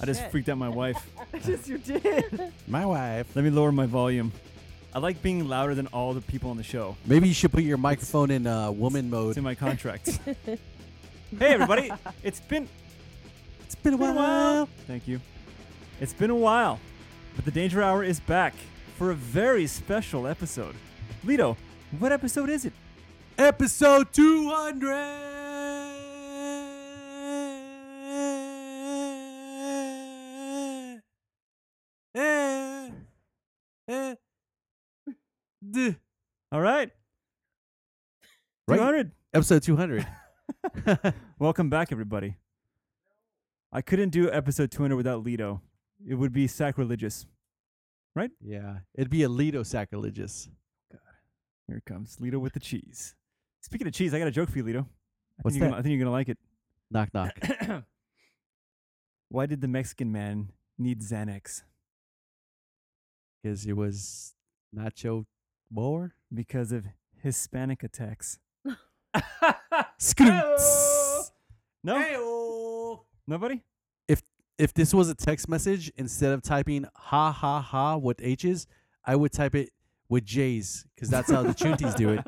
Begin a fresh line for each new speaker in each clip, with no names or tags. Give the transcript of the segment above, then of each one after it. I just
shit.
freaked out my wife.
Yes, you did.
My wife.
Let me lower my volume. I like being louder than all the people on the show.
Maybe you should put your microphone in uh, woman mode.
It's in my contract. hey everybody, it's been
It's been a
been a while. Thank you. It's been a while, but the Danger Hour is back for a very special episode. Lito, what episode is it?
Episode 200. Eh, eh, duh.
All right,
Right.
200.
Episode 200.
Welcome back, everybody. I couldn't do episode 200 without Lito. It would be sacrilegious.
yeah. It'd be a Lido sacrilegious.
Here it comes Lito with the cheese. Speaking of cheese, I got a joke for you, Lito. I think
What's
you're
that?
Gonna, I think you're gonna like it.
Knock, knock.
Why did the Mexican man need Xanax?
Because it was Nacho Moore.
Because of Hispanic attacks.
Scoots.
No, nobody.
If this was a text message, instead of typing ha ha ha with H's, I would type it with J's because that's how the Chunties do it.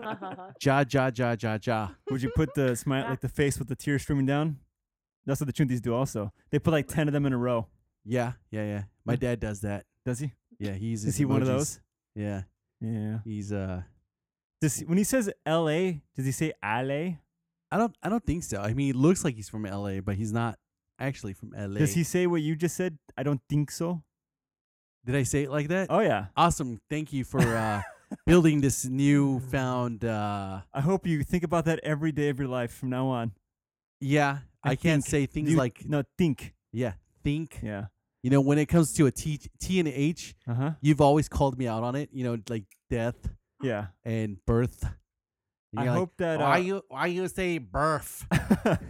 Ja ja ja ja ja.
Would you put the smile like the face with the tears streaming down? That's what the Chuntis do. Also, they put like ten of them in a row.
Yeah, yeah, yeah. My dad does that.
Does he?
Yeah, he uses.
Hmm. Is he one of
emojis.
those?
Yeah,
Yeah.
he's uh.
Does he, when he says L.A. Does he say Ale?
I don't. I don't think so. I mean, he looks like he's from L.A., but he's not actually from L.A.
Does he say what you just said? I don't think so.
Did I say it like that?
Oh yeah.
Awesome. Thank you for uh, building this newfound. Uh,
I hope you think about that every day of your life from now on.
yeah, I,
think.
can't say things
You-
like
no think.
yeah, think.
Yeah.
You know, when it comes to a T T and a H,
Uh huh.
you've always called me out on it. You know, like death
Yeah.
and birth. And
I
you're like,
hope that. Uh,
why you why you say birth?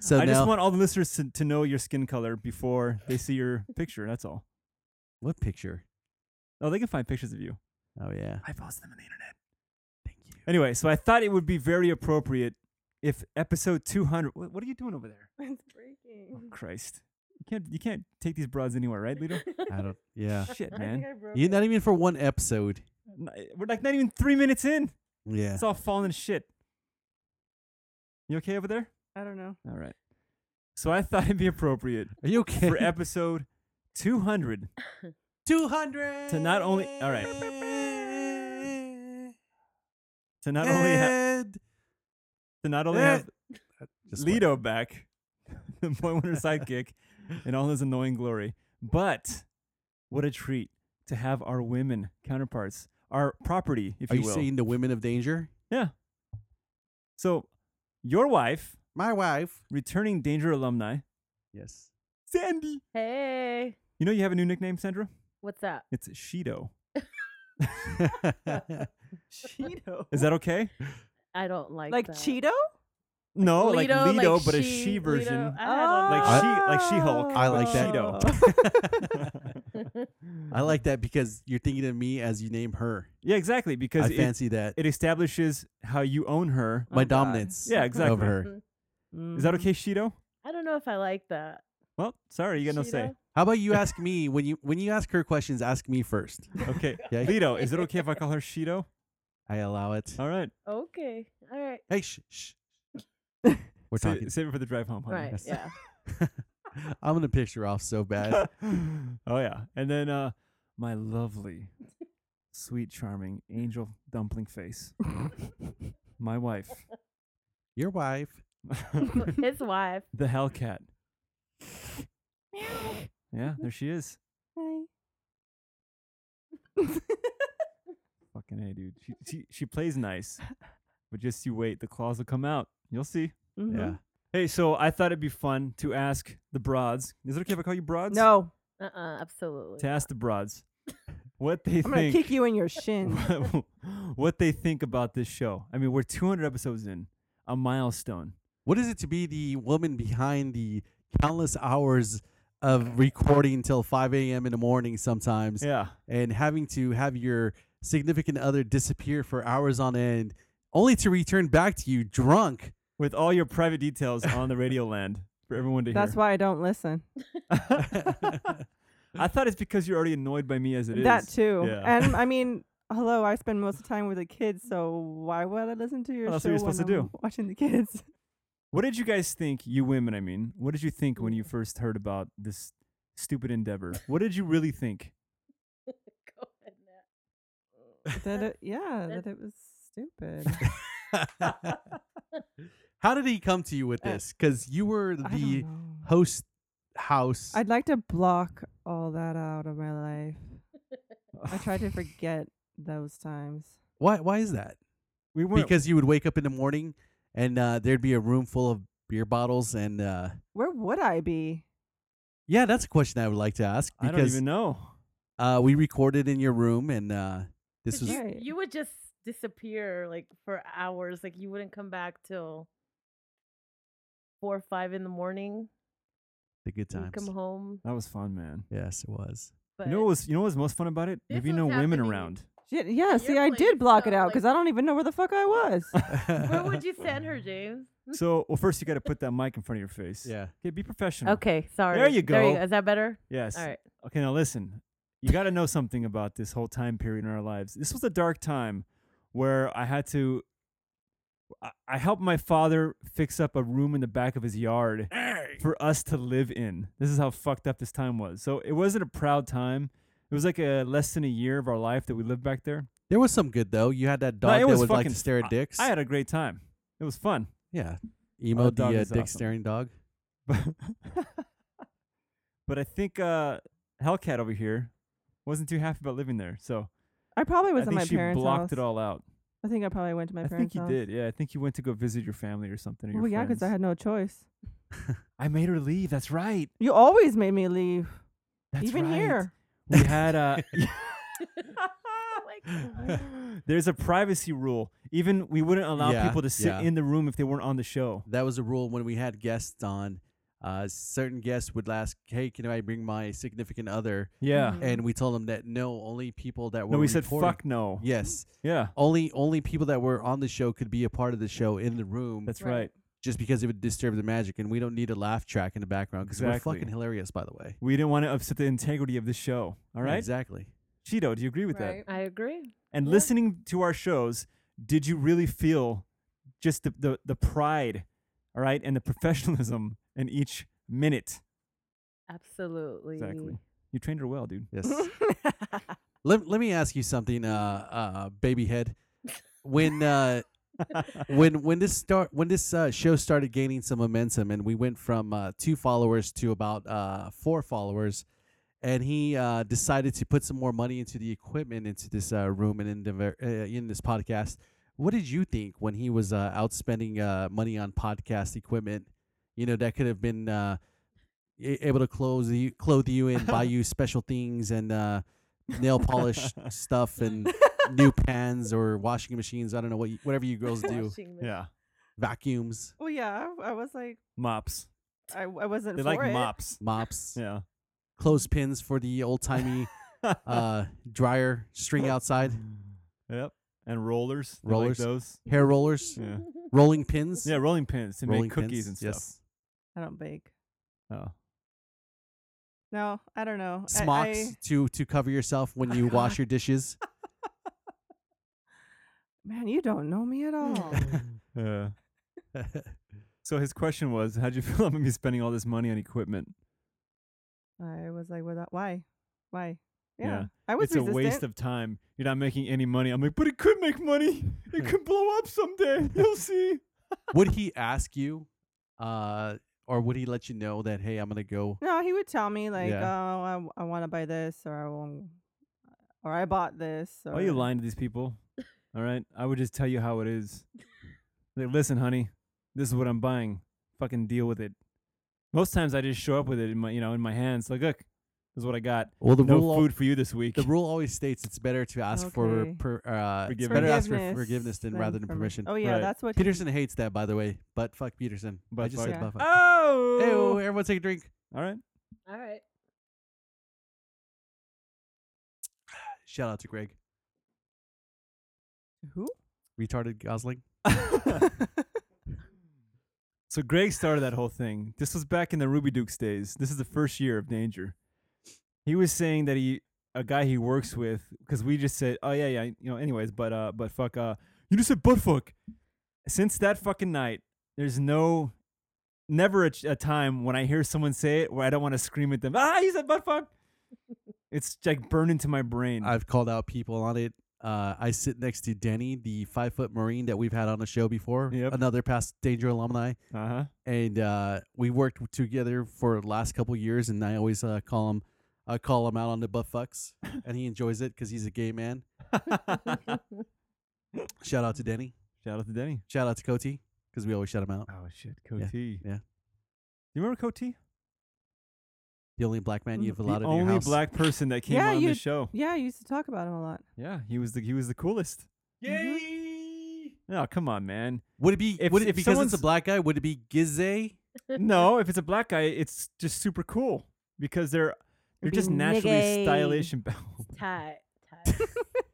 So
I
now,
just want all the listeners to, to know your skin color before they see your picture. That's all.
what picture?
Oh, they can find pictures of you.
Oh yeah,
I post them on the internet.
thank you.
Anyway, so I thought it would be very appropriate if episode 200. What, what are you doing over there?
it's
Oh,
breaking.
Christ. You can't, you can't take these broads anywhere, right, Lito?
I don't. Yeah,
Shit,
I think
man.
I broke
you
it.
not even for one episode.
N- eh, We're like not even three minutes in.
Yeah.
It's all falling to shit. You okay over there?
I don't know.
All right. So I thought it'd be appropriate
Are you okay?
for e episode 200
Two hundred.
To not only- all right. to not only, ha- to not
Eh,
only have uh, Lido back, the boy wonder sidekick, in all his annoying glory. But what a treat to have our women counterparts, our property, if
Are you
will.
seeing the women of danger?
yeah. So, your wife,
My wife.
returning Danger alumni,
Yes.
Sandy.
Hey,
You know you have a new nickname, Sandra.
what's that?
It's Shido.
Cheeto.
Is that okay?
I don't like
Like
that.
Cheeto?
No, Oh, like
Lido, like
Lido, but a
she-
she
Lido,
version. Like she, like
I don't know.
she Hulk.
Oh.
I like that.
Cheeto.
I like that because you're thinking of me as you name her.
yeah, exactly. Because
I
it,
fancy that.
it establishes how you own her.
My
Oh, God.
dominance.
Yeah,
Over
exactly.
her.
Is that okay, Shido?
I don't know if I like that.
Well, sorry, you got no say.
How about you ask me when you when you ask her questions? Ask me first.
Okay.
Yeah.
Lido, is it okay if I call her Shido?
I allow it.
All right.
Okay. All right.
Hey, shh, shh. We're
Sa-
talking.
Save it for the drive home, honey.
right.
yes.
Yeah.
I'm gonna piss her off so bad.
oh yeah. And then uh my lovely, sweet, charming angel dumpling face. my wife.
Your wife.
the
His wife.
Hellcat. Yeah, there she is. Fucking A dude. She she she plays nice. But just you wait, the claws will come out. You'll see.
Mm-hmm.
Yeah.
Hey, so I thought it'd be fun to ask the broads. Is it okay if I call you broads?
No.
Uh uh Absolutely.
to ask the broads what they
I'm going to
think
kick you in your shin.
what they think about this show. I mean, we're 200 episodes in, a milestone.
What is it to be the woman behind the countless hours of recording till 5 a.m. in the morning sometimes,
Yeah,
and having to have your significant other disappear for hours on end, only to return back to you drunk?
with all your private details on the radio land for everyone to
That's
hear.
why I don't listen.
I thought it's because you're already annoyed by me as it is.
that too.
Yeah.
And I mean, hello, I spend most of the time with the kids, so why would I listen to your
Well, Oh, that's what
show
you're
when
supposed to
I'm watching the kids?
What did you guys think, you women? I mean, what did you think when you first heard about this stupid endeavor? What did you really think?
Go ahead, Nat.
that it, yeah,
That-
that it was stupid.
How did he come to you with
Uh,
this? Because you were
I don't
the
know.
host house.
I'd like to block all that out of my life. I try to forget those times.
why? Why is that?
We weren't
Because you would wake up in the morning and uh, there'd be a room full of beer bottles and uh,
Where would I be?
yeah, that's a question I would like to ask
I don't
because
even know.
uh, we recorded in your room and uh, this
But
was
you,
Right.
you would just disappear like for hours. Like you wouldn't come back till four or five in the morning.
the good
You'd
times.
come home.
That was fun, man.
Yes, it was.
But
You know what was you know what was most fun about it?
This
Maybe
was
no women
happening.
around.
Shit, yeah, see,
your
I did
place,
block it
so,
out
like-
because I don't even know where the fuck I was.
where would you send her, James?
So well first you gotta put that mic in front of your face.
yeah.
Okay, be professional.
Okay, sorry.
you go.
Is that better?
Yes.
All right.
Okay, now listen. You got to know something about this whole time period in our lives. This was a dark time where I had to. I- I helped my father fix up a room in the back of his yard for us to live in. This is how fucked up this time was. So it wasn't a proud time. It was like a less than a year of our life that we lived back there.
There was some good though. You had that
No,
dog
it
that
was
would like
fucking-
to stare at dicks.
I had a great time. It was fun.
yeah. Emo the
dog
uh,
is
dick
awesome.
staring dog.
but I think uh, Hellcat over here wasn't too happy about living there. So
I probably
I
was at
think
my
she
parents'
blocked
house.
it all out.
I think I probably went to my
I think
parents'
you
house.
did. Yeah, I think you went to go visit your family or something. Or
Well,
your
yeah,
friends.
because I had no choice.
I made her leave. That's right.
You always made me leave,
That's
even
right.
here.
we had uh,
Like,
there's a privacy rule. Even we wouldn't allow
Yeah,
people to sit
yeah.
in the room if they weren't on the show.
That was a rule when we had guests on. Uh, certain guests would ask, "Hey, can I bring my significant other?"
Yeah.
Mhm.
And we told them that no, only people that
Mm-hmm.
were
No, we said
recording-
fuck no. Yeah.
Yes, only only people that were on the show could be a part of the show in the room,
that's right.
Right.
just because it would disturb the magic, and we don't need a laugh track in the background because
Exactly.
we're fucking hilarious, by the way.
We didn't want to upset the integrity of the show. All
Yeah,
right,
exactly.
Cheeto, do you agree with that?
Right.
I agree.
And
Yeah.
listening to our shows, did you really feel just the, the the pride, all right, and the professionalism in each minute?
Absolutely.
Exactly. You trained her well, dude.
Yes. let Let me ask you something, uh, uh, baby head. When uh, when when this start when this uh, show started gaining some momentum and we went from uh, two followers to about uh, four followers and he uh, decided to put some more money into the equipment into this uh, room and in, the, ver- uh, in this podcast what did you think when he was uh, outspending uh, money on podcast equipment you know that could have been uh, a- able to close you, clothe you and buy you special things and uh, nail polish stuff and new pans or washing machines i don't know what you, whatever you girls do
Washing machine.
Yeah.
vacuums,
well, yeah, I, I was like,
Mops.
I, I wasn't
They
for
like
it.
mops.
mops,
Yeah.
clothespins for the old timey uh, dryer string outside,
yep. And rollers. They
Rollers.
Like those.
hair rollers,
Yeah.
rolling pins.
Yeah, rolling pins to
rolling
make cookies
pins,
and stuff.
I don't bake.
Oh.
No, I don't know.
Yes.
I-
Smocks to to cover yourself when you wash your dishes.
I, man, you don't know me at
Hmm.
Oh,
all.
Oh. Yeah. So his question was, how'd you feel about me spending all this money on equipment?
I was like, without, why? Why? Yeah.
Yeah.
I was
it's
resistant.
a waste of time. You're not making any money. I'm like, but it could make money. It could blow up someday. You'll see.
would he ask you, uh, or would he let you know that hey, I'm gonna go?
no, he would tell me like,
Yeah.
oh, I, w- I want to buy this, or I won't, or I bought this. Or,
Why are you lying to these people? All right. I would just tell you how it is. Like, listen, honey, this is what I'm buying. Fucking deal with it. Most times I just show up with it in my you know, in my hands. Like, look, this is what I got.
Well, the
no
rule al-
food for you this week.
the rule always states it's better to ask
Okay.
for per, uh, it's
Forgiveness.
better to ask for forgiveness than rather than
permi-
permission.
Oh yeah,
Right.
that's what. he-
Peterson hates that, by the way. But fuck Peterson. I
But
just
fuck.
said
Yeah.
but fuck.
Oh.
Ew, everyone take a drink.
All right.
All right.
Shout out to Greg.
Who?
Retarded Gosling.
So Greg started that whole thing. This was back in the Ruby Dukes days. This is the first year of Danger. He was saying that he a guy he works with because we just said, oh yeah, yeah, you know. Anyways, but uh, but fuck, uh, you just said butt fuck. Since that fucking night, there's no, never a, ch- a time when I hear someone say it where I don't want to scream at them. Ah, you said butt fuck. it's like burned into my brain.
I've called out people on it. Uh, I sit next to Denny, the five foot Marine that we've had on the show before,
Yep.
another past Danger alumni,
uh huh.
and uh, we worked together for the last couple years. And I always uh, call him, I call him out on the butt fucks, and he enjoys it because he's a gay man. Shout out to Denny.
Shout out to Denny.
Shout out to Coty because we always shout him out.
Oh shit, Coty.
yeah.
You remember Coty?
Mm, The only black man you've allowed
the
in your
only
house.
black person that came
Yeah,
on
you-
the show.
Yeah, I used to talk about him a lot.
Yeah, he was the he was the coolest.
Mhm.
No, Mm-hmm. Oh, come on, man.
Would it be
If-
would it,
if
because it's a
someone's-
black guy? Would it be Gizay?
no, if it's a black guy, it's just super cool because they're they're
It'd
just
be
naturally
nigga.
stylish and.
Tight. Tight.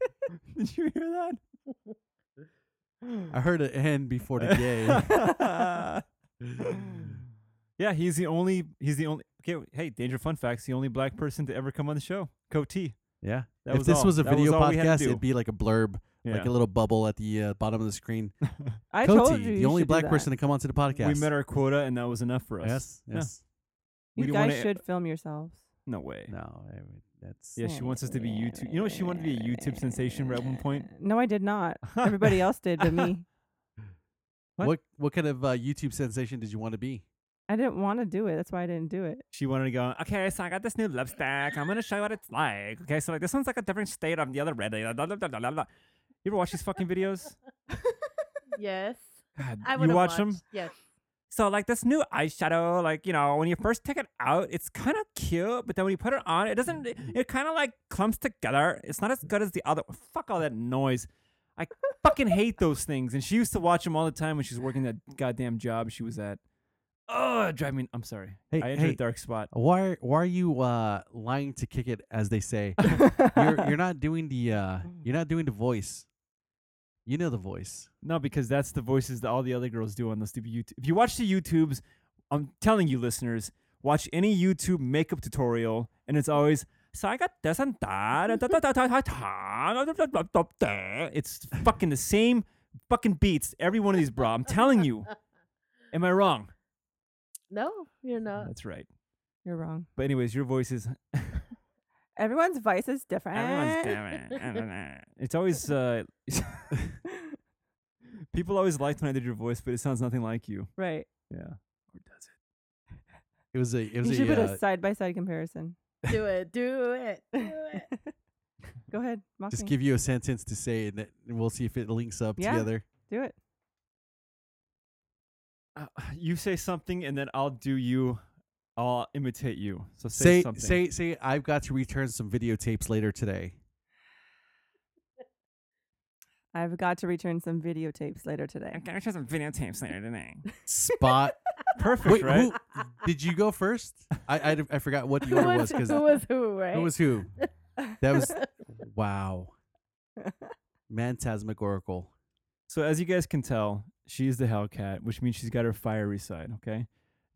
Did you hear that?
I heard an N before the gay.
yeah, he's the only. He's the only. Okay, hey, danger fun facts. The only black person to ever come on the show. Coty.
yeah.
That
if
was
this
all-
was a
that
video
all we had to
podcast,
do.
it'd be like a blurb,
Yeah.
like a little bubble at the uh, bottom of the screen.
I
Coty,
told you,
the
you
only
should do
black
that.
person to come onto the podcast.
we met our quota, and that was enough for us.
Yes.
Yeah.
Yes.
We
You
didn't wanna-
guys should film yourselves.
No way.
No. I mean, that's
Yeah, she wants us to be YouTube. You know, she wanted to be a YouTube sensation at one point.
No, I did not. Everybody else did, but me.
What?
what? what kind of uh, YouTube sensation did you want to be?
I didn't want to do it. That's why I didn't do it.
She wanted to go. Okay, so I got this new lipstick. I'm gonna show you what it's like. Okay, so like this one's like a different state of the other red. Blah, blah, blah, blah, blah, blah. You ever watch these fucking videos?
yes.
God,
I would
you
have
watch
watched.
them.
Yes.
So like this new eyeshadow, like you know, when you first take it out, it's kind of cute, but then when you put it on, it doesn't. It, it kind of like clumps together. It's not as good as the other. Fuck all that noise. I fucking hate those things. And she used to watch them all the time when she was working that goddamn job she was at. Oh, drive me. I'm sorry.
Hey,
I entered
hey.
a dark spot.
Why? Why are you uh, lying to kick it, as they say? you're you're not doing the uh, you're not doing the voice. You know the voice.
No, because that's the voices that all the other girls do on those stupid YouTube. If you watch the YouTubes, I'm telling you, listeners, watch any YouTube makeup tutorial, and it's always so I got this and that. and da- da- da- da- da- da- da- da- da- da- da." It's fucking the same fucking beats. Every one of these, bro. I'm telling you. Am I wrong?
No, you're not.
That's right.
You're wrong.
But anyways, your voice is
Everyone's voice is different.
everyone's "Ah, different. It's always uh, people always liked when I did your voice, but it sounds nothing like you.
Right.
Yeah. Or does it?
It was a it
You
was
should
a,
put
uh,
a side by side comparison.
Do it. Do it. Do it.
Go ahead. Mock
just
me.
give you a sentence to say and, that, and we'll see if it links up
Yeah.
together.
do it.
uh, you say something and then I'll do you. I'll imitate you. So say,
Say
something.
say say I've got to return some videotapes later today.
I've got to return some videotapes later today.
I'm gonna show some videotapes later today.
Spot.
Perfect,
Wait,
right?
who did you go first? I I, d- I forgot what the
who
order
was
was because
who was who, right?
who was who? That was wow. Mantasmagorical.
So as you guys can tell, she is the Hellcat, which means she's got her fiery side. Okay.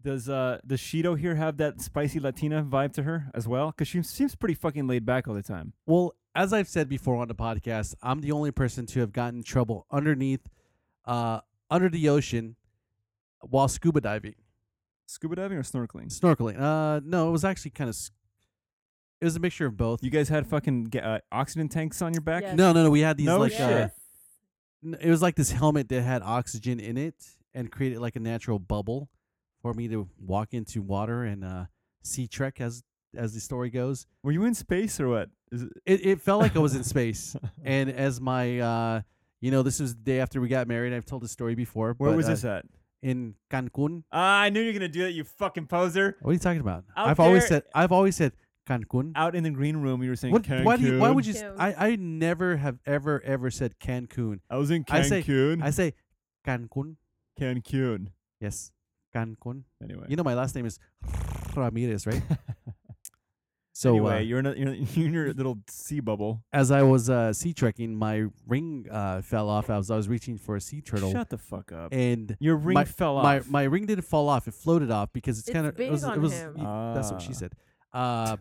Does uh does Shido here have that spicy Latina vibe to her as well? Because she seems pretty fucking laid back all the time.
Well, as I've said before on the podcast, I'm the only person to have gotten in trouble underneath, uh, under the ocean, while scuba diving,
Scuba diving or snorkeling?
snorkeling. Uh, no, it was actually kind of, it was a mixture of both.
You guys had fucking ga- uh, oxygen tanks on your back.
Yes.
no, no, no. We had these
No
like, uh,
shit.
yes.
n- it was like this helmet that had oxygen in it and created like a natural bubble for me to walk into water and uh, sea trek as as the story goes.
Were you in space or what? Is it,
It it felt like I was in space. And as my, uh, you know, this was the day after we got married. I've told this story before.
where
but,
was
uh,
this at?
in Cancun.
Ah, I knew you were gonna do that. You fucking poser.
What are you talking about?
Out
I've always
there-
said I've always said Cancun.
Out in the green room, you were saying.
What, why do you, why
Cancun.
would you? s-
Cancun.
I I never have ever ever said Cancun.
I was in
I say-
Cancun.
I say Cancun.
Cancun.
Yes, Cancun.
Anyway.
You know my last name is Ramirez, right? So
anyway,
uh,
you're, in a, you're in you're in your little sea bubble.
as I was uh, sea trekking, my ring uh, fell off as I was reaching for a sea turtle,
Shut the fuck up.
and
Your ring
my-
fell off.
my my ring didn't fall off; it floated off because it's,
It's
kind of it
big
was, it
on
was
him.
y- that's what
Ah.
she said. Uh,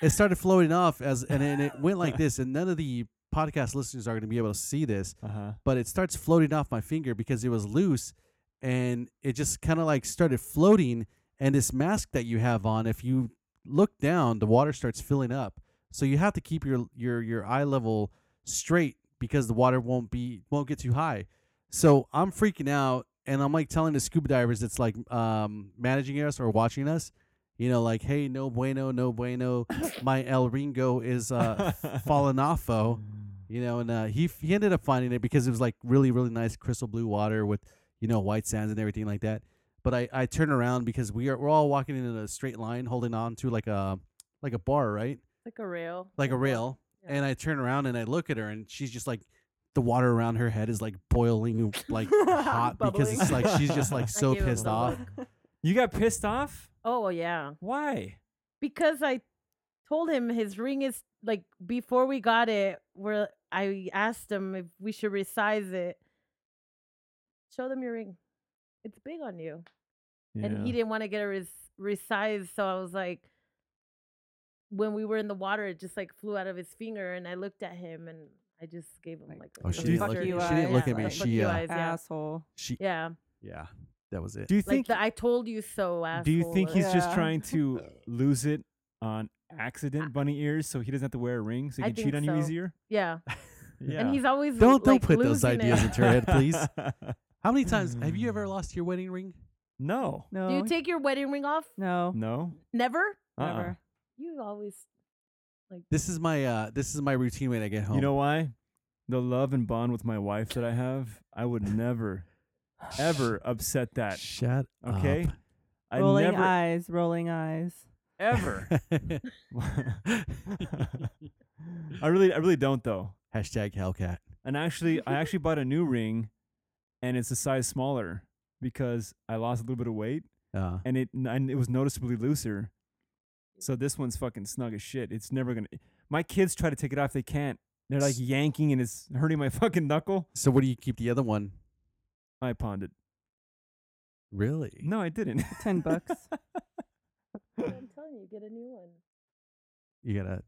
it started floating off as and, and it went like this, and none of the podcast listeners are going to be able to see this,
uh-huh.
but it starts floating off my finger because it was loose and it just kind of like started floating and this mask that you have on if you look down the water starts filling up so you have to keep your your your eye level straight because the water won't be won't get too high so i'm freaking out and i'm like telling the scuba divers that's like um managing us or watching us you know like hey no bueno no bueno my el ringo is uh fallen off oh you know, and uh, he f- he ended up finding it because it was like really really nice crystal blue water with you know white sands and everything like that. But I I turn around because we are we're all walking in a straight line, holding on to like a like a bar, right?
Like a rail.
Like a
what-
rail.
yeah.
And I turn around and I look at her, and she's just like the water around her head is like boiling like hot because it's
Bubbling.
like she's just like so
gave him
pissed
the
off.
look.
You got pissed off?
Oh yeah,
Why?
because I told him his ring is like before we got it. Where I asked him if we should resize it. Show them your ring. It's big on you, and he
Yeah.
didn't want to get it res- resized. So I was like, when we were in the water, it just like flew out of his finger, and I looked at him, and I just gave him
Like,
like.
Oh,
a
she
didn't
fuck
look at
you
me. She
eye,
didn't look
yeah,
at me.
a fuck
She,
you
uh,
eyes, yeah.
Asshole.
She
Yeah,
yeah, that was it.
Do you
like
think
the, I told you so. Asshole.
do you think
or-
he's just
Yeah.
trying to lose it on accident, bunny ears, so he doesn't have to wear a ring so he
I
can
think
cheat on you
so.
easier?
Yeah.
Yeah.
and he's always l-
Don't- don't
like,
put those
losing
ideas
it.
into her head, please. How many times have you
Mm.
ever lost your wedding ring?
no.
No.
Do you take your wedding ring off?
no.
No.
Never.
Uh-uh.
Never.
You always like.
This is my uh this is my routine when I get home.
You know why? The love and bond with my wife that I have, I would never, ever upset that.
Shut
Okay? I
rolling
never,
eyes. Rolling eyes.
ever.
up.
I really, I really don't though.
Hashtag Hellcat.
And actually, I actually bought a new ring, and it's a size smaller because I lost a little bit of weight,
Uh,
and it and it was noticeably looser. So this one's fucking snug as shit. It's never gonna. My kids try to take it off, they can't. They're like
S-
yanking, and it's hurting my fucking knuckle.
so where do you keep the other one?
I pawned it.
Really?
No, I didn't.
Ten bucks.
I'm telling you, get a new one.
You gotta.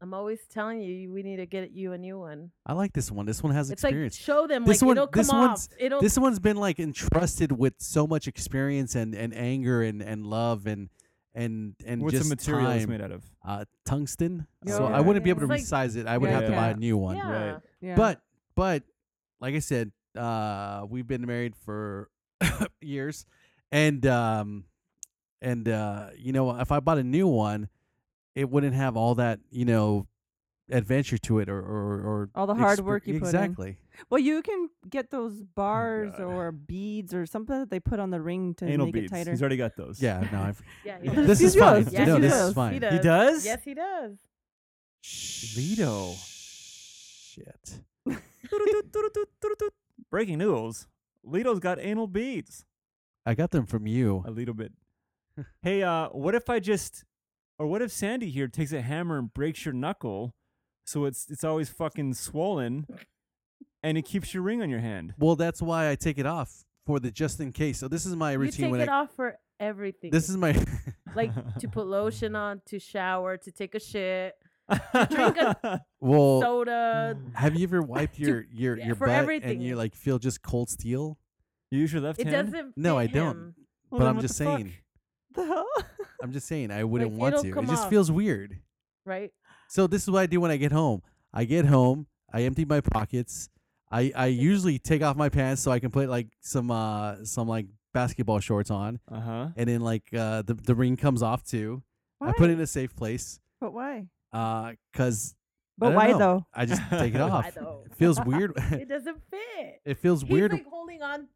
I'm always telling you, we need to get you a new one.
I like this one. This one has
It's
experience.
like show them
This
like
one-
it'll come
this
off.
one's-
It'll.
this one's been like entrusted with so much experience and and anger and and love and and and
What's
just
the material it's
time.
made out of?
Uh, tungsten.
Yeah,
so
yeah,
I wouldn't be
yeah.
able to
It's like-
resize it. I would
Yeah,
have to buy a
yeah.
new one.
yeah.
right.
Yeah.
But but like I said, uh we've been married for years and um and uh you know, if I bought a new one, it wouldn't have all that, you know, adventure to it or or, or
All the hard
exper-
work you put in.
Exactly.
well, you can get those bars
God.
or beads or something that they put on the ring to
Anal
make
beads.
it tighter.
He's already got those.
Yeah, no, I've
yeah, he
This
does.
This is fine.
does. Yes,
no,
he
this
does.
is fine.
He does.
He does?
Yes, he does.
Lito.
Shit.
Breaking news. Lito's got anal beads.
I got them from you.
A little bit. hey, uh, what if I just or what if Sandy here takes a hammer and breaks your knuckle so it's it's always fucking swollen and it keeps your ring on your hand?
Well, that's why I take it off for the just in case. So this is my
You
routine
take
when
it
I
off for everything.
This is my
like to put lotion on, to shower, to take a shit, drink a-
well mm,
soda.
Have you ever wiped your your
yeah,
your
for
butt
everything.
and you like feel just cold steel?
you use your left
It
hand?
doesn't.
No, I
fit
don't.
him.
Well,
but
then
I'm
what
just
the fuck?
saying.
the hell?
I'm just saying I wouldn't
Like,
want
it'll
to. It
come
just
off.
feels weird.
Right.
So this is what I do when I get home. I get home, I empty my pockets. I I usually take off my pants so I can put like some uh some like basketball shorts on,
Uh-huh.
and then like uh the the ring comes off too. I put it in a safe place.
But why?
Uh, cause I
But
don't
why
know.
though?
I just take it
Why
off.
though?
It feels weird.
It doesn't fit.
it feels
He's
weird.
like holding on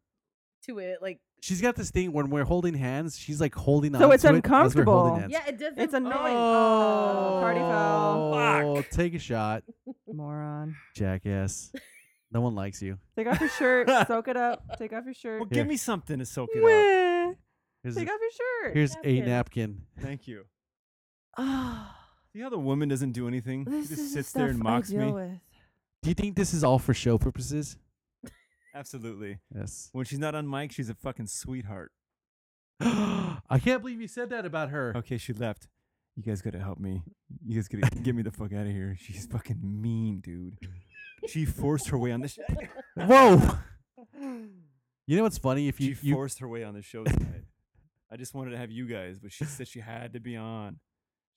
to it, like
she's got this thing when we're holding hands, she's like holding on.
So it's
to it as we're holding
uncomfortable.
hands.
yeah, it doesn't.
It's annoying.
Oh,
party foul.
Oh, take a shot,
Moron.
jackass. No one likes you.
Take off your shirt. soak it up. Take off your shirt.
Well,
Here.
give me something to soak it up.
Meh.
Here's,
Take
a,
off your shirt.
here's a
napkin.
napkin.
Thank you. See how the woman doesn't do anything? she just sits there and mocks me.
Do you think this is all for show purposes?
Absolutely.
Yes.
When she's not on mic, she's a fucking sweetheart.
I can't believe you said that about her.
Okay, she left. You guys gotta help me. You guys gotta get me the fuck out of here. She's fucking mean, dude. She forced her way on the show.
Whoa. You know what's funny? If you,
She
you
forced her way on the show tonight. I just wanted to have you guys, but she said she had to be on.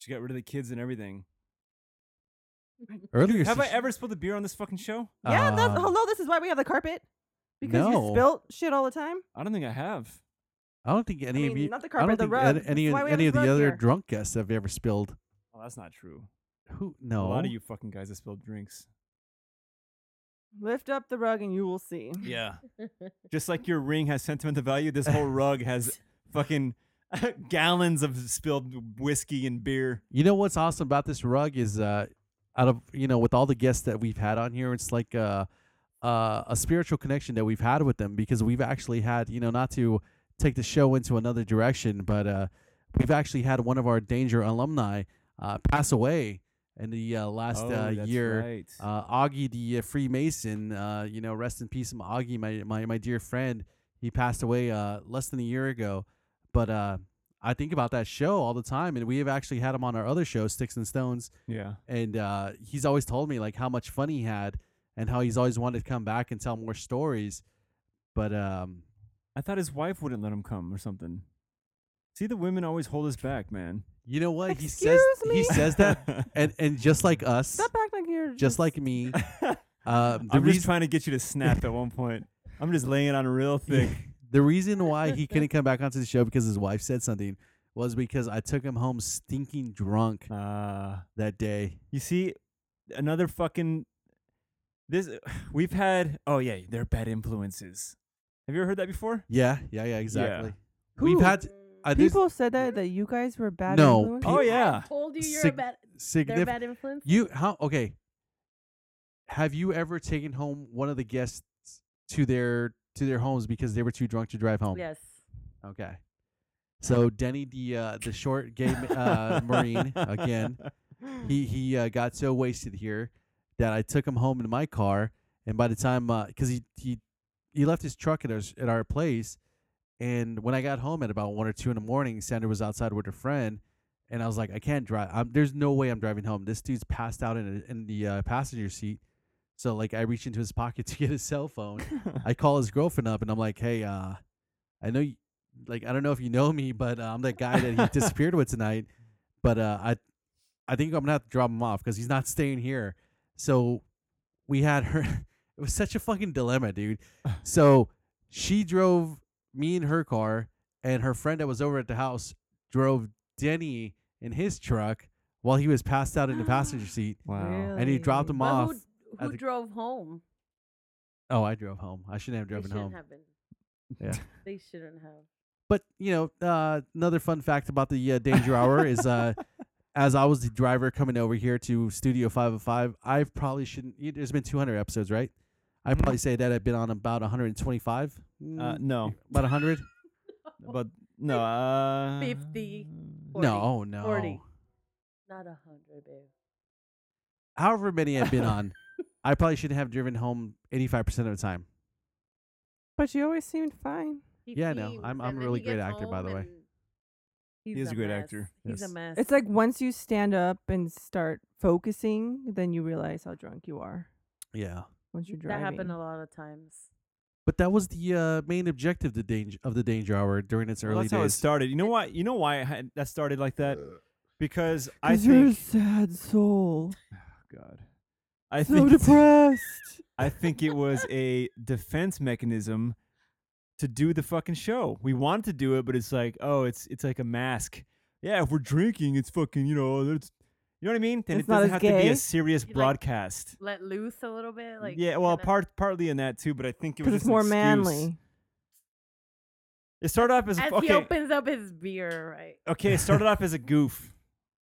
She got rid of the kids and everything.
earlier,
Have I
she-
ever spilled a beer on this fucking show?
Yeah, that's,
Um,
hello. This is why we have the carpet because
No.
you spilt shit all the time.
I don't think I have.
I don't think any
I
of
mean,
you.
not the
I don't
carpet, the
think
rug.
an- any
That's
of
why we have
any of
this
the
rug
other
here.
drunk guests have ever spilled.
Oh, that's not true.
Who? No.
A lot of you fucking guys have spilled drinks.
Lift up the rug and you will see.
Yeah. Just like your ring has sentimental value, this whole rug has fucking gallons of spilled whiskey and beer.
You know what's awesome about this rug is uh out of you know with all the guests that we've had on here it's like uh, uh a spiritual connection that we've had with them because we've actually had you know not to take the show into another direction but uh we've actually had one of our danger alumni uh pass away in the uh, last
Oh,
uh,
that's
year
right.
uh, Augie the uh, Freemason. Uh, you know, rest in peace, um, Augie, my, my my dear friend. He passed away uh, less than a year ago, but uh, I think about that show all the time, and we have actually had him on our other show, Sticks and Stones,
yeah.
and uh, he's always told me like how much fun he had and how he's always wanted to come back and tell more stories. But um,
I thought his wife wouldn't let him come or something. See, the women always hold us back, man.
you know what? he says
Excuse
he
me?
says that, Um, and and just like us,
Stop acting like you're just,
just like me. Uh, the
I'm just
reason-
trying to get you to snap at one point. I'm just laying it on real thick.
The reason why he couldn't come back onto the show because his wife said something was because I took him home stinking drunk
Uh,
that day.
you see, another fucking. This we've had. Oh yeah, they're bad influences. Have you ever heard that before?
Yeah, yeah, yeah, exactly.
Who?
We've had
Mm.
uh, there's
people said that that you guys were bad.
No,
influences?
pe-
Oh yeah.
I told you you're
Sig-
a bad, they're a
significant.
bad influence.
You how okay? Have you ever taken home one of the guests to their to their homes because they were too drunk to drive home?
Yes.
Okay. So Denny, the uh, the short gay ma- uh, marine again, he he uh, got so wasted here that I took him home in my car, and by the time because he he he left his truck at our s- at our place, and when I got home at about one or two in the morning, Sandra was outside with her friend, and I was like, I can't drive. I'm, there's no way I'm driving home. This dude's passed out in a, in the uh, passenger seat. So like I reach into his pocket to get his cell phone. I call his girlfriend up and I'm like, hey, uh, I know you, like I don't know if you know me, but uh, I'm that guy that he disappeared with tonight. But uh, I, I think I'm gonna have to drop him off because he's not staying here. So we had her. It was such a fucking dilemma, dude. So she drove me in her car, and her friend that was over at the house drove Denny in his truck while he was passed out in the passenger seat,
Wow.
and he dropped him
Really?
But
off.
who,
at
who
the-
drove home?
Oh, I drove home. I shouldn't have
They
driven
shouldn't
home.
have been.
Yeah.
They shouldn't have.
But you know, uh, another fun fact about the uh, Danger Hour is, uh, as I was the driver coming over here to Studio Five Hundred Five, I probably shouldn't. y- There's been 200 episodes, right? I
Mm-hmm.
probably say that I've been on about 125.
Uh,
Mm,
no,
about 100.
but no. Uh,
50.
no, oh, no.
40. Not a hundred, babe.
However many I've been on, I probably shouldn't have driven home 85% of the time.
but you always seemed fine.
He
Yeah, no,
fumes,
I'm-
and
I'm
then
really
he
great
gets
actor, by the
home
way.
and He's
is a great
mess.
actor.
He's a
Yes.
mess.
It's like once you stand up and start focusing, then you realize how drunk you are
Yeah.
once you're
that
driving.
happened a lot of times.
But that was the uh, main objective the danger, of the Danger Hour during its
Well,
early
that's how it
days.
started. You know why? You know why I had, that started like that? Because I
'Cause you're a
think.
sad soul,
God. I
so
think.
depressed.
I think it was a defense mechanism to do the fucking show. We wanted to do it, but it's like, oh, it's it's like a mask. Yeah, if we're drinking, it's fucking, you know, that's, you know what I mean? Then
It's
it
not
doesn't
as
have to be
gay.
a serious
You like-
broadcast.
Let loose a little bit, like
yeah, well,
kinda-
part partly in that too, but I think it was
Because it's
just an
more
excuse.
manly.
It started off as, a
As
okay,
he opens up his beer, right?
okay, it started off as a goof.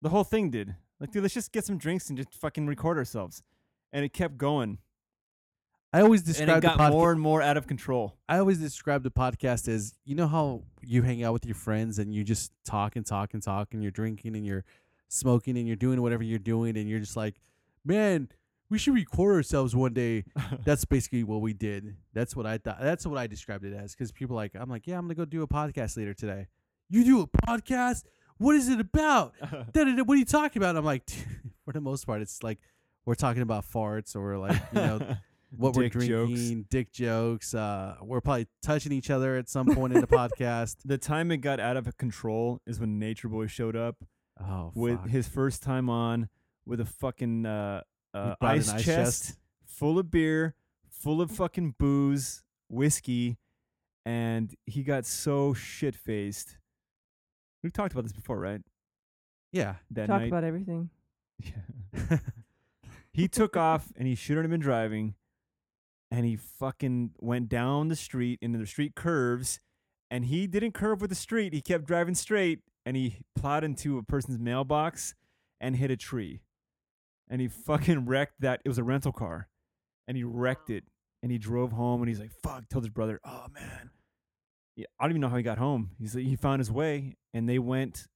The whole thing did. Like, dude, let's just get some drinks and just fucking record ourselves. And it kept going,
I always
and it
describe the
got
podcast.
more and more out of control.
I always describe the podcast as you know how you hang out with your friends and you just talk and talk and talk and you're drinking and you're smoking and you're doing whatever you're doing and you're just like, man, we should record ourselves one day. That's basically what we did. That's what I thought. That's what I described it as. Because people like, I'm like, yeah, I'm gonna go do a podcast later today. You do a podcast? What is it about? Da-da-da, What are you talking about? I'm like, for the most part, it's like we're talking about farts or like you know what
Dick
we're
jokes.
drinking, dick jokes. Uh, we're probably touching each other at some point in the podcast.
the time it got out of control is when Nature Boy showed up
Oh,
with
fuck.
his first time on with a fucking uh, uh,
brought an
ice,
ice
chest,
chest.
full of beer, full of fucking booze, whiskey, and he got so shit faced. We've talked about this before, right?
yeah,
That
Talk
night,
about everything.
Yeah. he took off and he shouldn't have been driving. And he fucking went down the street into the street curves. And he didn't curve with the street. He kept driving straight and he plowed into a person's mailbox and hit a tree. And he fucking wrecked that. It was a rental car. And he wrecked it. And he drove home and he's like, fuck, told his brother, oh man. Yeah, I don't even know how he got home. He's like, he found his way and they went.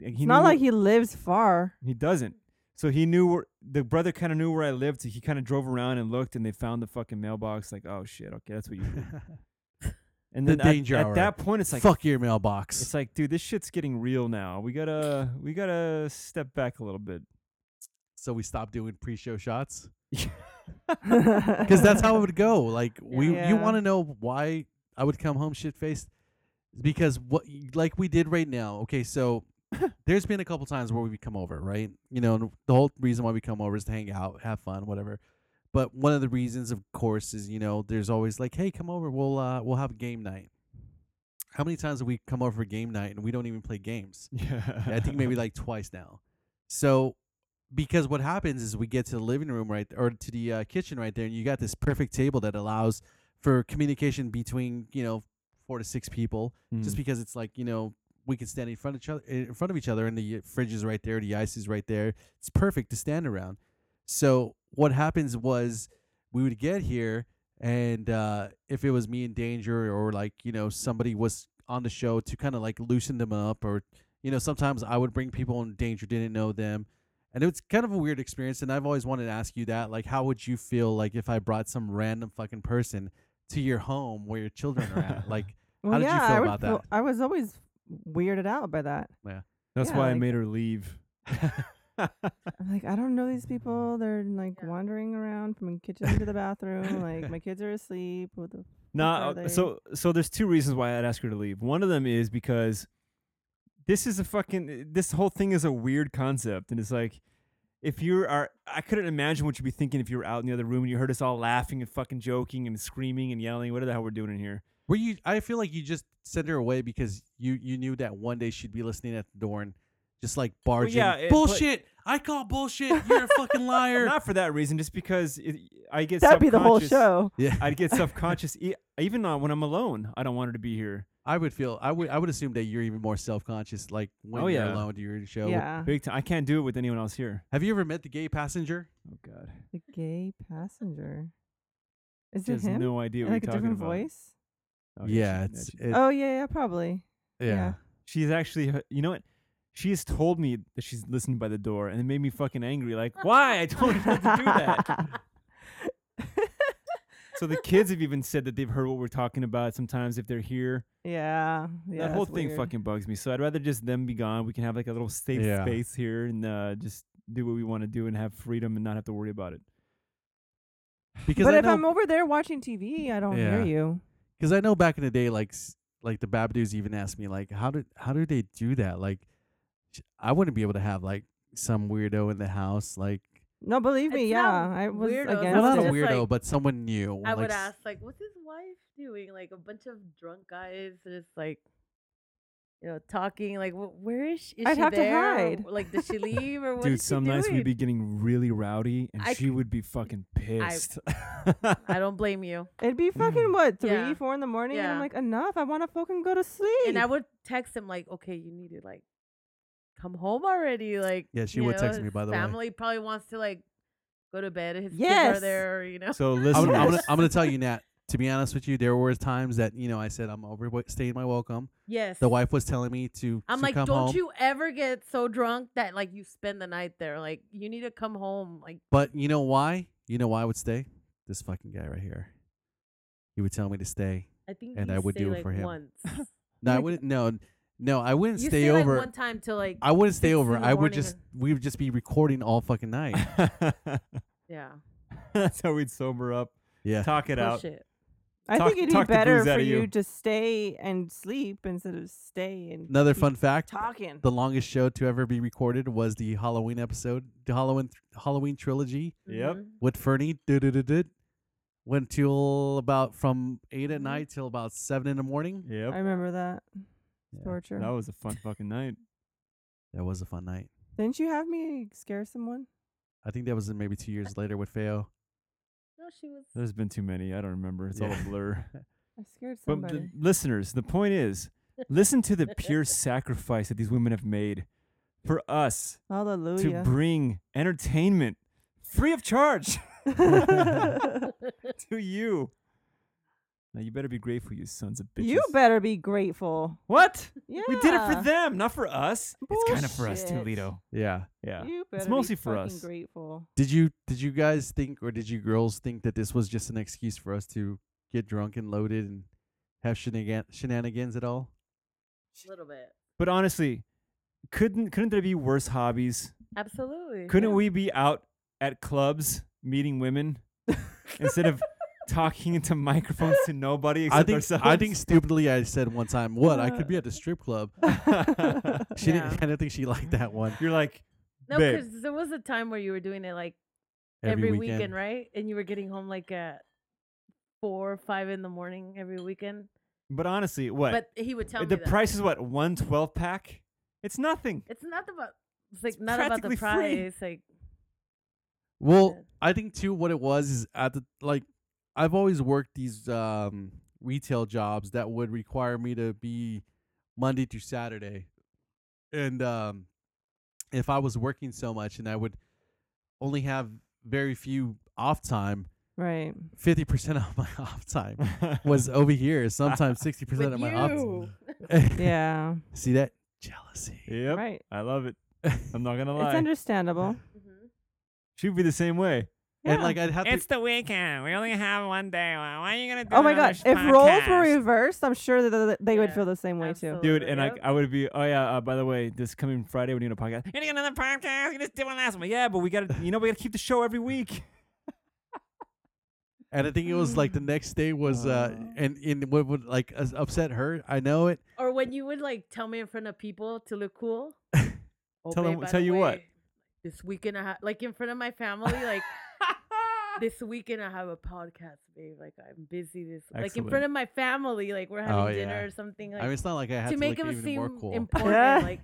and
It's
knew
not
where-
like he lives far.
he doesn't. So he knew where the brother kind of knew where I lived. So he kind of drove around and looked, and they found the fucking mailbox. Like, oh shit, okay, that's what you. do." And
The
then at-
danger
at,
hour.
that point, it's like
fuck your mailbox.
It's like, dude, this shit's getting real now. We gotta, we gotta step back a little bit.
so we stopped doing pre-show shots because
Because
that's how it would go. Like we, you
Yeah.
want to know why I would come home shit faced? Because what, like we did right now. Okay, so there's been a couple times where we come over, right? You know, and the whole reason why we come over is to hang out, have fun, whatever. But one of the reasons, of course, is you know, there's always like, hey, come over, we'll uh, we'll have a game night. How many times have we come over for game night and we don't even play games?
Yeah,
I think maybe like twice now. So because what happens is we get to the living room right or to the uh, kitchen right there, and you got this perfect table that allows for communication between you know four to six people,
Hmm.
just because it's like you know we can stand in front of each other in front of each other, and the uh, fridge is right there, the ice is right there. It's perfect to stand around. So what happens was we would get here, and uh, if it was me in danger or like you know somebody was on the show to kind of like loosen them up or you know sometimes i would bring people in danger didn't know them and it was kind of a weird experience and i've always wanted to ask you that like how would you feel like if i brought some random fucking person to your home where your children are at like
Well,
How did you
yeah,
feel
I would
about
feel-
that?
I was always weirded out by that.
that's
yeah,
why I
like-
made her leave.
I'm like, I don't know these people. They're like
Yeah.
wandering around from the kitchen to the bathroom. Like my kids are asleep. What the
Nah,
are
uh,
they?
so so there's two reasons why I'd ask her to leave. One of them is because this is a fucking eh, this whole thing is a weird concept, and it's like if you are, I couldn't imagine what you'd be thinking if you were out in the other room and you heard us all laughing and fucking joking and screaming and yelling, whatever the hell we're doing in here.
were you i feel like you just sent her away because you you knew that one day she'd be listening at the door and just like barging
yeah, it- but-
bullshit i call bullshit you're a fucking liar
Not for that reason, just because it, I get
That'd be the whole
subconscious-
show.
yeah
I'd get subconscious, e- even uh, when I'm alone. I don't want her to be here.
i would feel i would i would assume that you're even more self-conscious like when
Oh,
you're
yeah.
alone to your show
Yeah,
Big time. I can't do it with anyone else here.
have you ever met the gay passenger
Oh God,
the gay passenger. Is
she
it
has
him?
no idea what
like a
you're talking
different
about.
voice?
Oh,
yeah
she-
it's
she-
it-
oh yeah, yeah, probably.
yeah.
yeah.
She's actually, uh, you know what? She has told me that she's listened by the door, and it made me fucking angry. Like, why? I told her not to do that. so the kids have even said that they've heard what we're talking about. Sometimes if they're here,
yeah, yeah.
that whole
that's
thing
weird.
fucking bugs me. So I'd rather just them be gone. We can have like a little safe
Yeah.
space here and uh, just do what we want to do and have freedom and not have to worry about it.
Because
But
I
if
know,
I'm over there watching TV, I don't
Yeah.
hear you.
because I know back in the day, like s- like the Babadoos even asked me like, how did how do they do that? Like, sh- I wouldn't be able to have like some weirdo in the house, like
No, believe me.
It's
yeah,
not
I was
weirdos,
against
well, not a
just
it.
weirdo,
like-
but someone new.
I
like,
would
s-
ask, like, what's his wife doing? Like a bunch of drunk guys just like, you know, talking. Like, wh- where is she? Is
I'd
she
have to
there? Or,
hide.
like, does she leave or what?
Dude,
is she
some nights
doing?
we'd be getting really rowdy, and
I
she
c-
would be fucking pissed.
I don't blame you.
It'd be
Mm.
fucking what three,
Yeah.
four in the morning, and
Yeah.
I'm like, enough. I want to fucking go to sleep.
And I would text him like, okay, you need to like come home already. Like,
Yeah, she
you
would text me,
know, his
by the way.
family probably wants to like go to bed. His kids
Yes.
are there. You know,
so
I'm,
listen,
gonna- I'm
to
gonna
this.
I'm gonna tell you, Nat. to be honest with you, there were times that you know I said I'm overstaying my welcome.
Yes.
The wife was telling me to.
I'm
to
like,
come
don't
home.
you ever get so drunk that like you spend the night there. Like you need to come home. Like
But you know why? You know why I would stay? This fucking guy right here. He would tell me to stay.
I think
And
you
I would
stay,
do it
like,
for him.
once.
No, I
Like-
wouldn't. No, no, I wouldn't
you
stay
stay,
over.
like one time to like
I wouldn't stay
six
over.
in the
I would
morning
just.
or-
We would just be recording all fucking night.
yeah.
That's how we'd sober up,
Yeah.
talk it out.
Bullshit.
I
Talk-
think it'd
talk
be
the
better
booze
for
outta
you.
you.
to stay and sleep instead of stay and
Another
keep
fun fact:
talking.
the longest show to ever be recorded was the Halloween episode, the Halloween Halloween trilogy
Yep.
Mhm.
with Fernie. Doo-doo-doo-doo. Went till about from eight at
Mhm.
night till about seven in the morning.
Mm-hmm.
Yep.
I remember that
Yeah,
torture.
That was a fun fucking night.
That was a fun night.
Didn't you have me scare someone?
I think that was maybe two years later with Feo.
No, she was.
There's been too many. I don't remember. It's all
Yeah.
a blur.
I scared
But
somebody.
the listeners, the point is, listen to the pure sacrifice that these women have made for us
Hallelujah.
to bring entertainment free of charge to you. Now you better be grateful, you sons of bitches.
you better be grateful.
What?
Yeah.
We did it for them, not for us. It's kind of for us too,
Bullshit.
Lido.
Yeah.
Yeah.
You better
mostly
be
for
fucking
us.
grateful.
Did you did you guys think or did you girls think that this was just an excuse for us to get drunk and loaded and have shenagan- shenanigans at all?
A little bit.
But honestly, couldn't couldn't there be worse hobbies?
Absolutely.
Couldn't
yeah.
we be out at clubs meeting women instead of talking into microphones to nobody except
I think
ourselves?
I think stupidly I said one time, "What? I could be at the strip club." She
Yeah.
didn't, I don't think she liked that one.
You're like,
No,
babe.
because there was a time where you were doing it like
Every,
weekend. right? And you were getting home like at four or five in the morning every weekend.
But honestly, what?
But he would tell
the
me that.
price is what one twelve pack. It's nothing.
It's not about. It's like
It's
not about
practically
the
free.
price. Like
Well,
Yeah.
I think too what it was is at the like I've always worked these um retail jobs that would require me to be Monday through Saturday. And um if I was working so much and I would only have very few off time,
Right.
50% of my off time was over here, sometimes 60%
with
of my off
you.
Yeah.
See that? Jealousy.
Yep.
Right.
I love it. I'm not gonna
It's
lie.
understandable.
Mhm.
She'd be the same way.
And like I'd have to
the weekend. We only have one day. Why are you gonna do?
Oh my god! If roles were reversed, I'm sure that th- they would
Yeah,
feel the same way too.
absolutely.
Dude, and I,
Yep.
I would be, oh yeah, uh, by the way, this coming Friday, we're doing a podcast. You're doing another podcast? You just did one last one. Yeah, but we gotta, you know, we gotta keep the show every week.
and I think it was
Ah.
like the next day was uh
Oh.
and and what would like us- upset her. I know it.
Or when you would like tell me in front of people to look cool. Oh,
Tell 'em-
babe, by
tell
the
you what.
way, This weekend, I ha- like in front of my family, like this weekend I have a podcast, babe. Like I'm busy this, like in
Excellent.
front of my family, like we're having
Oh,
dinner
yeah.
or something, like
I mean, it's not like I had to,
to make
look
him
even more
seem
cool.
important. like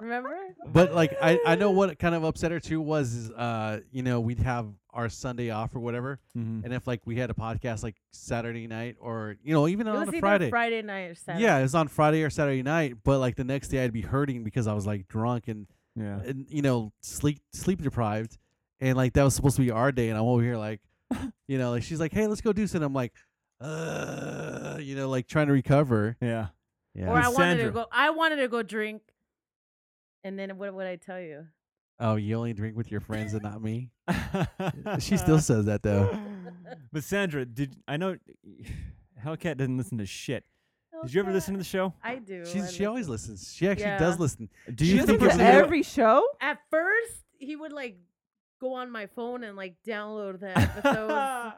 remember?
but like I, I know what kind of upset her too was is uh you know we'd have our Sunday off or whatever,
Mhm.
and if like we had a podcast like Saturday night or you know even
It
on
was
a
either
Friday.
Friday night or Saturday.
Yeah, it was on Friday or Saturday night, but like the next day I'd be hurting because I was like drunk and
Yeah.
and you know sleep sleep deprived and like that was supposed to be our day and i'm over here like you know like she's like hey let's go do something i'm like uh you know like trying to recover
Yeah.
yeah
Or I wanted
Sandra.
to go. I wanted to go drink, and then what would I tell you?
oh you only drink with your friends and not me she still says that though
but Sandra, did I know Hellcat doesn't listen to shit? Did you ever listen to the show?
I do. I
she's she always
listen.
listens she actually does
Yeah.
listen
Do
She
you
doesn't
think
do
it's
to
person
a-
that.
every show.
At first, he would like go on my phone and like download the episodes.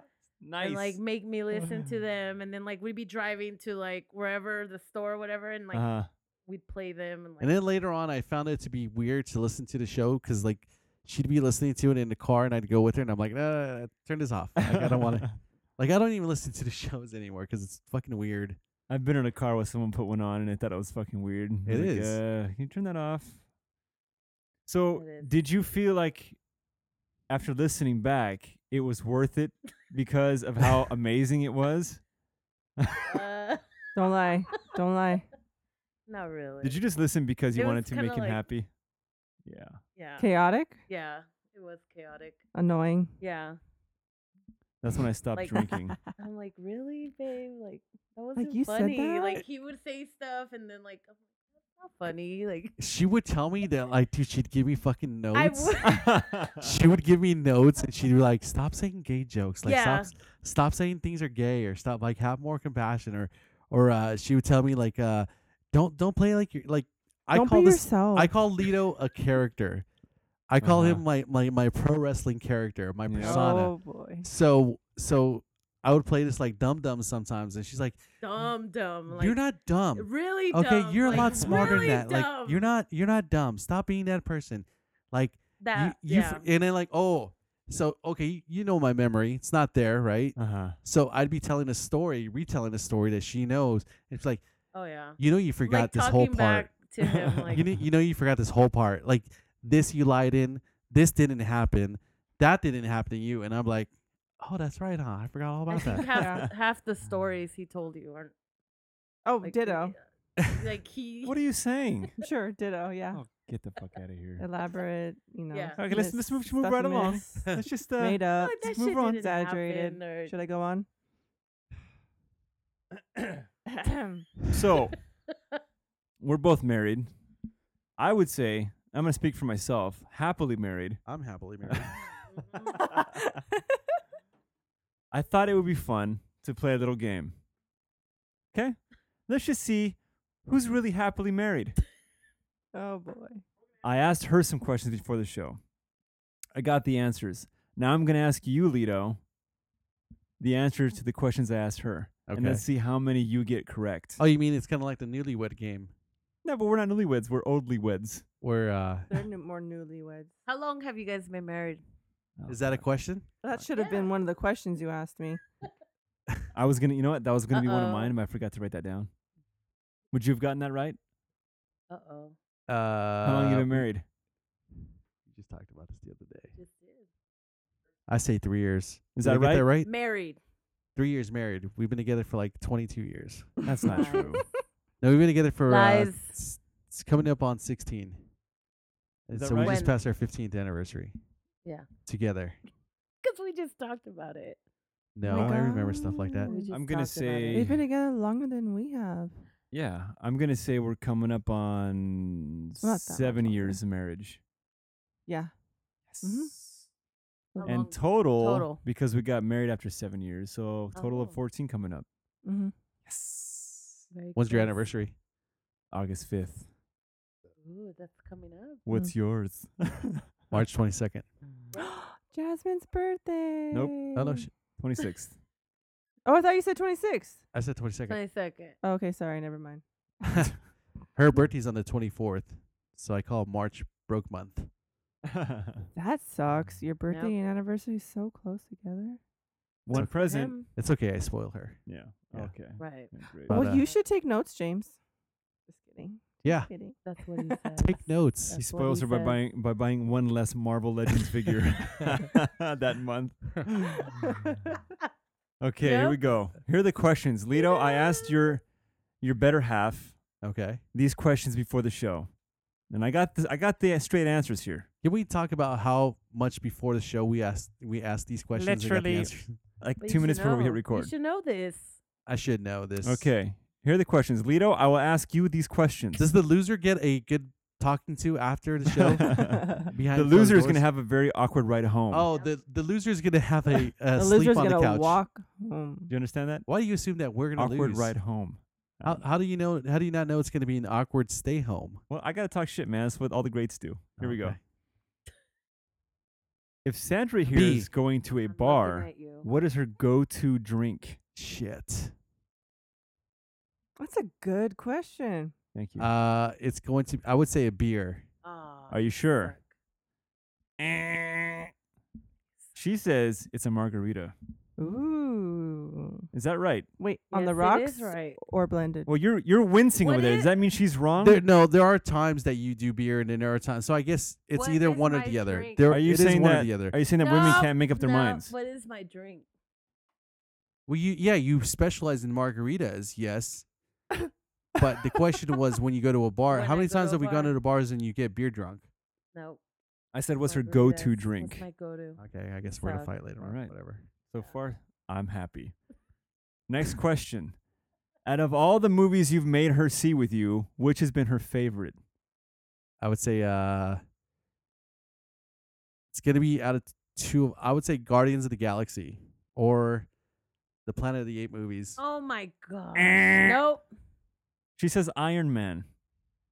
nice.
and like make me listen to them and then like we'd be driving to like wherever the store or whatever and like
uh,
we'd play them and like
and then later on i found it to be weird to listen to the show because like she'd be listening to it in the car and i'd go with her and i'm like no nah, turn this off like, i don't want to like i don't even listen to the shows anymore because it's fucking weird
I've been in a car where someone put one on and I thought it was fucking weird. I was
It
like,
is.
Uh, can you turn that off? So,
It is.
did you feel like after listening back, it was worth it because of how amazing it was?
uh,
Don't lie. Don't lie.
not really
Did you just listen because you
It
wanted
was
to
kinda
make him
like-
happy? Yeah.
yeah
Chaotic.
yeah it was chaotic
Annoying.
yeah
That's when I stopped
Like-
drinking.
I'm like, really, babe? Like that wasn't
you said
funny.
that?
Like he would say stuff, and then like, I'm like, that's not funny. Like
She would tell me that, like, dude, she'd give me fucking notes.
I would.
she would give me notes and she'd be like, "Stop saying gay jokes. Like,
Yeah.
stop, stop saying things are gay, or stop like have more compassion, or, or uh, she would tell me like, uh, don't don't play like you're like I
Don't
call
be
this
yourself.
I call Lito a character. I call
Uh-huh.
him my my my pro wrestling character, my
Yeah.
persona.
oh boy.
So so I would play this like dumb dumb sometimes, and she's like,
dumb, dumb. Like
"You're not dumb."
really.
okay,
dumb,
you're
like,
a lot smarter
really
than that.
dumb.
Like you're not you're not dumb. Stop being that person. Like
that.
you, you
yeah.
f- and then like oh so okay you, you know my memory it's not there right
uh huh.
so i'd be telling a story retelling a story that she knows it's like
oh yeah.
you know you forgot
like,
this
talking
whole part
Back to him, like,
you, know, you know you forgot this whole part like this you lied in this didn't happen that didn't happen to you and i'm like oh that's right huh i forgot all
I
about
think
that
half,
Yeah.
half the stories he told you aren't
Oh,
like,
ditto.
yeah, Like he.
What are you saying?
I'm sure, ditto. Yeah.
Oh, get the fuck out of here.
Elaborate. You know.
Yeah.
Okay, let's- let's
miss-
move- move
stuff
right
you
along.
miss,
Let's just uh,
Made up.
"Oh, that
Let's
shit
move on.
didn't
Exaggerated.
happen," or-
Should I go on?
So we're both married. I would say I'm gonna speak for myself. Happily married.
i'm happily married
I thought it would be fun to play a little game. Okay, let's just see who's really happily married.
Oh boy.
I asked her some questions before the show. I got the answers. Now I'm going to ask you, Lito, the answers to the questions I asked her. And
Okay.
let's see how many you get correct.
oh you mean it's kind of like the newlywed game
no, but we're not newlyweds. We're oldly weds.
where uh
They're new, more newlyweds.
How long have you guys been married?
is that a question
That should have
Yeah.
been one of the questions you asked me.
I was going to, you know what? That was going to be one of
Uh-oh.
mine, but I forgot to write that down. Would you have gotten that right?
Uh oh.
uh
How long you been married?
we just talked about this the other day
Just did.
I say three years.
Is
Did I
that
get
right?
right?
Married.
Three years married. We've been together for like 22 years.
That's not
Lies.
true.
No, we've been together for uh,
Lies.
s- it's coming up on 16. And
that
so we
right? Oh
just
When?
passed our 15th anniversary.
Yeah.
Together.
Because we just talked about it.
No,
my
I remember stuff like that.
God. We just
I'm gonna
talked about it.
say-
uh, they've been together longer than we have.
Yeah. I'm going to say we're coming up on
Not that much
seven
longer.
years of marriage.
Yeah. Mhm.
Yes.
How long-
And total,
Total.
because we got married after seven years. So total
Oh.
of 14 coming up.
Mm-hmm.
Yes.
Very
When's your
close.
anniversary?
August 5th.
Ooh, that's coming up.
What's yours?
March 22nd.
Jasmine's birthday.
Oh, no. Sh-
26th.
Oh, I thought you said 26.
I said 22nd.
Twenty second.
Oh, okay, sorry, never mind.
Her birthday's on the 24th. So I call March broke month.
That sucks. Your birthday and anniversary is so close together.
One
okay.
present.
Him.
It's okay. I spoil her.
Yeah.
Yeah.
Okay.
Right.
Yeah, great.
But,
well,
uh,
you should take notes, James. Just kidding.
Yeah.
Kidding.
That's what he said.
Take notes.
he
That's what
spoils her
he
by
said.
buying by buying one less Marvel Legends figure that month. Okay, here we
Yep.
go. Here are the questions. Lito, I asked your your better half
Okay.
these questions before the show. And I got this, I got the straight answers here.
Can we talk about how much before the show we asked we asked these questions? and got the
Literally.
answers?
Like
But you
2
should
minutes before we hit
know.
record.
You should know this.
I should know this.
Okay. Here are the questions. Lito, I will ask you these questions.
Does the loser get a good talking to after the show? Behind
the
closed
loser is going to
doors?
have a very awkward ride home.
Oh, the the loser is gonna have a, a
the
sleep
loser's
on the
gonna
couch.
walk home.
Do you understand that?
Why do you assume that we're gonna
awkward
lose?
ride home.
How, how do you know? How do you not know it's gonna be an awkward stay home?
Well, I got to talk shit, man. That's what all the greats do. Here we go.
Okay.
If Sandra here
B.
is going to a
I'm looking
bar,
at you.
what is her go-to drink?
Shit.
That's a good question.
Thank you.
Uh, it's going to. I would say a beer.
Aw,
Are you sure?
suck.
she says it's a margarita.
Ooh.
Is that right?
Wait, on the
Yes,
rocks
It is right.
or blended?
Well, you're you're wincing
What
over there.
i-
Does that mean she's wrong?
Um,
There, no, there are times that you do beer, and then there are times. So I guess it's
What
either
is
one or
my
the other.
drink?
There
are you
it is
saying
one
that?
or the other?
Are you saying that women
No,
can't make up their
no,
minds?
What is my drink?
Well, you yeah, you specialize in margaritas, yes. but the question was when you go to a bar,
When
how
I
many
go to
times
a
have we gone
bar.
to the bars and you get beer drunk?
No.
I said, what's her
margaritas.
go-to
What's
drink?
my go-to?
Okay, I guess we're gonna
Suck.
fight later on.
Alright.
Whatever.
So far, I'm happy. Next question. Out of all the movies you've made her see with you, which has been her favorite?
I would say uh it's gonna be out of two I would say Guardians of the Galaxy or the Planet of the Eight movies.
Oh my god.
Eh.
nope.
She says Iron Man.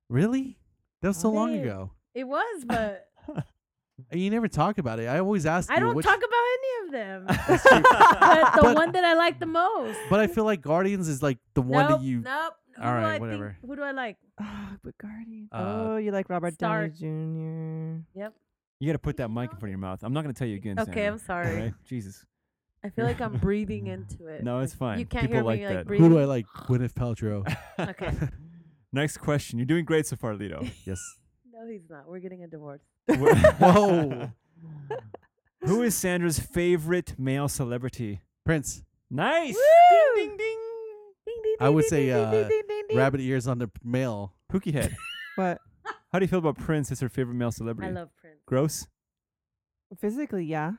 Really? That was so long
Wait.
ago.
It was, but
And You never talk about it. I always ask
I
you
don't
which-
talk about any of them.
That's
but the
But-
one that I like the most.
but I feel like Guardians is like the one
nope,
that you
Nope. Who
All
do
right,
I think-
whatever.
who do I like?
Oh, but Guardian.
Uh,
oh, you like Robert
Stark.
Downey Jr.
Yep.
You got to put that mic in front of your mouth. I'm not going to tell you again.
Okay,
Sandra.
I'm sorry.
All right? Jesus.
I feel like I'm breathing into it.
No, it's
Like, You
fine.
can't
People
hear
like
me
that.
like
Who
who
breathing.
do I like? Gwyneth Paltrow.
Okay.
Next question. You're doing great so far, Lito.
yes.
No, he's not. We're getting a divorce.
Whoa.
Who is Sandra's favorite male celebrity?
Prince.
Nice.
Woo!
Ding ding ding.
Ding, ding,
I
ding,
would
ding,
say,
ding, ding,
uh,
ding, ding, ding, ding.
Rabbit ears on the mail.
Pookie head.
But
How do you feel about Prince as her favorite male
I
celebrity?
love Prince.
Gross.
physically, yeah.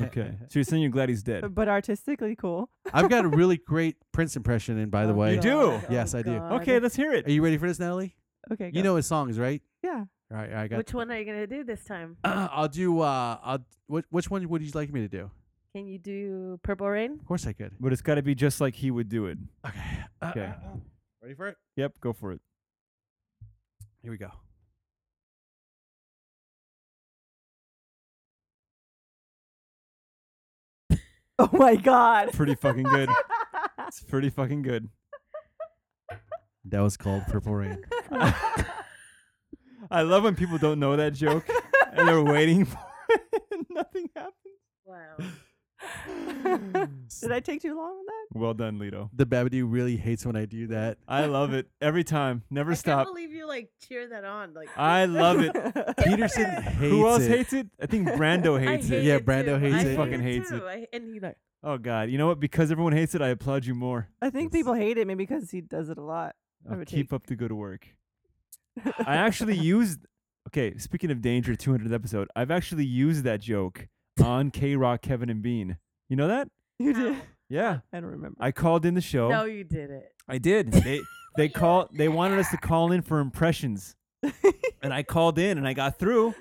Okay. so you're saying you're glad he's dead.
But artistically, cool.
I've got a really great Prince impression in, by the
Oh,
way.
You do?
God.
Yes,
Oh,
I do.
God.
Okay, let's hear
Are
it.
you ready for this, Natalie?
Okay. go.
You know his songs, right?
Yeah.
All right, I got.
Which one are you gonna do this time?
I'll do. Uh, I'll. Which, which one would you like me to do?
Can you do Purple Rain?
Of course, I could.
But it's got to be just like he would do it.
Okay. Uh,
Okay.
uh, uh. ready for it?
Yep, go for it.
Here we go.
Oh my God.
Pretty fucking good. It's pretty fucking good.
That was called Purple Rain.
I love when people don't know that joke and they're waiting for it and nothing happens.
Wow.
Did I take too long on that?
Well done, Lito.
the Babadook really hates when I do that.
I love it every time. Never
I
stop.
can't believe you like cheer that on. Like
I love it.
Peterson hates
Who else
it.
hates it? I think Brando
I
hates
hate
it.
Yeah,
it
Brando
too.
hates
I
it.
hate
Fucking hates
too.
it.
I- and he like
Oh God! You know what? Because everyone hates it, I applaud you more.
I think people hate it maybe because he does it a lot. I
I'll
would
keep up the good work. I actually used. Okay, speaking of danger, 200th episode. I've actually used that joke on K Rock, Kevin and Bean. You know that?
You did.
"Ow."
Yeah,
I don't remember.
I called in the show.
No, you did it.
I did. They they call they wanted us to call in for impressions. and I called in and I got through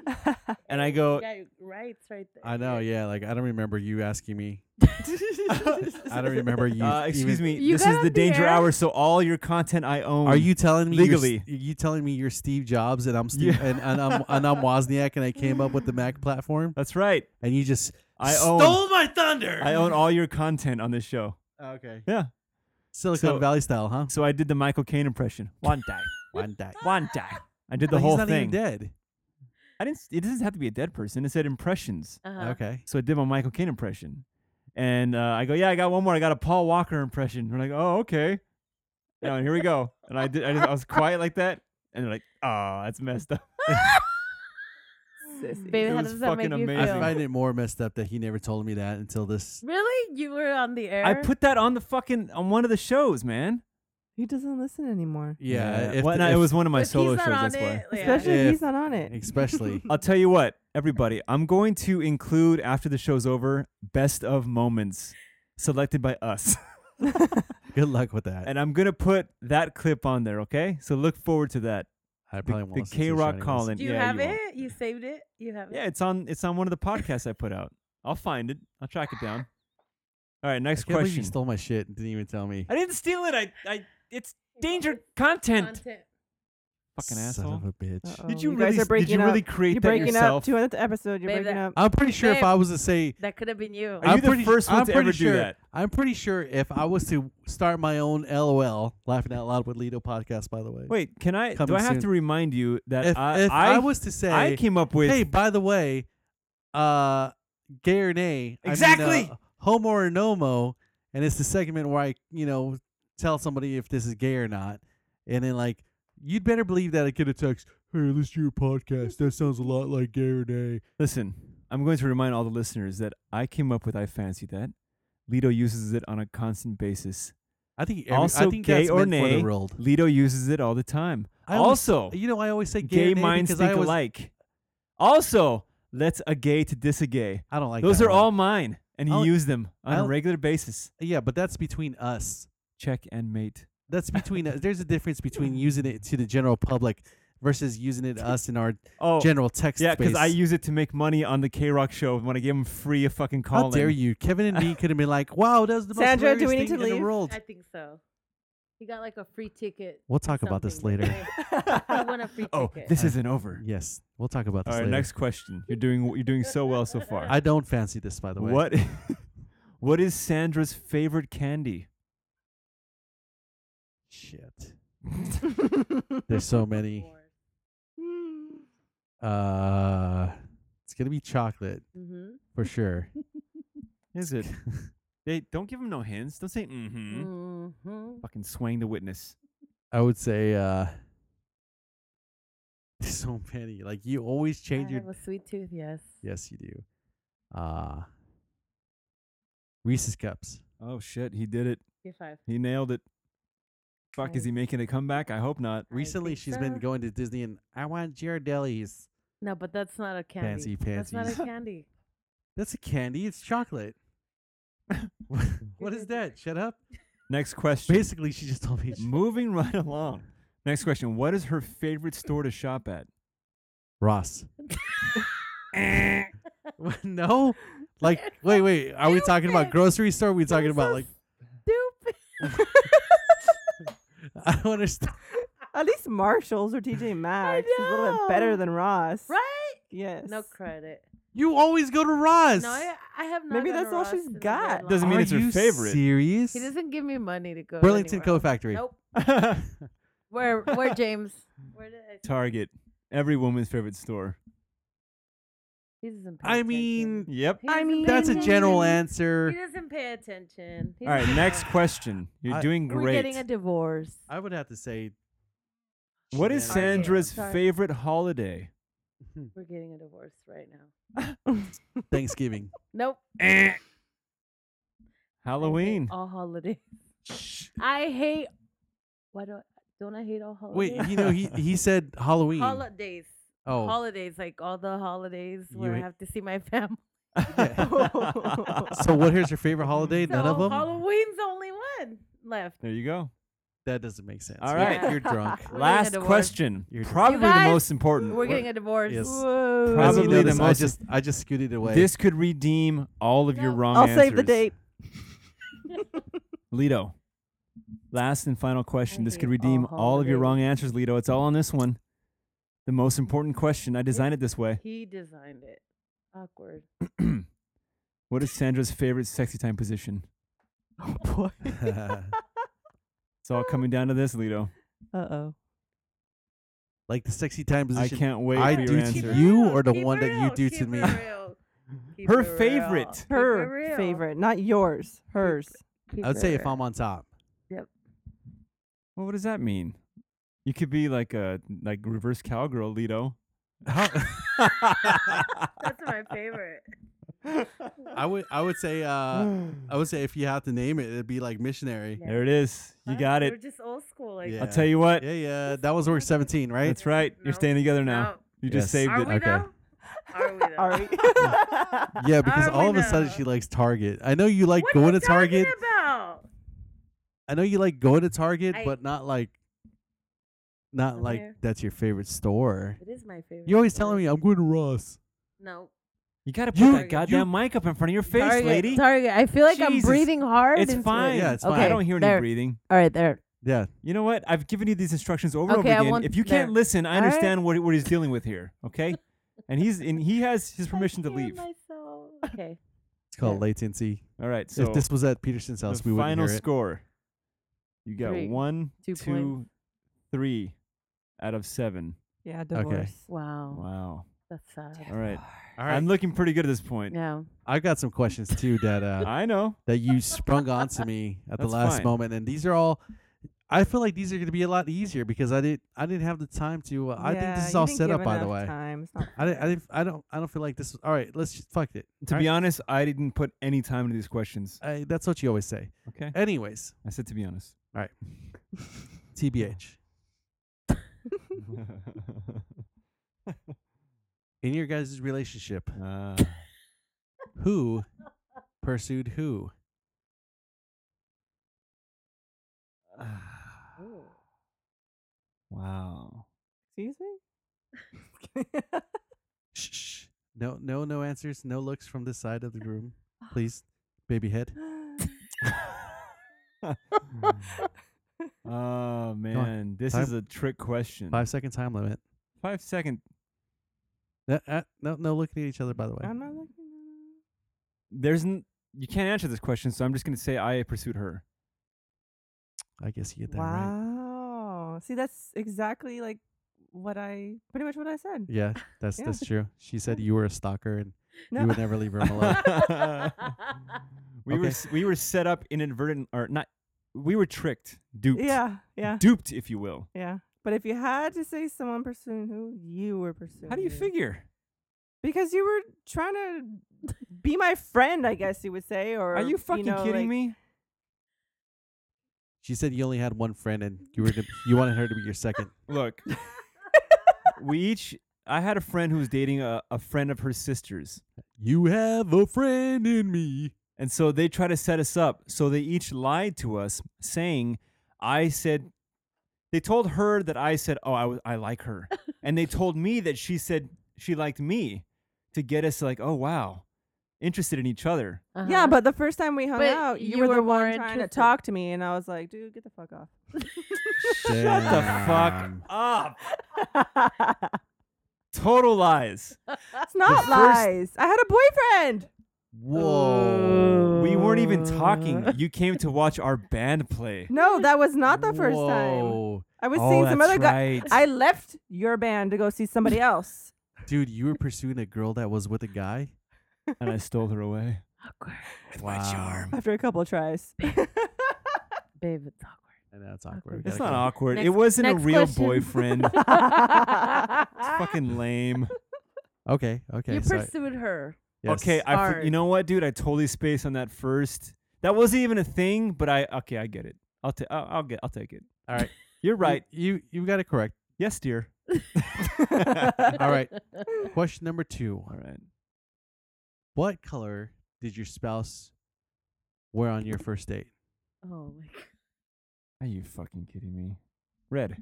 and I go
Yeah, you- right, it's right there.
I know. Yeah. Like I don't remember you asking me. I
I
don't remember you.
uh,
even-
excuse me,
You
this
got
is
on
the
the
danger
air?
hour, so all your content I own.
Are you telling me you're s-
legally.
Are you telling me you're Steve Jobs and I'm Steve
Yeah.
and, and I'm and I'm Wozniak and I came up with the Mac platform
That's right.
and you just
I
stole
own
my thunder. Oh,
I own all your content on this show.
Okay.
Yeah.
Silicon
So-
Valley style, huh?
So I did the Michael Caine impression. One day.
One day.
One day. I did the
But
whole
he's not
thing.
Even dead.
I didn't it doesn't have to be a dead person. It said impressions.
Oh.
Uh-huh.
Okay.
So I did my Michael Caine impression. And uh, I go, yeah, I got one more. I got a Paul Walker impression. We're like, oh, okay. Yeah, and here we go. And I did. I, just, I was quiet like that. And they're like, oh, that's messed up.
Sissy.
Baby,
It
how
was
does that make
fucking
you
amazing.
I
Yeah.
feel?
find it more messed up that he never told me that until this.
Really? You were on the air?
I put that on the fucking on one of the shows, man.
He doesn't listen anymore.
Yeah. If
Well,
the-
no, it
if-
was one of my
If he's
solo
not
shows.
on
That's why.
it, Oh, yeah.
Especially if
If-
he's not on it.
especially.
I'll tell you what, everybody. I'm going to include after the show's over, best of moments selected by us,
Good luck with that.
and I'm gonna put that clip on there. Okay, so look forward to that.
I
The,
probably
the
won't.
K Rock Colin.
Do you
yeah,
have
you won't.
it? You saved it? You have
Yeah,
it?
it's on it's on one of the podcasts I put out. I'll find it. I'll track it down. All right,
Next
next
question.
question.
You stole my shit. and Didn't even tell me.
I didn't steal it. I I it's danger content.
Content.
Fucking
Son
asshole.
of a bitch.
Uh-oh.
Did you,
You guys
really
are
s- did
breaking
you really
up.
create
You're
that
breaking
yourself?
up. 200th episode. You're
Babe,
breaking
that-
up.
I'm pretty sure if
Babe.
I was to say,
That could have been you.
Are you
I'm
the
pretty,
first one
I'm
to
pretty
ever do
sure,
that?
I'm pretty sure if I was to start my own LOL, laughing out loud with Lido podcast. By the way,
Wait, can I do
Coming
I have
soon.
to remind you that
if
I
if
I,
I, was to say,
I came up with
hey, by the way, uh, gay or nay, I mean, uh,
Exactly.
homo or nomo, and it's the segment where I, you know, tell somebody if this is gay or not, and then like, you'd better believe that I get a text. Hey, listen to your podcast. That sounds a lot like gay or nay.
Listen, I'm going to remind all the listeners that I came up with I fancy that. Lido uses it on a constant basis.
I think every,
also
I think
gay
that's
or
meant for
nay.
the world.
Lido uses it all the time.
I always-
also,
You know, I always say gay,
gay
or nay
minds
because
think
I always,
alike. Also, let's a gay to diss a gay.
I don't like
Those
that
are
one.
all mine. and you
I'll-
use them on a
I'll-
regular basis.
Yeah, but that's between us.
Check and mate.
That's between us. There's a difference between using it to the general public versus using it to us in our
Oh,
general text
yeah,
space.
because I use it to make money on the K Rock show when I give them free a fucking call.
How dare you? Kevin and me could have been like, "Wow, that was the most
Sandra, do
hilarious
we need
thing
to
in the
leave?
world."
I think so. He got like a free ticket.
We'll
to
talk about this
something,
later.
right? he won a free
Oh,
ticket.
this isn't over.
Yes, we'll talk about this
All right,
later.
next question. You're doing you're doing so well so far.
I don't fancy this, by the way.
What What is Sandra's favorite candy?
Shit. There's so many. Uh, it's gonna be chocolate
Mm-hmm.
for sure.
Is it? they don't give him no hints. Don't say mm-hmm.
Mm-hmm.
Fucking swaying the witness.
I would say uh, so many. Like you always change
I
your.
have a sweet tooth. Yes.
Yes, you do. Uh Reese's cups.
Oh shit, he did it.
Give five.
He nailed it. Fuck, is
Nice.
he making a comeback? I hope not.
I
Recently,
think
she's
so.
been going to Disney, and I want Ghirardelli's.
No, but that's not a candy.
Pansy
that's not a
pansies.
candy.
That's a candy. It's chocolate. What- what is that? Shut up.
Next question.
Basically, she just told me
Moving right along. Next question. What is her favorite store to shop at?
Ross. What? no, like wait, wait. Are we talking about
Stupid.
grocery store? Are we talking
You're
about
so
like?
stupid.
I don't understand.
At least Marshalls or TJ Maxx is a little bit
know.
better than Ross.
right?
Yes.
No credit.
You always go to Ross.
No, I, I have not.
Maybe
gone to
that's all
Ross
she's
in a very
got.
long
Doesn't mean
time.
Are
it's her
you
favorite.
Serious?
He doesn't give me money to go.
Burlington
anywhere
Co
else.
Factory.
Nope. Where where James? Where did I?
Target. Every woman's favorite store.
He doesn't pay
I
attention.
mean,
Yep.
He
I
doesn't
mean-
pay
that's a general
attention.
answer.
He doesn't pay attention. He
All right,
doesn't
next
know.
question. You're
I-
doing
We're getting
great.
a divorce.
I would have to say.
What is
Sorry, James.
Sandra's
Sorry.
favorite holiday?
We're getting a divorce right now.
Thanksgiving?
Nope.
Halloween.
All holidays. I hate. Why don't don't I hate all holidays?
Wait, you know he he said Halloween.
holidays.
oh,
Holidays, like all the holidays where
You
I
hate-
have to see my family.
so what is your favorite holiday? None of
So
them.
Halloween's the only one left.
There you go.
that doesn't make sense.
All
You're-
right.
you're drunk.
We're getting a
Last
divorce.
question.
You're-
Probably the
You guys,
most important.
We're getting a divorce.
Yes.
Whoa.
As you
Probably the
notice, I
most-
just I just scooted away.
This could redeem all of your
No.
wrong
I'll
answers.
save the date.
Lito. Last and final question.
I
This
hate
could
all
redeem all of your
holidays.
wrong answers, Lito. It's all on this one. The most important question. I designed it this way.
He designed it. Awkward.
What is Sandra's favorite sexy time position?
Oh boy.
It's all coming down to this, Lito.
Uh oh.
like the sexy time
I
position.
can't wait
I
for
do
your
to
answer.
you.
Keep it
or the
real,
one
keep
that
it
you
real,
do
keep
to
it
me?
real. Keep
Her
it real.
favorite.
Keep it
Her
real.
favorite, not yours. Hers.
Keep
I would
it
say if
real.
I'm on top.
Well, what does that mean? You could be like a like reverse cowgirl, Lito.
How-
That's my favorite.
I would I would say uh I would say if you have to name it, it'd be like missionary.
Mm. Yeah.
There it is. You
Huh?
got
We're
it.
just old school. Like,
Yeah.
I'll tell you what.
Yeah, yeah. That was work seventeen, right?
That's right. You're
No.
staying together now.
no.
You just
Yes.
saved
Are
it.
we
Okay.
though? Are we though?
Ari.
Yeah, because
Are we
all of a sudden
now?
she likes Target. I know you like
What are
going
you
to Target.
talking About?
I know you like going to Target,
I-
but not like not
I'm
like
here.
that's your favorite store.
It is my favorite.
You're always telling me I'm going to Ross.
No.
You got to put
You-
that goddamn mic up in front of your face,
Target,
lady.
Target. I feel like I'm
Jesus.
breathing hard.
It's
into it.
fine.
Yeah, it's
Okay,
fine.
I don't hear any
there.
breathing.
All right, there.
Yeah.
You know what? I've given you these instructions over
Okay, I
and over again.
want
If you
there.
can't listen, I
All right.
understand what, what he's dealing with here. Okay, and he's and he has his permission to
I feel
leave.
myself. Okay.
It's called
Yeah.
latency.
All right. So
if this was at Peterson's house,
the
we wouldn't
final
hear it.
score. You got
Three.
one, two,
Two
three
points.
out of seven.
yeah, divorce.
Wow.
Wow.
That's sad.
All right.
All right.
I'm looking pretty good at this point.
Yeah.
I've got some questions too that uh,
I know.
that you sprung onto me at the
That's
last
fine.
moment, and these are all. I feel like these are going to be a lot easier because I didn't I didn't have the time to. Uh, I think
Yeah,
this is
you
all
didn't
set
give
up, by the
enough
way.
time. It's not
I didn't, I
fair.
didn't I don't I don't feel like this. Was, all right, let's just fuck it.
To
All
be
right?
honest, I didn't put any time into these questions.
I, that's what you always say.
Okay.
Anyways,
I said to be honest.
tbh, in your guys' relationship,
Ah.
who pursued who?
Ooh.
wow.
Excuse me?
Shh, shh. No, no, no answers. No looks from this side of the room, please. Baby head.
oh man, this
Five-
is a trick question.
Five second time limit.
Five second.
Uh, uh, no, no looking at each other. By the way,
I'm not looking
There's n- you can't answer this question, so I'm just gonna say I pursued her.
I guess you
at
get
it.
that right.
Wow. See, that's exactly like what I pretty much what I said.
Yeah, that's
Yeah.
that's true. She said you were a stalker and
No.
you would never leave her alone.
we were
Okay.
s- we were set up inadvertent or not. We were tricked, duped,
Yeah, yeah,
duped, if you will.
yeah. But if you had to say someone pursuing who you were pursuing,
How do you
who.
figure?
Because you were trying to be my friend, I guess you would say. Or
Are you fucking
know,
kidding
like-
me?
she said you only had one friend and you were to, you wanted her to be your second.
Look, we each. I had a friend who was dating a, a friend of her sister's,
You have a friend in me.
and so they try to set us up. So they each lied to us, saying, "I said." They told her that I said, "Oh, I, w- I like her," and they told me that she said she liked me, to get us like, "Oh wow, interested in each other."
Yeah,
Uh-huh.
but the first time we hung
But
out, you,
you
were,
were
the
more
one trying to
interested.
talk to me, and I was like, "Dude, get the fuck off."
Shut the fuck
Damn.
up!
it's
Total lies.
not
first-
lies. I had a boyfriend.
Whoa.
We weren't even talking. You came to watch our band play.
No, that was not the first time.
Whoa.
I was
Oh,
seeing some
that's
other guy.
right.
I left your band to go see somebody else.
Dude, you were pursuing a girl that was with a guy?
and I stole her away.
Awkward.
With my charm.
After a couple of tries,
Babe, it's awkward.
I know it's awkward. We
Awkward.
It's
gotta
not
go.
awkward. it
Next-
wasn't a
next
real
question.
boyfriend. it's fucking lame.
Okay, okay.
you
so I-
pursued her.
yes.
Okay, I for-
Hard.
you know what, dude? I totally spaced on that first. That wasn't even a thing, but I okay, I get it. I'll ta- I'll, I'll get I'll take it.
All right.
You're right.
You you, you got it correct.
Yes, dear.
All right.
Mm.
Question number 2.
All right.
What color did your spouse wear on your first date?
Oh my god.
Are you fucking kidding me? Red.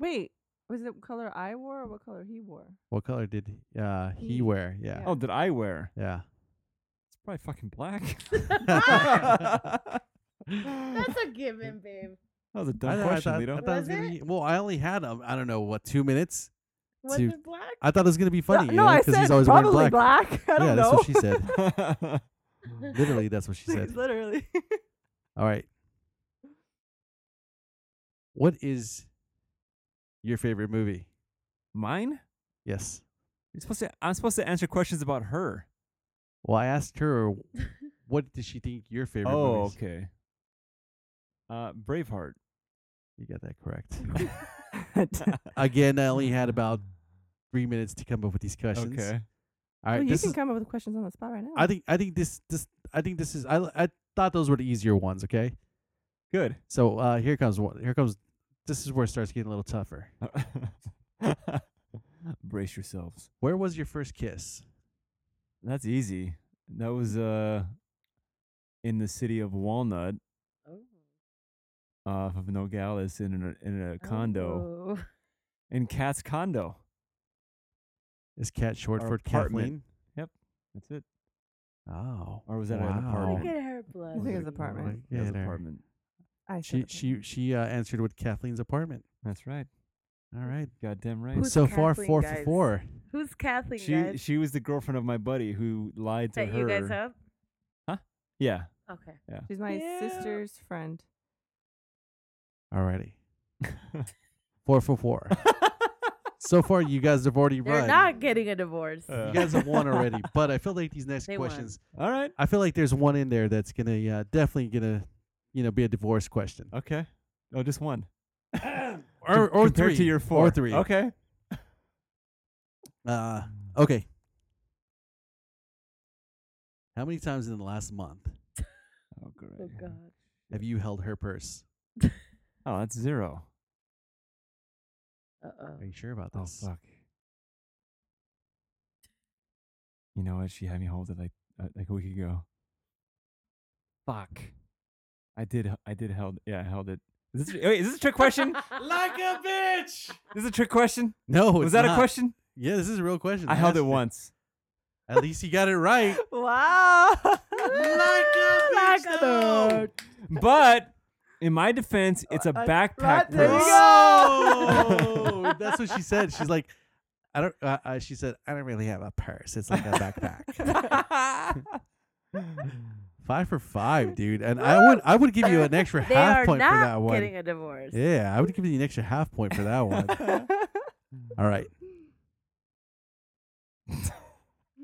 wait, was it color I wore or what color he wore?
What color did uh he
He-
wear? Yeah.
Oh, did I wear?
Yeah.
It's probably fucking black.
That's a given, babe.
That was a
I
dumb
thought- I
question,
thought- I
Lito.
thought it was
Was
gonna
it?
be- well, I only had um, I don't know what two minutes.
Was
Dude.
it black?
I thought it was gonna be funny.
no,
you
no,
know,
I
'cause
said
he's always wearing
probably black. I don't
yeah,
know.
that's what she said. Literally, that's what she said.
Literally.
All right. What is your favorite movie?
Mine?
Yes.
You're supposed to. I'm supposed to answer questions about her.
Well, I asked her what did she think your favorite
oh,
movies.
okay. Uh, Braveheart.
You got that correct.
okay.
Again, I only had about three minutes to come up with these questions. All right.
Well, you
this
can
is,
come up with questions on the spot right now.
I think I think this this I think this is I I thought those were the easier ones. Okay.
Good.
So uh here comes one. Here comes. This is where it starts getting a little tougher.
Brace yourselves.
Where was your first kiss?
That's easy. That was uh in the city of Walnut,
Oh.
off of Nogales, in a, in a condo
Oh.
in Cat's condo.
Is Cat short
Our
for
apartment.
Kathleen?
That's it.
Oh.
Or was that an
Wow.
apartment?
Look at her blood.
I think it's apartment.
Like,
Yeah,
yeah,
his
there.
apartment.
I
She she she uh, answered with Kathleen's apartment.
That's right.
All right.
Goddamn right.
Who's
so far,
Kathleen,
four for
guys?
four.
Who's Kathleen,
She
guys?
she was the girlfriend of my buddy who lied to
Set
her.
you guys up?
Yeah.
Okay.
She's my
Yeah.
sister's friend.
All righty. Four for four. so far, you guys have already
They're
run.
not getting a divorce.
Uh.
you guys have won already. But I feel like these next
They won.
questions,
All right.
I feel like there's one in there that's gonna uh, definitely gonna, you know, be a divorce question.
Okay. Oh, just one.
Or or
compared
three
to your four
Or three.
Okay.
Uh,
mm.
okay. How many times in the last month
Oh, great.
Oh God.
have you held her purse?
Oh, that's zero.
Uh
Are you sure about
Oh
this?
fuck. You know what? She had me hold it like uh, like a week ago.
Fuck.
I did. I did held. Yeah, I held it. Is this, wait, is this a trick question?
a
bitch. This is a trick question.
No,
Was
it's
that a
not.
question?
Yeah, this is a real question.
I held
asked
it once.
At least you got it right.
Wow.
bitch, though.
But in my defense, it's a
Uh,
backpack
right, there you
purse.
Oh, that's what she said. She's like, I don't. Uh, uh, she said, I don't really have a purse. It's like a backpack. five for five, dude. And I would, I would give you an extra
They
half
are
point
not
for that one.
getting a divorce.
Yeah, I would give you an extra half point for that one. All right.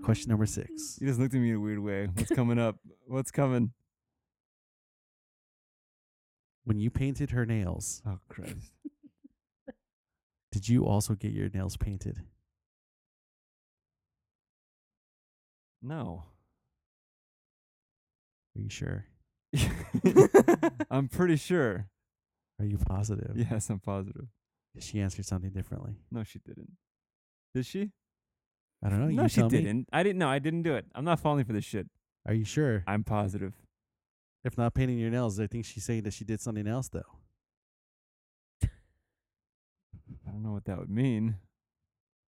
Question number six.
You just looked at me in a weird way. What's coming up? What's coming?
When you painted her nails,
Oh Christ!
did you also get your nails painted?
No,
Are you sure?
I'm pretty sure.
Are you positive?
Yes, I'm positive.
She answered something differently.
No, she didn't. Did she?
I don't know.
no,
you
she
tell me.
didn't. I didn't. No, I didn't do it. I'm not falling for this shit.
Are you sure?
I'm positive.
If not painting your nails, I think she's saying that she did something else though.
I don't know what that would mean.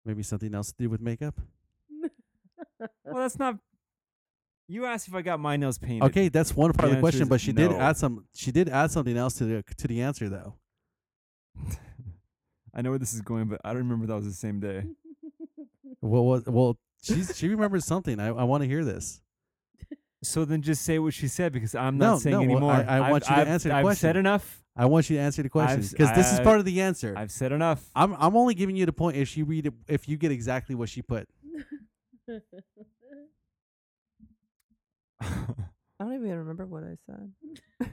Maybe something else to do with makeup.
Well, that's not. You asked if I got my nails painted.
Okay, that's one part
The
of the
answer
question,
is
but she did
no.
add some. She did add something else to the to the answer though.
I know where this is going, but I don't remember that was the same day.
Well, well, well she's, she remembers something. I, I want to hear this.
So then just say what she said because I'm
No,
not saying
no, well,
anymore.
I- I
I've-
want you to
I've-
answer the
I've said
question.
enough.
I want you to answer the question
s-
because this is
I-
part of the answer.
I've said enough.
I'm I'm only giving you the point if she read it, if you get exactly what she put.
I don't even remember what I said.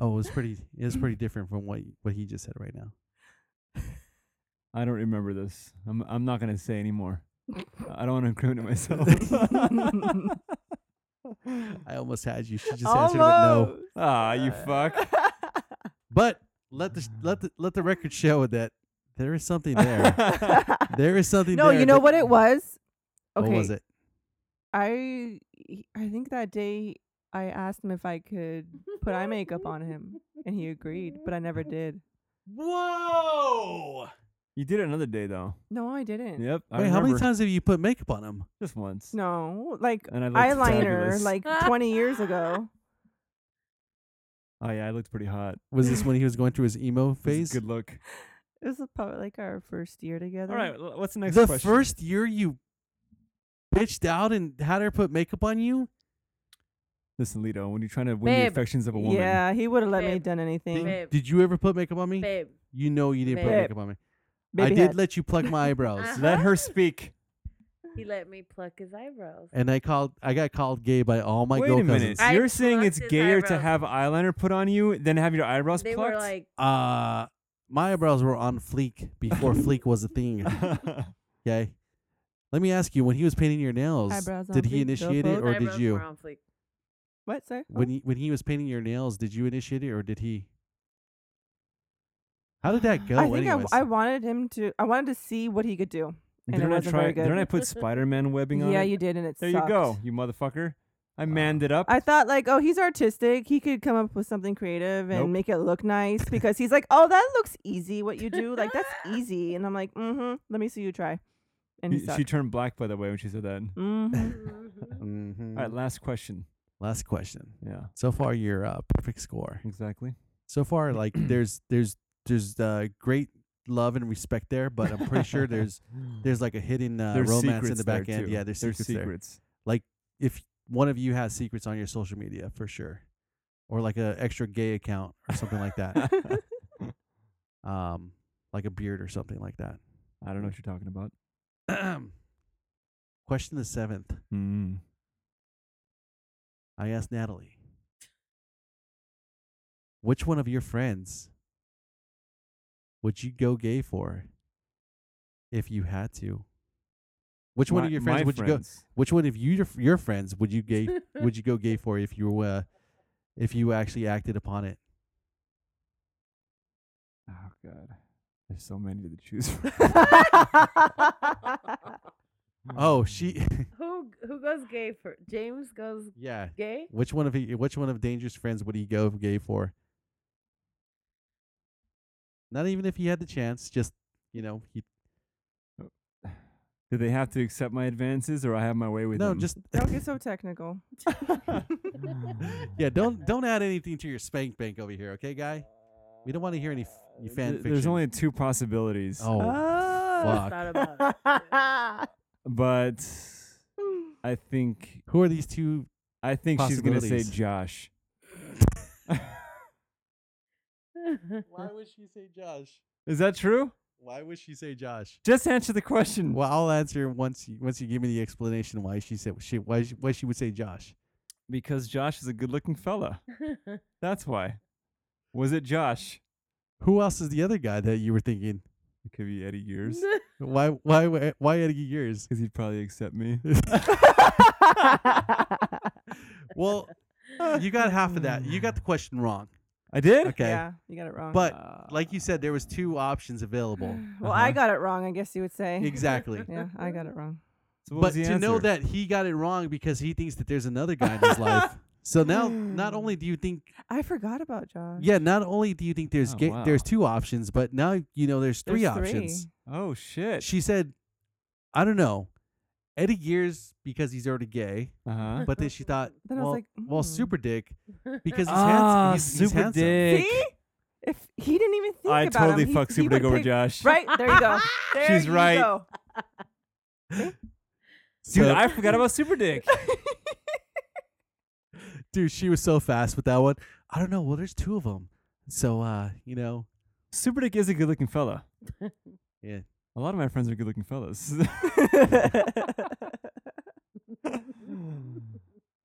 Oh, it was pretty. It was pretty different from what what he just said right now.
I don't remember this. I'm I'm not gonna say anymore. I don't want to incriminate myself.
I almost had you. She just answered with no.
Ah, you
Uh.
fuck.
But let the let the let the record show that there is something there. there is something.
no,
there
you know
that-
what it was?
What was it?
I I think that day I asked him if I could put eye makeup on him and he agreed, but I never did.
Whoa!
You did it another day though.
No, I didn't.
Yep. I
Wait, how many
remember.
times have you put makeup on him?
Just once.
No, like
And I looked
eyeliner
fabulous.
like 20 years ago.
Oh yeah, I looked pretty hot.
Was this when he was going through his emo
It was a
phase?
Good look.
It was probably like our first year together.
All right. l- What's the next
the
question?
first year you bitched out and had her put makeup on you.
Listen, Lito, when you're trying to win the
Babe.
affections of a woman,
Yeah, he would have let me
Babe.
done anything.
Babe.
Did you ever put makeup on me?
Babe.
You know you didn't put
Babe.
makeup on me. I
Baby
did
head.
let you pluck my eyebrows,
let her speak.
He let me pluck his eyebrows.
and I called. I got called gay by all my
Wait
girl
a minute.
cousins.
I
you're saying
plucked
it's
his
gayer to
eyebrows.
have eyeliner put on you than have your eyebrows
They
plucked?
were like,
Uh, my eyebrows were on fleek before fleek was a thing. Okay. Let me ask you: When he was painting your nails,
Eyebrows on
did he
fleek,
initiate
go
it
folk.
or did
eyebrows
you?
were on fleek.
What, sir?
When he, when he was painting your nails, did you initiate it or did he? How did that go?
I think I, w-
anyways?
I wanted him to. I wanted to see what he could do. And it
didn't I
wasn't very
try?
good.
Didn't I put Spider-Man webbing on?
yeah,
it?
you did, and it
There
sucked.
you go, you motherfucker. I manned it up.
I thought like, oh, he's artistic. He could come up with something creative and
Nope.
make it look nice because he's like, oh, that looks easy. What you do, like that's easy. And I'm like, mm-hmm. Let me see you try. And he
Y- she
sucked.
turned black, by the way, when she said that.
Mhm.
Mhm.
Mhm.
All right, last question.
Last question.
Yeah,
So far, your uh, perfect score.
exactly.
So far, like there's there's there's uh, great love and respect there, but I'm pretty sure there's there's like a hidden uh,
There's
romance in
secrets
the back
there,
end.
too.
Yeah, there's, secrets, there.
secrets.
If one of you has secrets on your social media, for sure, or like a extra gay account or something like that, um, like a beard or something like
I don't know what you're talking about.
that. Question the seventh.
Mm.
I asked Natalie, which one of your friends would you go gay for if you had to? Which one
My-
of your
my
friends would you go?
friends.
Which one of you your, your friends would you gay would you go gay for if you were uh, if you actually acted upon it?
Oh God, there's so many to choose from. Mm.
Oh, she
who who goes gay for James goes
Yeah.
gay?
Which one of he, which one of Danger's friends would he go gay for? Not even if he had the chance. Just you know, he
Do they have to accept my advances, or I have my way with
no.
them?
Just
Don't get so technical.
yeah. Don't don't add anything to your spank bank over here, okay, guy. We don't want to hear any f- your fan
Th-
fiction.
There's only Ah, two possibilities.
oh
Just
fuck.
thought about it.
but I think
Who are these two?
I think she's gonna say
Possibilities.
Josh.
would she say Josh?
Is that true?
Why would she say Josh?
Just answer the question.
Well, I'll answer once you once you give me the explanation why she said she why she, why she would say Josh.
Because Josh is a good-looking fella. That's why. Was it Josh?
Who else is the other guy that you were thinking?
It could be Eddie Gears.
Why why why- why Eddie Gears?
Because he'd probably accept me.
Well, you got half of that. You got the question wrong.
I did.
Okay,
Yeah, you got it wrong.
but like you said, there was two options available.
well, I
Uh-huh.
got it wrong. I guess you would say.
Exactly.
yeah, I got it wrong.
So what
But
was the
to know
answer?
that he got it wrong because he thinks that there's another guy in his life. So now, not only do you think,
I forgot about Josh.
yeah, not only do you think there's
Oh,
ga-
wow.
there's two options, but now you know there's three
There's
options.
three.
Oh shit.
She said, I don't know, Eddie Gears because he's already gay,
uh huh.
but then she thought,
Then I was
well,
like,
well,
mm.
super dick because he's
"Hmm." Ah,
handsome. He's,
super
he's handsome.
dick.
See, if he didn't even think
I
about
totally
him, he-
fucked
he
Super Dick
would've
over
picked-
Josh.
Right there you go. There
She's
you
right.
go.
Dude,
So-
I forgot about Super Dick.
dude, she was so fast with that one. I don't know. Well, there's two of them, so uh, you know,
Super Dick is a good looking fella.
Yeah.
A lot of my friends are good looking fellas. Oh,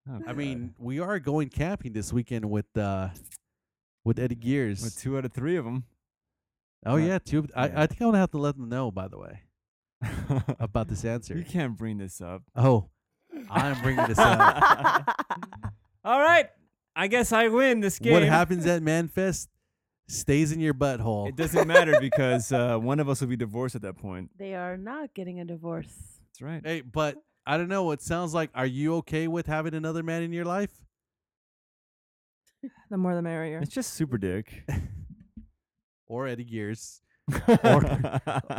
I
God.
mean, we are going camping this weekend with uh with Eddie Gears.
Well, two out of three of them.
oh
uh,
yeah, two. of- I,
yeah.
I think I'm gonna have to let them know, by the way, about this answer.
you can't bring this up.
Oh, I'm bringing this up.
uh, All right. I guess I win this game.
what happens at Manfest stays in your butthole.
It doesn't matter because uh, one of us will be divorced at that point.
they are not getting a divorce.
That's right.
hey, but I don't know. It sounds like. Are you okay with having another man in your life?
The more the merrier.
It's just Super Dick.
Or Eddie Gears, Or-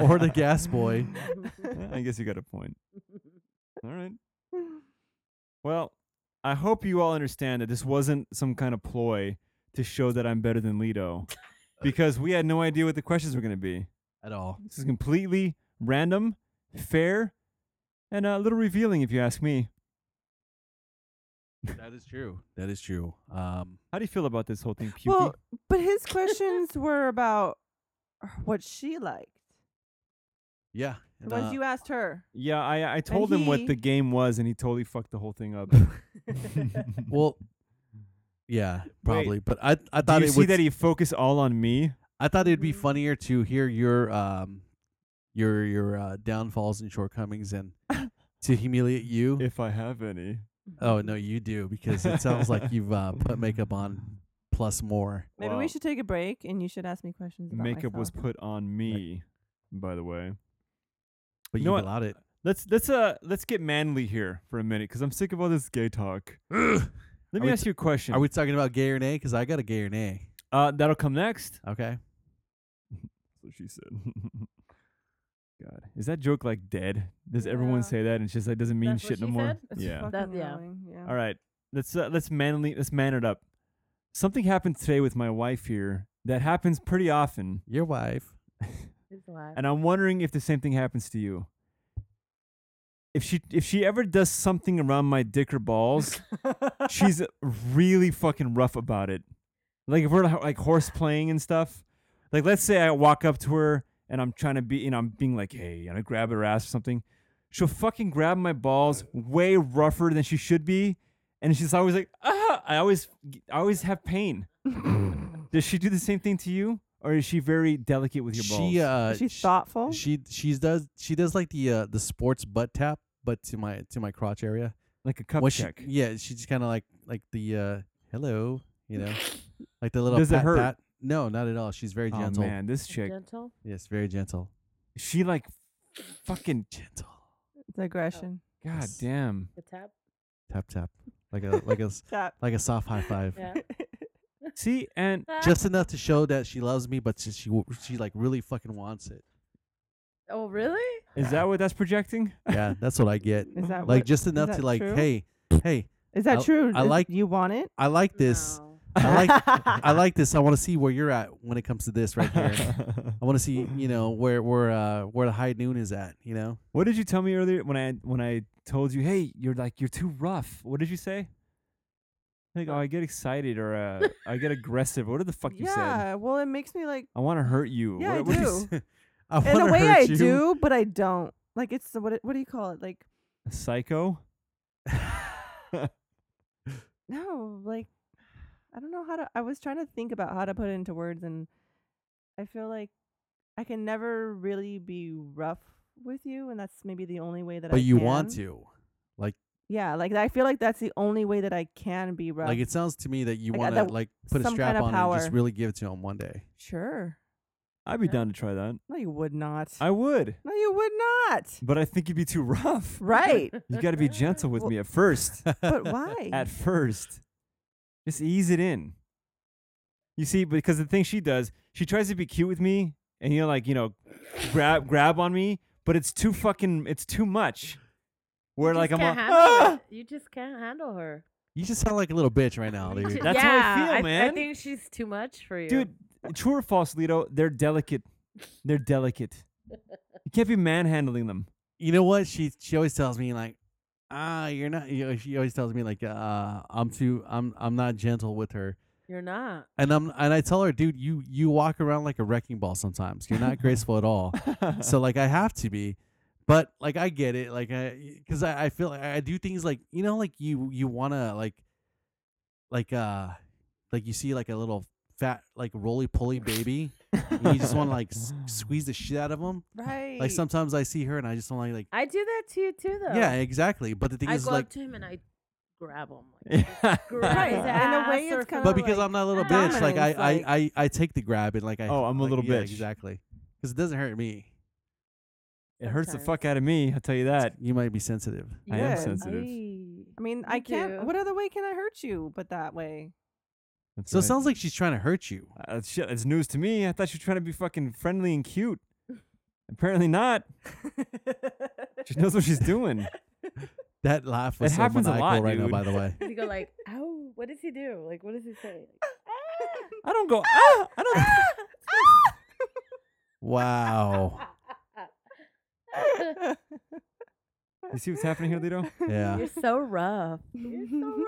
or the gas boy.
I guess you got a point. All right. Well, I hope you all understand that this wasn't some kind of ploy to show that I'm better than Lido because we had no idea what the questions were going to be.
At all.
This is completely random, fair, and a little revealing if you ask me.
That is true. That is true. Um,
How do you feel about this whole thing, Pukey?
Well, but his questions were about what she liked.
yeah.
The
and, uh,
ones you asked her.
yeah, I I told him
he-
what the game was and he totally fucked the whole thing up.
Well, yeah, probably. But I I thought
Do you
it
see
would.
that he Mm. focused all on me?
I thought it'd be
Mhm.
funnier to hear your um your your uh, downfalls and shortcomings and to humiliate you.
If I have any.
oh no, you do because it sounds like you've uh, put makeup on plus more.
Maybe
Well,
we should take a break and you should ask me questions about
Makeup was
myself.
put on me, by the way.
But
You
you,
know what?
allowed it.
Let's let's uh let's get manly here for a minute because I'm sick of all this gay talk. Let
Are
me
we
ask you a question.
Are we talking about gay or nay? Because I got a gay or nay.
uh, that'll come next.
Okay.
That's what she said. God, is that joke like dead? Does everyone
Yeah.
say that? And it's just like doesn't mean
That's what
shit no
she
more.
said?
It's
Yeah.
fucking
That- yeah.
annoying, yeah.
All right. Let's uh, let's manly let's man it up. Something happened today with my wife here that happens pretty often,
Your wife.
It's live.
and I'm wondering if the same thing happens to you. If she if she ever does something around my dick or balls, she's really fucking rough about it. Like if we're like like horse playing and stuff, like let's say I walk up to her and I'm trying to be, you know, I'm being like, hey, and I grab her ass or something, she'll fucking grab my balls way rougher than she should be, and she's always like, ah, I always, I always have pain. Does she do the same thing to you, or is she very delicate with your balls?
She uh
Is she
sh-
thoughtful?
she she does she does like the uh the sports butt tap, but to my to my crotch area.
like a cup
Well, she-
check.
yeah, she just kind of like like the uh hello, you know, like the little.
Does it
pat,
hurt?
pat. No, not at all. She's very
oh
gentle.
man, this chick,
Gentle.
Yes, very gentle.
she like, fucking,
Gentle.
it's aggression.
god damn.
It's tap.
Tap tap. Like a like a
uh,
s-
Tap.
like a soft high five.
Yeah.
See, and
Just enough to show that she loves me, but she she, w- she like really fucking wants it.
oh, really?
is that what that's projecting?
Yeah, that's what I get.
Is that
Like
what-
just
is
enough
that
to like,
true?
hey, hey,
Is that
I-
true?
I
Is-
like-
You want it?
I like this.
No.
I like I like this. I want to see where you're at when it comes to this right here. I want to see, you know, where where uh where the high noon is at, you know?
what did you tell me earlier when I when I told you, hey, you're like you're too rough? What did you say? Like, oh, I get excited or uh, I get aggressive. What did the fuck you say?
yeah. Well, it makes me like
I want to hurt you.
Yeah, I
what, what you
do.
s-
I
in a
wanna
way
hurt
I
you.
do, but I don't. Like it's the- what it- what do you call it? Like
Psycho.
no, like I don't know how to. I was trying to think about how to put it into words, and I feel like I can never really be rough with you, and that's maybe the only way that. I
But you want
can.
to.
Yeah, like I feel like that's the only way that I can be rough.
Like it sounds to me that you
Like, uh,
want to
that-
like put a
some
strap
kind of
on and just
power.
really give it to him one day.
sure.
I'd be
Yeah.
down to try that.
No, you would not.
I would,
no, you would not.
but I think you'd be too rough.
Right.
You got to be gentle with
Well-
me at first.
but why?
at first. Just ease it in. You see, because the thing she does, she tries to be cute with me and you know, like, you know, grab grab on me, but it's too fucking it's too much. Where
You
like
just
I'm
can't
all,
handle
"Ah!"
it. You just can't handle her.
You just sound like a little bitch right now, dude.
That's how I
yeah,
feel,
I, I
man.
think she's too much for you.
dude, true or false, Lito, they're delicate. They're delicate. You can't be manhandling them.
you know what she she always tells me like ah you're not you know, she always tells me like uh i'm too i'm i'm not gentle with her
You're not.
and i'm and i tell her dude you you walk around like a wrecking ball sometimes you're not graceful at all so like i have to be but like i get it like i because I, I feel like i do things like you know like you you wanna like like uh like you see like a little fat like roly poly baby and you just want to like s- squeeze the shit out of him
right.
like sometimes i see her and i just want to like
I do that to you too, though.
yeah, exactly. But the thing
Oh. I
is,
go
like,
up to him and I grab him. Like,
Yeah.
grab
Right.
his
In a
ass
way,
or
it's kinda
but because
like
I'm not a little bitch, like I,
dominance,
I, I, I take the grab and like I.
Oh, I'm a
like,
little
yeah,
bitch.
Exactly, because it doesn't hurt me.
It hurts the
Sometimes.
fuck out of me, I'll tell you that.
You might be sensitive.
I am
Yeah.
sensitive.
Aye.
I mean,
You
I can't.
do.
What other way can I hurt you but that way?
That's
So it
right.
sounds like she's trying to hurt you.
Uh, shit, it's news to me. I thought you were trying to be fucking friendly and cute. Apparently not. She knows what she's doing.
That laugh was
It
so
happens a
maniacal
lot,
right now.
dude.
By the way,
Does he go like, oh, what does he do? Like, what does he say? Like,
I don't go. Ah, I don't.
Oh.
wow.
You see what's happening here, Lito?
Yeah.
You're so rough. You're so rough.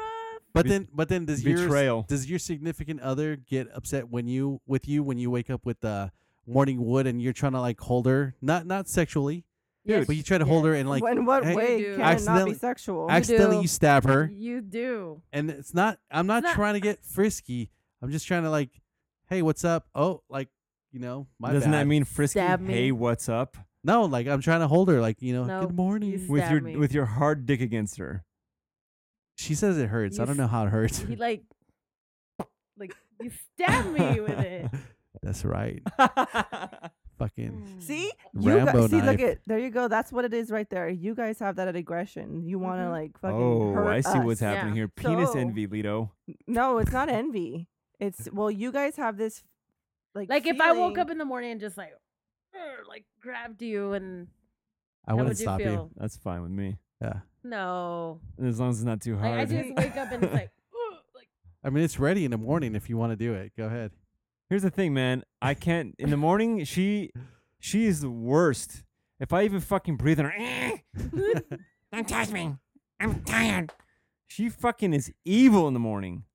But
Be-
then, but then, does your
betrayal.
does your significant other get upset when you with you when you wake up with uh, morning wood and you're trying to like hold her, not not sexually,
Dude.
but you try to hold her and like
in what
hey,
way
You
can
do.
it not
accidentally-
be sexual?
ac-
accidentally
do.
you stab her.
You do.
and it's not i'm not
not-
trying to get frisky i'm just trying to like hey what's up oh like you know my
Doesn't
bad.
that mean frisky?
Stab me.
Hey, what's up?
no like i'm trying to hold her like you know
No,
good morning
you-
With
Stab
your
me.
with your hard dick against her.
she says it hurts
you
i don't
s-
know how it hurts
He like, like you stab me with it.
that's right fucking
Hmm.
see, you
Rambo
guys, see,
knife.
look at there you go. That's what it is right there. You guys have that aggression. You want to
Mhm.
like fucking
oh,
hurt
I see what's
us.
happening
Yeah.
here. Penis
So-
envy, Lito.
No, it's not envy. It's well, you guys have this like
Like if I woke
feeling-
up in the morning and just like, "Ugh," like grabbed you and
i
how
wouldn't
would you
stop you
feel?
That's fine with me,
yeah
No,
as long as it's not too
like,
hard.
I just wake up and it's like, "Ugh," like
i mean it's ready in the morning if you want to do it go ahead
Here's the thing, man. I can't. In the morning, she she is the worst. If I even fucking breathe on her, "Eh, don't touch me. I'm tired. She fucking is evil in the morning.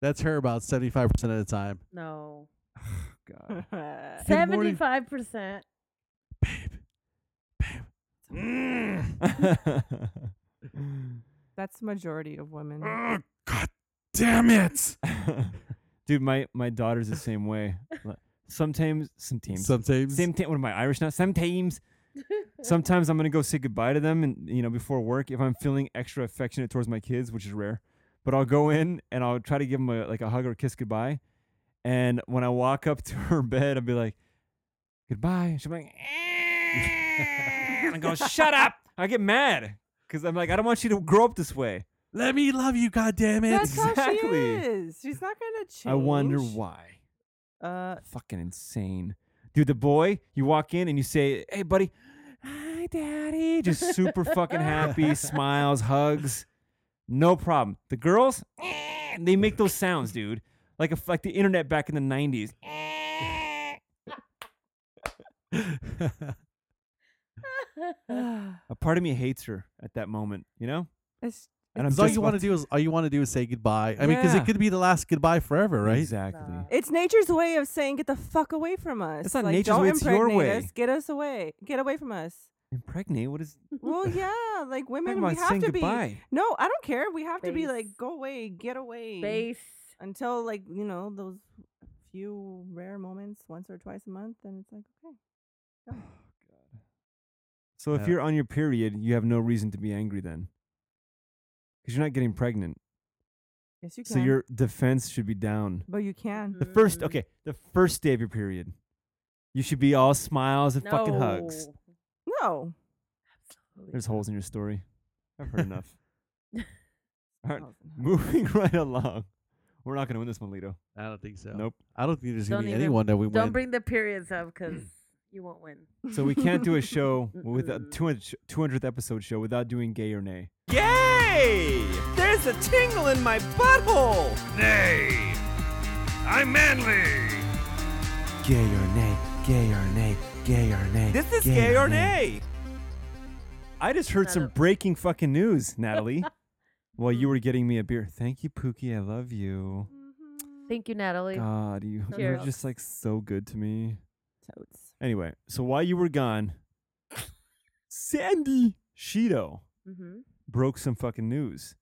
that's her about 75% of the time
no,
God.
Good morning.
seventy-five percent.
That's majority of women.
Ugh, god damn it
Dude, my my daughter's the same way. Like, Sometimes, sometimes,
sometimes
same time. What am I Irish now? Sometimes, sometimes I'm gonna go say goodbye to them, and you know, before work, if I'm feeling extra affectionate towards my kids, which is rare, but I'll go in and I'll try to give them a, like a hug or a kiss goodbye. And when I walk up to her bed, I'll be like, "Goodbye." She'll be like, "Eh," and I go, "Shut up!" I get mad. because I'm like, I don't want you to grow up this way.
Let me love you, goddammit.
That's how she
Exactly.
is. She's not gonna change.
I wonder why.
Uh,
Fucking insane, dude. The boy, you walk in and you say, "Hey, buddy, hi, daddy," just super fucking happy, smiles, hugs, no problem. The girls, eh, they make those sounds, dude, like a, like the internet back in the '90s. Eh. A part of me hates her at that moment, you know.
it's,
And
Because all
just
you want to
about
do is all you want to do is say goodbye. I mean, because
Yeah.
it could be the last goodbye forever, right?
Exactly.
Nah.
it's nature's way of saying get the fuck away from us.
It's not
like,
nature's
don't
way, it's your
impregnate
way.
Us. Get us away. Get away from us.
Impregnate? What is?
Well, yeah, like
Talking
women, we
about
have
saying
to be.
goodbye.
No, I don't care. We have to be
Base.
like, go away, get away,
Base.
until like you know those few rare moments, once or twice a month, and it's like, okay,
So if
Yeah.
you're on your period, you have no reason to be angry then. Because you're not getting pregnant.
yes, you can.
So your defense should be down.
but you can.
The first,
Mm.
okay, the first day of your period, you should be all smiles and fucking hugs.
No.
No,
There's holes in your story. I've heard enough. All right,
Oh, no.
moving right along. We're not going to win this one, Lito.
I don't think so.
Nope.
I don't think there's gonna
Don't
be
even-
anyone that we
Don't
win.
bring the periods up because you won't win.
So we can't do a show with a
Mm-mm.
200 sh- 200th episode show without doing gay or nay.
Yay! There's a tingle in my butthole! Nay! I'm manly!
Gay or nay, gay or nay, gay or nay.
This is gay or nay!
I just heard some
Natal-
breaking fucking news, Natalie. while you were getting me a beer. Thank you, Pookie. I love you.
Thank you, Natalie.
God, you,
No
you're
joke.
just like so good to me.
Totes.
Anyway, so while you were gone, Sandy Shido
Mm-hmm.
broke some fucking news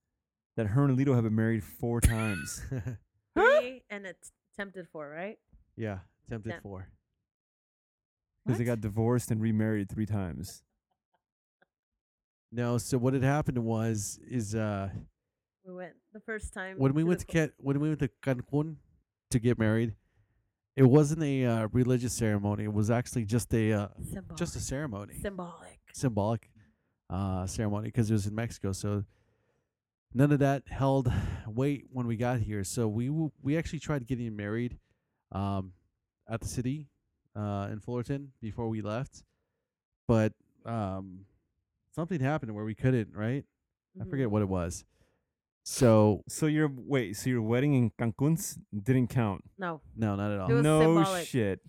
that her and Lito have been married four times.
Three and it's tempted for, right?
yeah, tempted
Yeah.
four.
Because they got divorced and remarried three times.
No, so what had happened was is uh
We went the first time.
when we went to
the-
Can- when we went to Cancun to get married, it wasn't a uh, religious ceremony. It was actually just a uh,
symbolic.
just a ceremony,
symbolic.
symbolic uh, ceremony because it was in Mexico. So none of that held weight when we got here. So we w- we actually tried getting married um, at the city uh, in Fullerton before we left, but um, something happened where we couldn't. Right?
Mm-hmm.
Mm-hmm.
I forget what it was. So
So your wait, so your wedding in Cancun's didn't count.
No.
no, not at all.
It was
no
symbolic.
shit.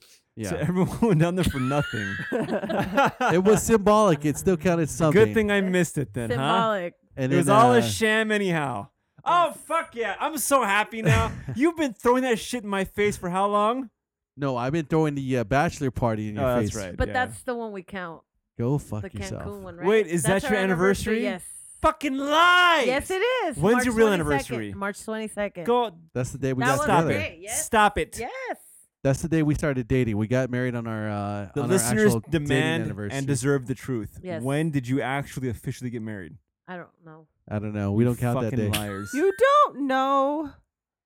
Yeah.
So everyone went down there for nothing.
it was symbolic. It still counted something.
Good thing I missed it then, huh?
symbolic.
And
it
then,
was all
uh,
a sham anyhow. Oh fuck yeah! I'm so happy now. You've been throwing that shit in my face for how long?
No, I've been throwing the uh, bachelor party in your
Oh, that's
face.
right.
But
yeah.
that's the one we count.
Go fuck
the Cancun
yourself.
one, right?
Wait, is
That's
that your
our
anniversary?
Yes.
fucking lies.
Yes, it is.
When's
March
your real
22nd.
anniversary?
March 22nd.
Go
That's the day we
That
got
was
stop
together.
great.
it.
Yes.
Stop it.
Yes.
That's the day we started dating. We got married on our uh,
The
on our
listeners
actual dating
demand
anniversary.
and deserve the truth.
Yes.
When did you actually officially get married?
I don't know.
I don't know. We don't count that
fucking
day.
liars.
You don't know.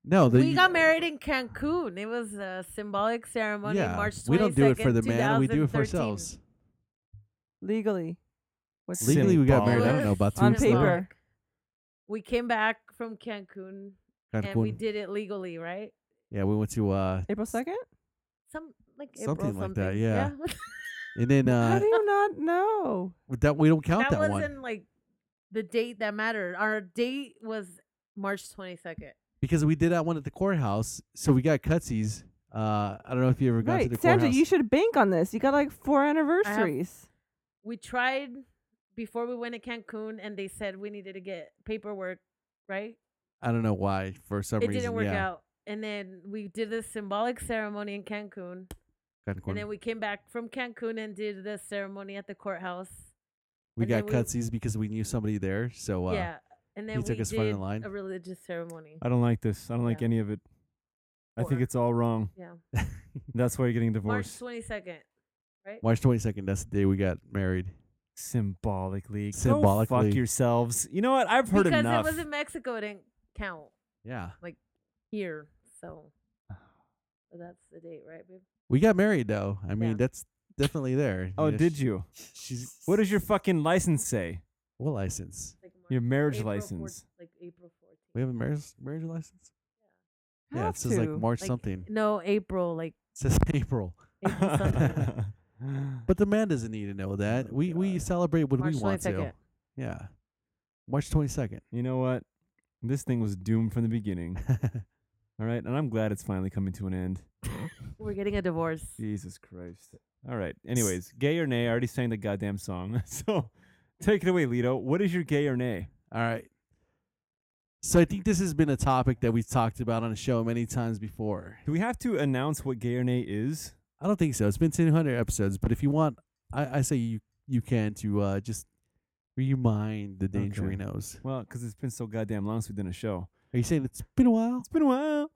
No, the,
we got married in Cancun. It was a symbolic ceremony.
Yeah,
March 22nd,
we don't do it for the man. We do it for
2013.
ourselves.
legally. What's
Sim-
Legally, we got married. I don't
Symbolic.
know about two
on
weeks later.
paper?
We came back from Cancun and we
Cancun.
did it legally, right?
Yeah, we went to uh,
April second?
Some like April
Something like that,
something.
yeah. and then
How
uh,
do you not know?
that we don't count
that,
that,
wasn't
one
like the date that mattered. Our date was March 22nd.
because we did that one at the courthouse. So we got cutsies. Uh, I don't know if you ever got to the
Right,
courthouse.
Sandra, you should bank on this. You got like four anniversaries.
we tried before we went to Cancun, and they said we needed to get paperwork, right?
I don't know why for some
it
reason.
didn't work
yeah.
out. And then we did this symbolic ceremony in Cancun,
Cancun.
and then we came back from Cancun and did the ceremony at the courthouse.
we
and then
got
we-
cutsies because we knew somebody there. So uh,
Yeah, and then
He took
we
us front
did
in line.
a religious ceremony.
I don't like this. I don't like
Yeah.
any of it. I think
Or-
it's all wrong.
Yeah,
That's why you're getting
March
divorced.
twenty second.
March 22nd, that's the day we got married.
Symbolically. Go
Symbolically.
fuck yourselves. You know what? I've heard
Because
enough.
it was in Mexico, it didn't count
Yeah.
here, so.
Ah.
so that's the date, right, babe?
We got married though. I mean,
Yeah.
that's definitely there.
oh,
know,
did
she-
you?
She's
What does your fucking license say?
What license?
Like March-
Your marriage
April fourth-
license.
like April 14th.
We have a marriage marriage license? Yeah,
Have
it says like
to.
March
Like,
something.
No, April, like
It says April.
April something.
But the man doesn't need to know that.
Oh,
we we
God.
celebrate when
March
we want to.
22nd.
Yeah. March 22nd.
you know what? This thing was doomed from the beginning. All right, and I'm glad it's finally coming to an end.
We're getting a divorce.
Jesus Christ. All right. Anyways, gay or nay, I already sang the goddamn song. So take it away, Lito. What is your gay or nay?
All right. So I think this has been a topic that we've talked about on the show many times before.
Do we have to announce what gay or nay is?
I don't think so. It's been 200 episodes, but if you want, I, I say you you can to uh, just remind the Dangerinos.
Well, because it's been so goddamn long since we've done a show.
Are you saying it's been a while?
It's been a while.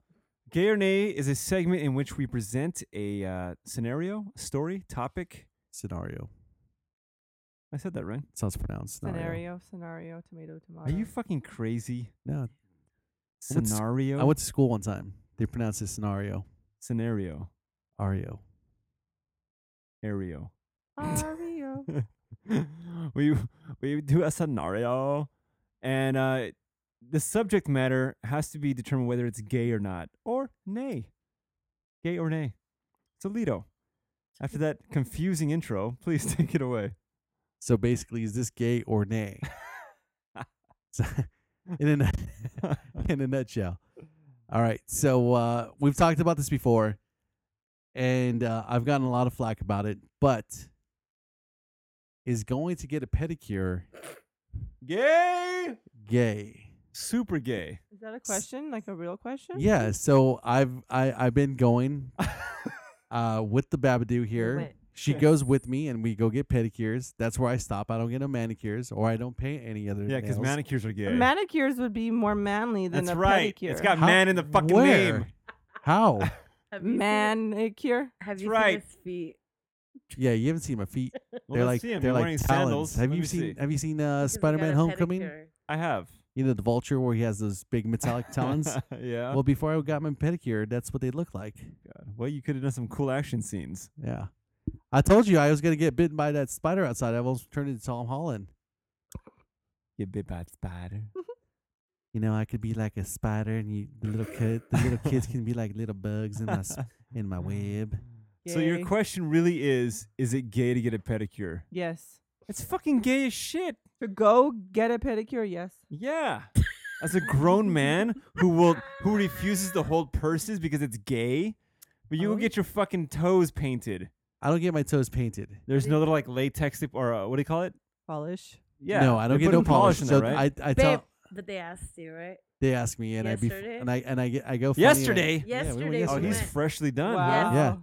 Gay or Nay is a segment in which we present a uh, scenario, story, topic.
Scenario
I said that right.
sounds pronounced.
Scenario,
Scenario.
scenario, tomato, tomato.
Are you fucking crazy?
No, I went to sc-
Scenario.
I went to school one time. They pronounced it scenario.
scenario.
Ario.
Ario.
Ario.
we we do a scenario, and uh, the subject matter has to be determined whether it's gay or not, or nay, gay or nay. So Lito, after that confusing intro, please take it away.
So basically, is this gay or nay? So- in a nut- in a nutshell. All right. So uh, we've talked about this before, and uh, I've gotten a lot of flack about it. But is going to get a pedicure
Gay.
gay?
Super gay.
Is that a question? Like a real question?
Yeah. So I've I, I've been going uh, with the Babadoo here.
went.
She goes with me, and we go get pedicures. That's where I stop. I don't get no manicures, or I don't paint any other.
Yeah, because
nails.
manicures are
A
gay.
Manicures would be more manly than
That's
a
right.
pedicure.
It's got
How-
man in the fucking
where?
name.
How?
Have you seen-
manicure.
have you
right.
seen his feet?
Yeah, you haven't seen my feet.
Well,
they're
let's
like
see 'em.
they're
You're
like
wearing
talons.
sandals.
Have
Let
you
me
seen
see.
Have you seen uh,
He's got a
Spider-Man: Homecoming?
pedicure.
I have
You know the vulture where he has those big metallic
Uh-huh.
talons.
yeah.
well, before I got my pedicure, that's what they look like.
well, you could have done some cool action scenes.
Yeah, I told you I was gonna get bitten by that spider outside. I almost turned into Tom Holland.
You bit by spider.
You know, I could be like a spider, and you the little kid, the little kids can be like little bugs in my s- in my web.
So your
Gay.
question really is: Is it gay to get a pedicure?
Yes.
It's fucking gay as shit.
To go get a pedicure, yes.
Yeah. As a grown man who will who refuses to hold purses because it's gay, but you will
Oh.
get your fucking toes painted.
I don't get my toes painted.
There's no little like latex tip or uh, what do you call it?
Polish.
Yeah.
no, I don't
they
get
put
no
in
polish.
in
so
there, right?
I I
Babe,
tell
but they asked you, right?
they ask me, and I be
Yesterday?
and I and I get I go. funny, like-
yesterday.
Yeah, we went
Yesterday.
Oh,
yesterday.
he's
went.
freshly done. huh?
Wow.
Yeah.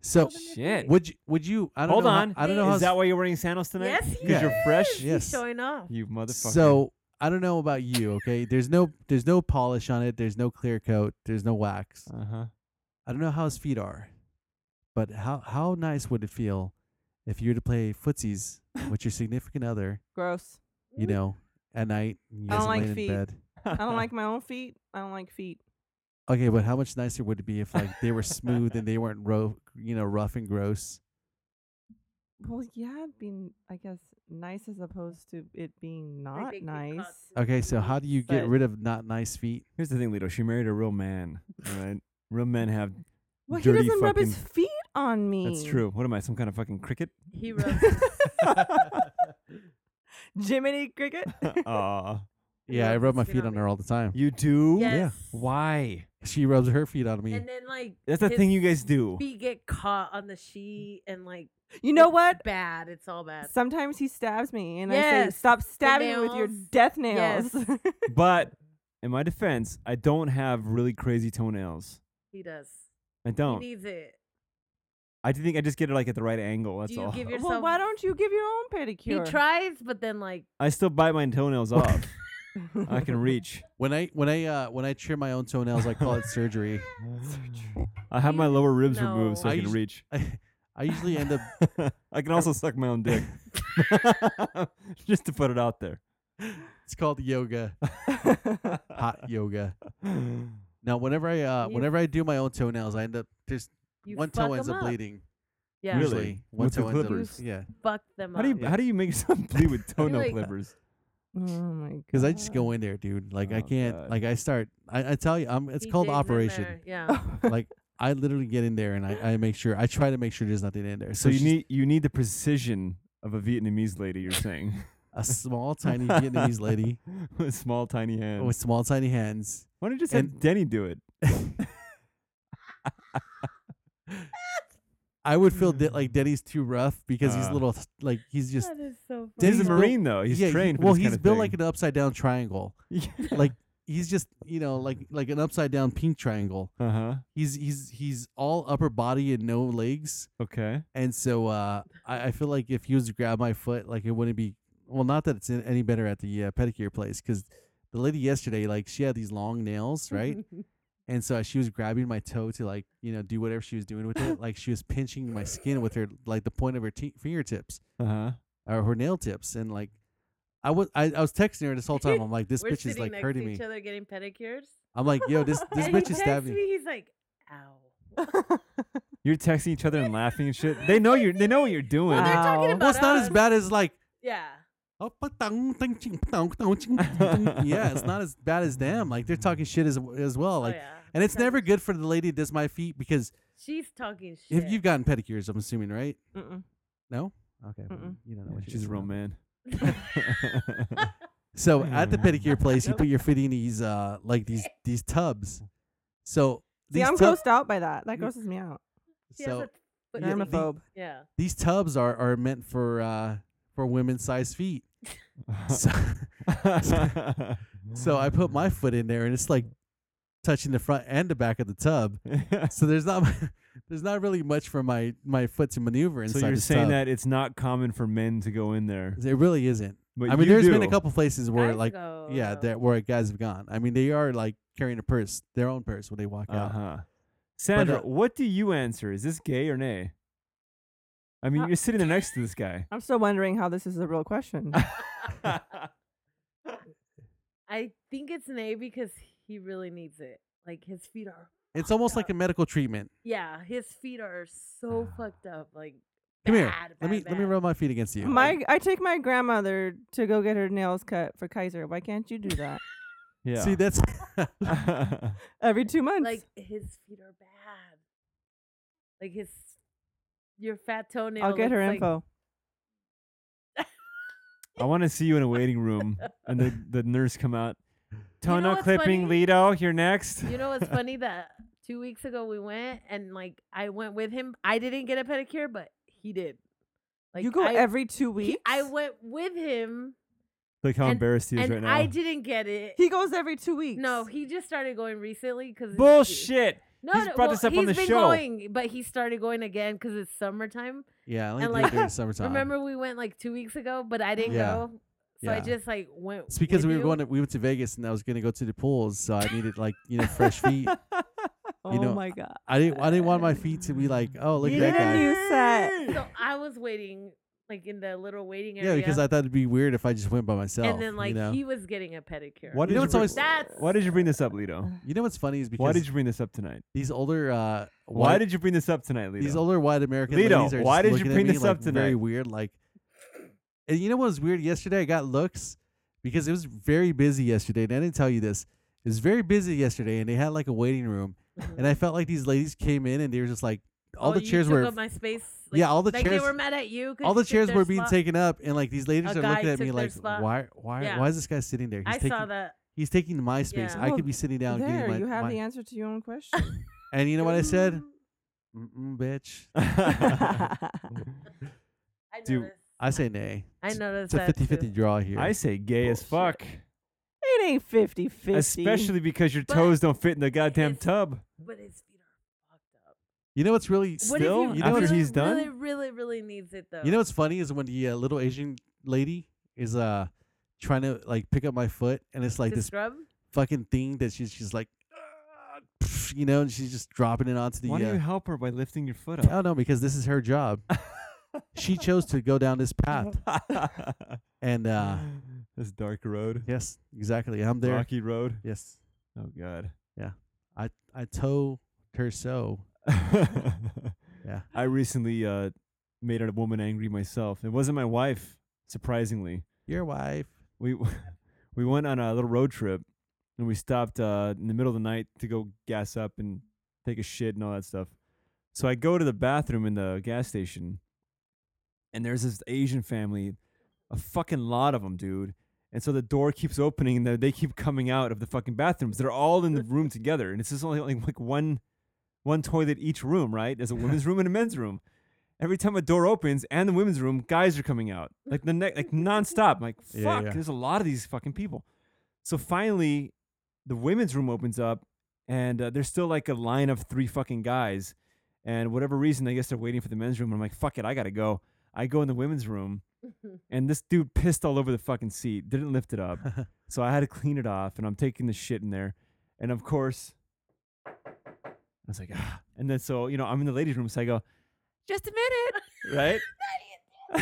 So
Shit.
would you would you? I don't
Hold
know how-
on.
I don't know how
Is that why you're wearing sandals tonight?
Yes, he
Because you're fresh.
He's
Yes.
showing off.
You motherfucker.
So I don't know about you, okay? There's no there's no polish on it. There's no clear coat. There's no wax.
Uh huh.
I don't know how his feet are, but how how nice would it feel if you were to play footsies with your significant other,
Gross.
you know, at night? and You
Mm. I
guys
don't
are
like
laying
feet.
in bed.
I don't like my own feet. I don't like feet.
Okay, but how much nicer would it be if like they were smooth and they weren't ro- you know rough and gross?
Well, yeah, being I guess nice as opposed to it being not
big, big
nice.
cocks.
Okay, so how do you get
But-
rid of not nice feet?
Here's the thing, Lito. She married a real man. All right. Real men have.
Well,
dirty
he doesn't rub his
fucking-
feet on me.
That's true. What am I? Some kind of fucking cricket?
He rubs.
Jiminy Cricket.
Aw.
Yeah, I rub my feet on her all the time.
Uh, You do?
Yes.
Why?
She rubs her feet on me.
And then like
That's the
his
thing you guys do.
Feet get caught on the sheet and like.
You know
it's
what?
Bad. It's all bad.
Sometimes he stabs me, and I
Yes.
say, "Stop stabbing me with your
nails.
death nails."
But in my defense, I don't have really crazy toenails.
He does.
I
He
Oh.
don't.
needs it.
I do think I just get it like at the right angle. That's
Do you
all.
give
well,
yourself?
why don't you give your own pedicure?
He tries, but then like
I still bite my toenails off. I can reach.
When I when I uh when I trim my own toenails, I call it surgery.
I have my lower ribs removed so
No.
I
I
can
us-
reach.
I, I usually end up
I can also suck my own dick. Just to put it out there.
it's called yoga. Hot yoga. Now whenever I uh
You-
whenever I do my own toenails, I end up just
you
one
fuck
toe ends
'em
up bleeding.
Yeah.
Really?
Usually. One
With the
toe ends up
clippers?
Yeah.
Fuck them
How
up.
do you how do you make yourself bleed with toenail
Really?
clippers?
Oh my god.
because I just go in there, dude. Like I
Oh,
can't.
God.
Like I start. I, I tell you, I'm. It's called Operation.
Yeah.
like I literally get in there and I, I make sure. I try to make sure there's nothing in there.
So you
she's
need you need the precision of a Vietnamese lady. You're saying
a small, tiny Vietnamese lady
with small tiny hands.
with small, tiny hands.
Why don't you just have
and-
Denny do it?
I would feel that like Denny's too rough because he's
Mm. Uh.
little. Like he's just.
that is so funny.
He's
Denny's
a
built-
marine though. He's
yeah, he-
trained. for
well,
this
he's
kind of
built
thing.
like an upside down triangle. like he's just you know like like an upside down pink triangle.
uh huh.
He's he's he's all upper body and no legs.
Okay.
And so uh, I, I feel like if he was to grab my foot, like it wouldn't be well. Not that it's in- any better at the uh, pedicure place, because the lady yesterday, like she had these long nails,
Mm-hmm.
right? and so uh, she was grabbing my toe to like you know do whatever she was doing with it. Like she was pinching my skin with her like the point of her te- fingertips
Uh huh.
or her nail tips, and like I was I, I was texting her this whole time. I'm like, this
We're
bitch is
sitting
like
next
hurting
to
me.
Each other getting pedicures.
I'm like, yo, this this
and he
bitch is
texts
stabbing me.
me. He's like, ow.
You're texting each other and laughing and shit. They know you're. They know what you're doing. Ah.
Well, they're talking
Wow.
about
Well, it's not as
us.
bad as like.
Yeah.
Oh, pa-tong, ting, ching, pa-tong, tong, ching, ting, ting. yeah, it's not as bad as them. Like they're talking shit as as well. Like,
oh, yeah.
and it's
Because
never good for the lady that does my feet because
She's talking shit.
if you've gotten pedicures, I'm assuming, right?
Mm-mm.
No. Okay, well,
Mm-mm.
you don't know.
Yeah,
what she
she's
does.
a real man.
So at the
Mm.
pedicure place, you put your feet in these uh like these these tubs. So
See,
these
I'm
tub-
grossed out by that. That
You-
grosses me out.
she has
so
a foot
Yeah,
thing.
the-
Germaphobe.
yeah.
these tubs are are meant for uh for women's sized feet. So, so I put
Mm.
my foot in there, and it's like touching the front and the back of the tub. so there's not there's not really much for my my foot to maneuver inside.
so you're
this
saying
tub.
that it's not common for men to go in there.
it really isn't.
But
I mean,
you
there's been a
do.
couple places where
Guys
like
go,
yeah,
though.
that where guys have gone. I mean, they are like carrying a purse, their own purse when they walk
Uh
out.
huh. Sandra,
uh,
what do you answer? Is this gay or nay? I mean,
Uh,
you're sitting there next to this guy.
I'm still wondering how this is a real question.
I think it's Nay because he really needs it. Like his feet are.
It's almost like a medical treatment.
Yeah, his feet are so fucked up. Like.
Come here.
bad,
let me
bad,
let me
bad.
rub my feet against you.
my I take my grandmother to go get her nails cut for Kaiser. Why can't you do that?
yeah.
See that's
Every two months.
Like his feet are bad. Like his. Your fat toenail.
I'll get her
looks like-
info.
I want to see you in a waiting room, and the, the nurse come out.
know
Toenail
what's
clipping,
funny?
Lido. You're next.
You know what's funny that two weeks ago we went and like I went with him. I didn't get a pedicure, but he did.
you go
I-
every two
he-
weeks.
I went with him
Look how embarrassed he is
and
right now.
I didn't get it.
He goes every two weeks.
no, he just started going recently because
Bullshit.
No,
He's
no,
brought
well,
this up on
he's
the
been
show.
going, but he started going again because it's summertime.
yeah, I only
And,
do it
like,
during the summertime.
Remember we went like two weeks ago, but I didn't
Yeah.
go, so I
Yeah.
just like went.
It's because
with
we were
you.
going to we went to Vegas and I was gonna go to the pools, so I needed like you know fresh feet.
Oh
you know,
my god.
I didn't I didn't want my feet to be like oh look
You
at that
need
guy.
a new set.
So I was waiting like in the little waiting area.
Yeah, because I thought it'd be weird if I just went by myself.
and then like
you know,
he was getting a pedicure.
Why
You know
did you,
what's
bring,
always-
That's-
why did you bring this up, Lido?
you know what's funny is
Why
because
did you bring this up tonight?
these older uh,
Why
white-
did you bring this up tonight, Lido?
these older white American
Lito,
ladies are
why
just
did you
looking at
bring
me,
this
like,
up
Very
tonight?
weird. Like, and you know what was weird yesterday? I got looks because it was very busy yesterday, and I didn't tell you this. It was very busy yesterday, and they had like a waiting room, and I felt like these ladies came in and they were just like all
Mm-hmm. Oh,
the
you
chairs
took
were
up my space.
Yeah, all the
like
chairs-
They were mad at you. 'cause
all
you
the
took
chairs
their
were being
spot.
taken up, and like these ladies
A
are
guy
looking at
took
me
their
like,
spot.
why, why,
Yeah.
why is this guy sitting there? He's
I
taking,
saw that.
He's taking my space.
Yeah.
I
Well,
could be sitting down. getting
There,
my,
you have
my-
the answer to your own question.
And you know what I said?
Mm-hmm.
Mm-mm, bitch.
I
Do-
noticed.
I say nay.
I
It's-
noticed
It's a
that
50
too.
draw here.
I say gay as
Bullshit.
fuck,
it ain't 50 50.
especially because your
But
toes don't fit in the goddamn
it's-
tub.
But his feet are fucked up.
you know what's really
What if
Still?
he
You know what
really,
he's done?
Really, really, really needs it though.
You know what's funny is when the uh, little Asian lady is uh trying to like pick up my foot, and it's like
To
this
scrub.
fucking thing that she's she's like, "Ah," you know, and she's just dropping it onto the.
Why
uh,
don't you help her by lifting your foot
I don't know because this is her job. she chose to go down this path,
up?
and uh
this dark road,
yes, exactly. I'm there.
rocky road.
Yes,
Oh god.
I I tow her so. Yeah.
I recently uh, made a woman angry myself. It wasn't my wife, surprisingly.
Your wife.
we we went on a little road trip and we stopped uh, in the middle of the night to go gas up and take a shit and all that stuff. So I go to the bathroom in the gas station, and there's this Asian family, a fucking lot of them, dude. And so the door keeps opening, and they- they keep coming out of the fucking bathrooms. They're all in the room together, and it's just only like, like one, one toilet each room, right? There's a women's room and a men's room. Every time a door opens and the women's room, guys are coming out like the neck, like nonstop. I'm like fuck,
Yeah, yeah.
there's a lot of these fucking people. So finally, the women's room opens up, and uh, there's still like a line of three fucking guys. And whatever reason, I guess they're waiting for the men's room. I'm like, fuck it, I gotta go. I go in the women's room, and this dude pissed all over the fucking seat. Didn't lift it up, so I had to clean it off. And I'm taking the shit in there, and of course, I was like, ah. And then so you know, I'm in the ladies' room, so I go,
Just a
right?
minute.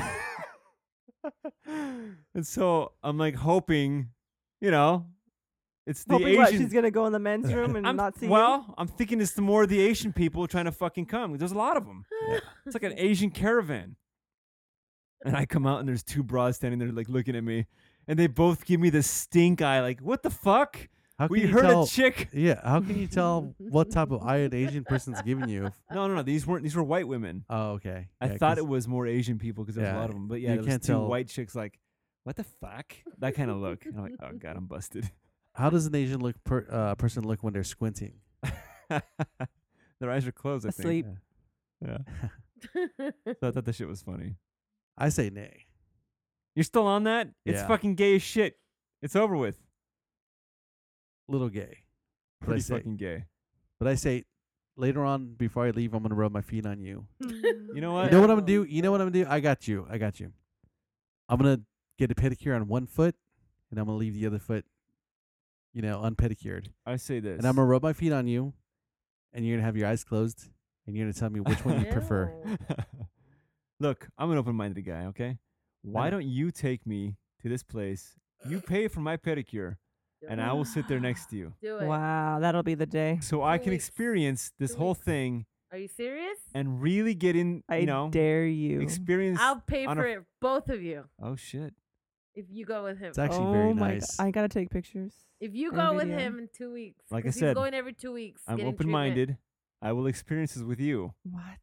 and so I'm like hoping, you know, it's the
Hoping
Asian.
what, she's gonna go in the men's room and
I'm-
not see. you?
well, I'm thinking it's the more the Asian people trying to fucking come. There's a lot of them. It's like an Asian caravan. And I come out and there's two bras standing there like looking at me, and they both give me the stink eye. Like, what the fuck?
How can
we
you
heard
tell,
a chick.
Yeah, how can you tell what type of eye an Asian person's giving you? if-
Uh,
No, no, no. These weren't. These were white women.
Oh, okay.
I
Yeah,
thought
'cause-
it was more Asian people because there was
Yeah,
a lot of them. But yeah,
you
there was
can't
two
tell.
white chicks like, what the fuck? That kind of look. And I'm like, oh god, I'm busted.
How does an Asian look per, uh, person look when they're squinting?
Their eyes are closed. I
Asleep.
Think. Yeah. So I thought that shit was funny.
I say nay.
You're still on that? It's
Yeah.
fucking gay as shit. It's over with.
Little gay. But I
Pretty
say-
fucking gay.
But I say later on before I leave, I'm gonna rub my feet on you.
Hmm.
You know
You
what?
know what I'm gonna do? You know what I'm gonna do? I got you. I got you. I'm gonna get a pedicure on one foot, and I'm gonna leave the other foot, you know, unpedicured.
I say this.
And I'm gonna rub my feet on you, and you're gonna have your eyes closed, and you're gonna tell me which one you prefer.
Look, I'm an open minded guy, okay? Why
know.
don't you take me to this place? You pay for my pedicure, and I will sit there next to you.
Do it.
Wow, that'll be the day.
So I
Do
can
it.
experience this
Do
whole
it.
thing
Are you serious?
and really get in,
I
you know,
dare you.
experience.
I'll pay
on a-
for it, both of you,
oh, shit.
if you go with him.
It's actually very
oh my!
nice.
God. I gotta take pictures.
If you
and
go with
video.
him in two weeks,
Like I
'cause
said,
he's going every two weeks.
I'm
getting
open minded. I will experience this with you.
What?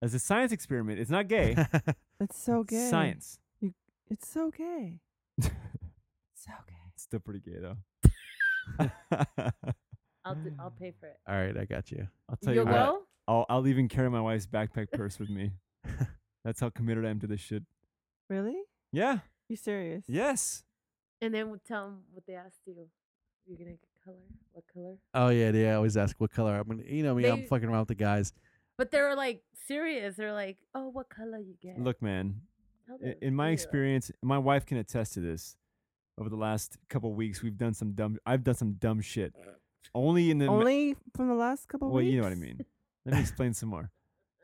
As a science experiment, it's not gay.
It's so gay.
Science.
It's so gay. so gay.
Still pretty gay though.
treatment. I'll do, I'll pay for it.
All right, I got you.
I'll tell
You'll
you what.
go.
I'll I'll even carry my wife's backpack purse with me. That's how committed I am to this shit.
Really?
Yeah.
You serious?
Yes.
And then we'll tell them what they asked you. You're gonna get color. What color?
Oh yeah, yeah. I always ask what color. I'm gonna, you know me. I'm
They-
fucking around with the guys.
But they were like serious. They're like, oh, what color you get?
Look, man.
Tell
i-
them,
In my
yeah.
experience, my wife can attest to this. Over the last couple weeks, we've done some dumb. I've done some dumb shit. Only in the ma-
Only from the last couple
well,
weeks.
you know what I mean. Let me explain some more.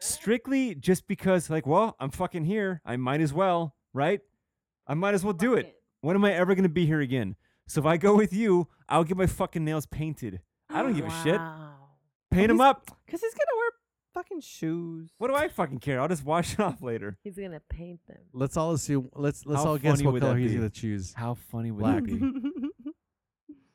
Strictly just because, like, well, I'm fucking here. I might as well, right? I might as well do
Fuck
it. When am I ever gonna be here again? So if I go with you, I'll get my fucking nails painted. I don't give a shit.
Oh, Wow.
Paint them
He's-
up.
Cause he's gonna wear fucking shoes.
What do I fucking care? I'll just wash it off later.
He's gonna paint them.
Let's all assume. Let's let's
How
all guess
funny
what
would that
color he's
be?
gonna choose.
How funny would
Black.
that be?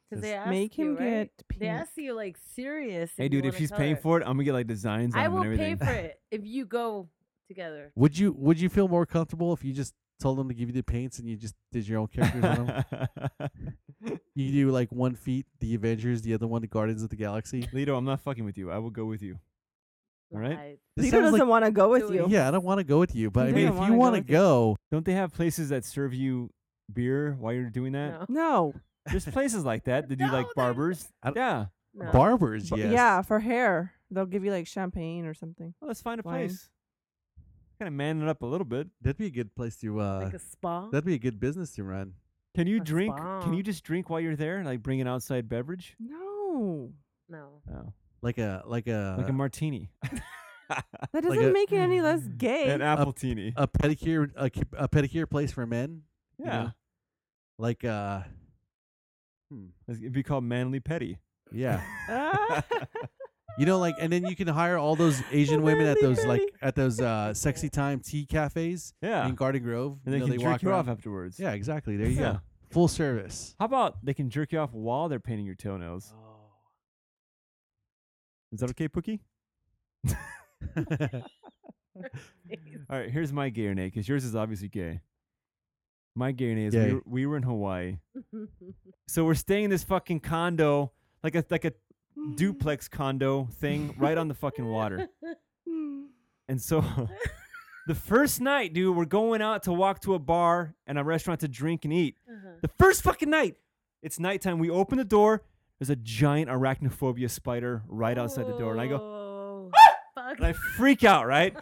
Because
Just
they ask
make
you,
him
right?
get
They
pink.
ask you like serious.
Hey, dude, if she's paying for it, I'm gonna get like designs on
I
them
will
and
pay
everything.
for it if you go together.
Would you Would you feel more comfortable if you just told them to give you the paints and you just did your own characters on them? You do like one feet, the Avengers, the other one, the Guardians of the Galaxy.
Lito, I'm not fucking with you. I will go with you. All right.
Lies.
This
Lito
sounds
doesn't
like-
want to go with
Do it.
you.
yeah, I don't want to go with you, but I
He
mean,
doesn't
if you want
wanna
to
go
go,
Don't they have places that serve you beer while you're doing that?
No.
No.
There's places like that that do
No,
like
there's-
barbers.
I don't-
Yeah.
no.
barbers,
But
yes.
Yeah, for hair, they'll give you like champagne or something.
Well, let's find a
Wine.
place. Kind of man it up a little bit.
that'd be a good place to. uh
like a spa.
That'd be a good business to run.
Can you
A
drink?
spa.
Can you just drink while you're there? Like bring an outside beverage?
No,
no.
Oh.
Like a like a
like a martini.
that doesn't
a-
make it any less gay.
An apple teeny.
a pedicure a, ki- a pedicure place for men. Uh, you know?
yeah.
Like uh, hmm,
It'd be called manly petty.
yeah.
Ah.
You know, like, and then you can hire all those Asian women at
Really,
those like
really?
at those uh, sexy time tea cafes
Yeah.
in Garden Grove.
and they
you know,
can jerk you
around-
off afterwards.
Yeah, exactly. There you
Yeah.
go. Full service.
How about they can jerk you off while they're painting your toenails? Is that okay, Pookie? All right, here's my gay or nay, because yours is obviously gay. My gay or nay is
Gay.
we were, we were in Hawaii. So we're staying in this fucking condo, like a like a duplex condo thing, right on the fucking water.
Hmm.
And so the first night, dude, we're going out to walk to a bar and a restaurant to drink and eat.
Uh-huh.
The first fucking night, it's nighttime. We open the door. There's a giant arachnophobia spider right outside the door, and I go, "Ah!"
go. Fuck.
and I freak out, right?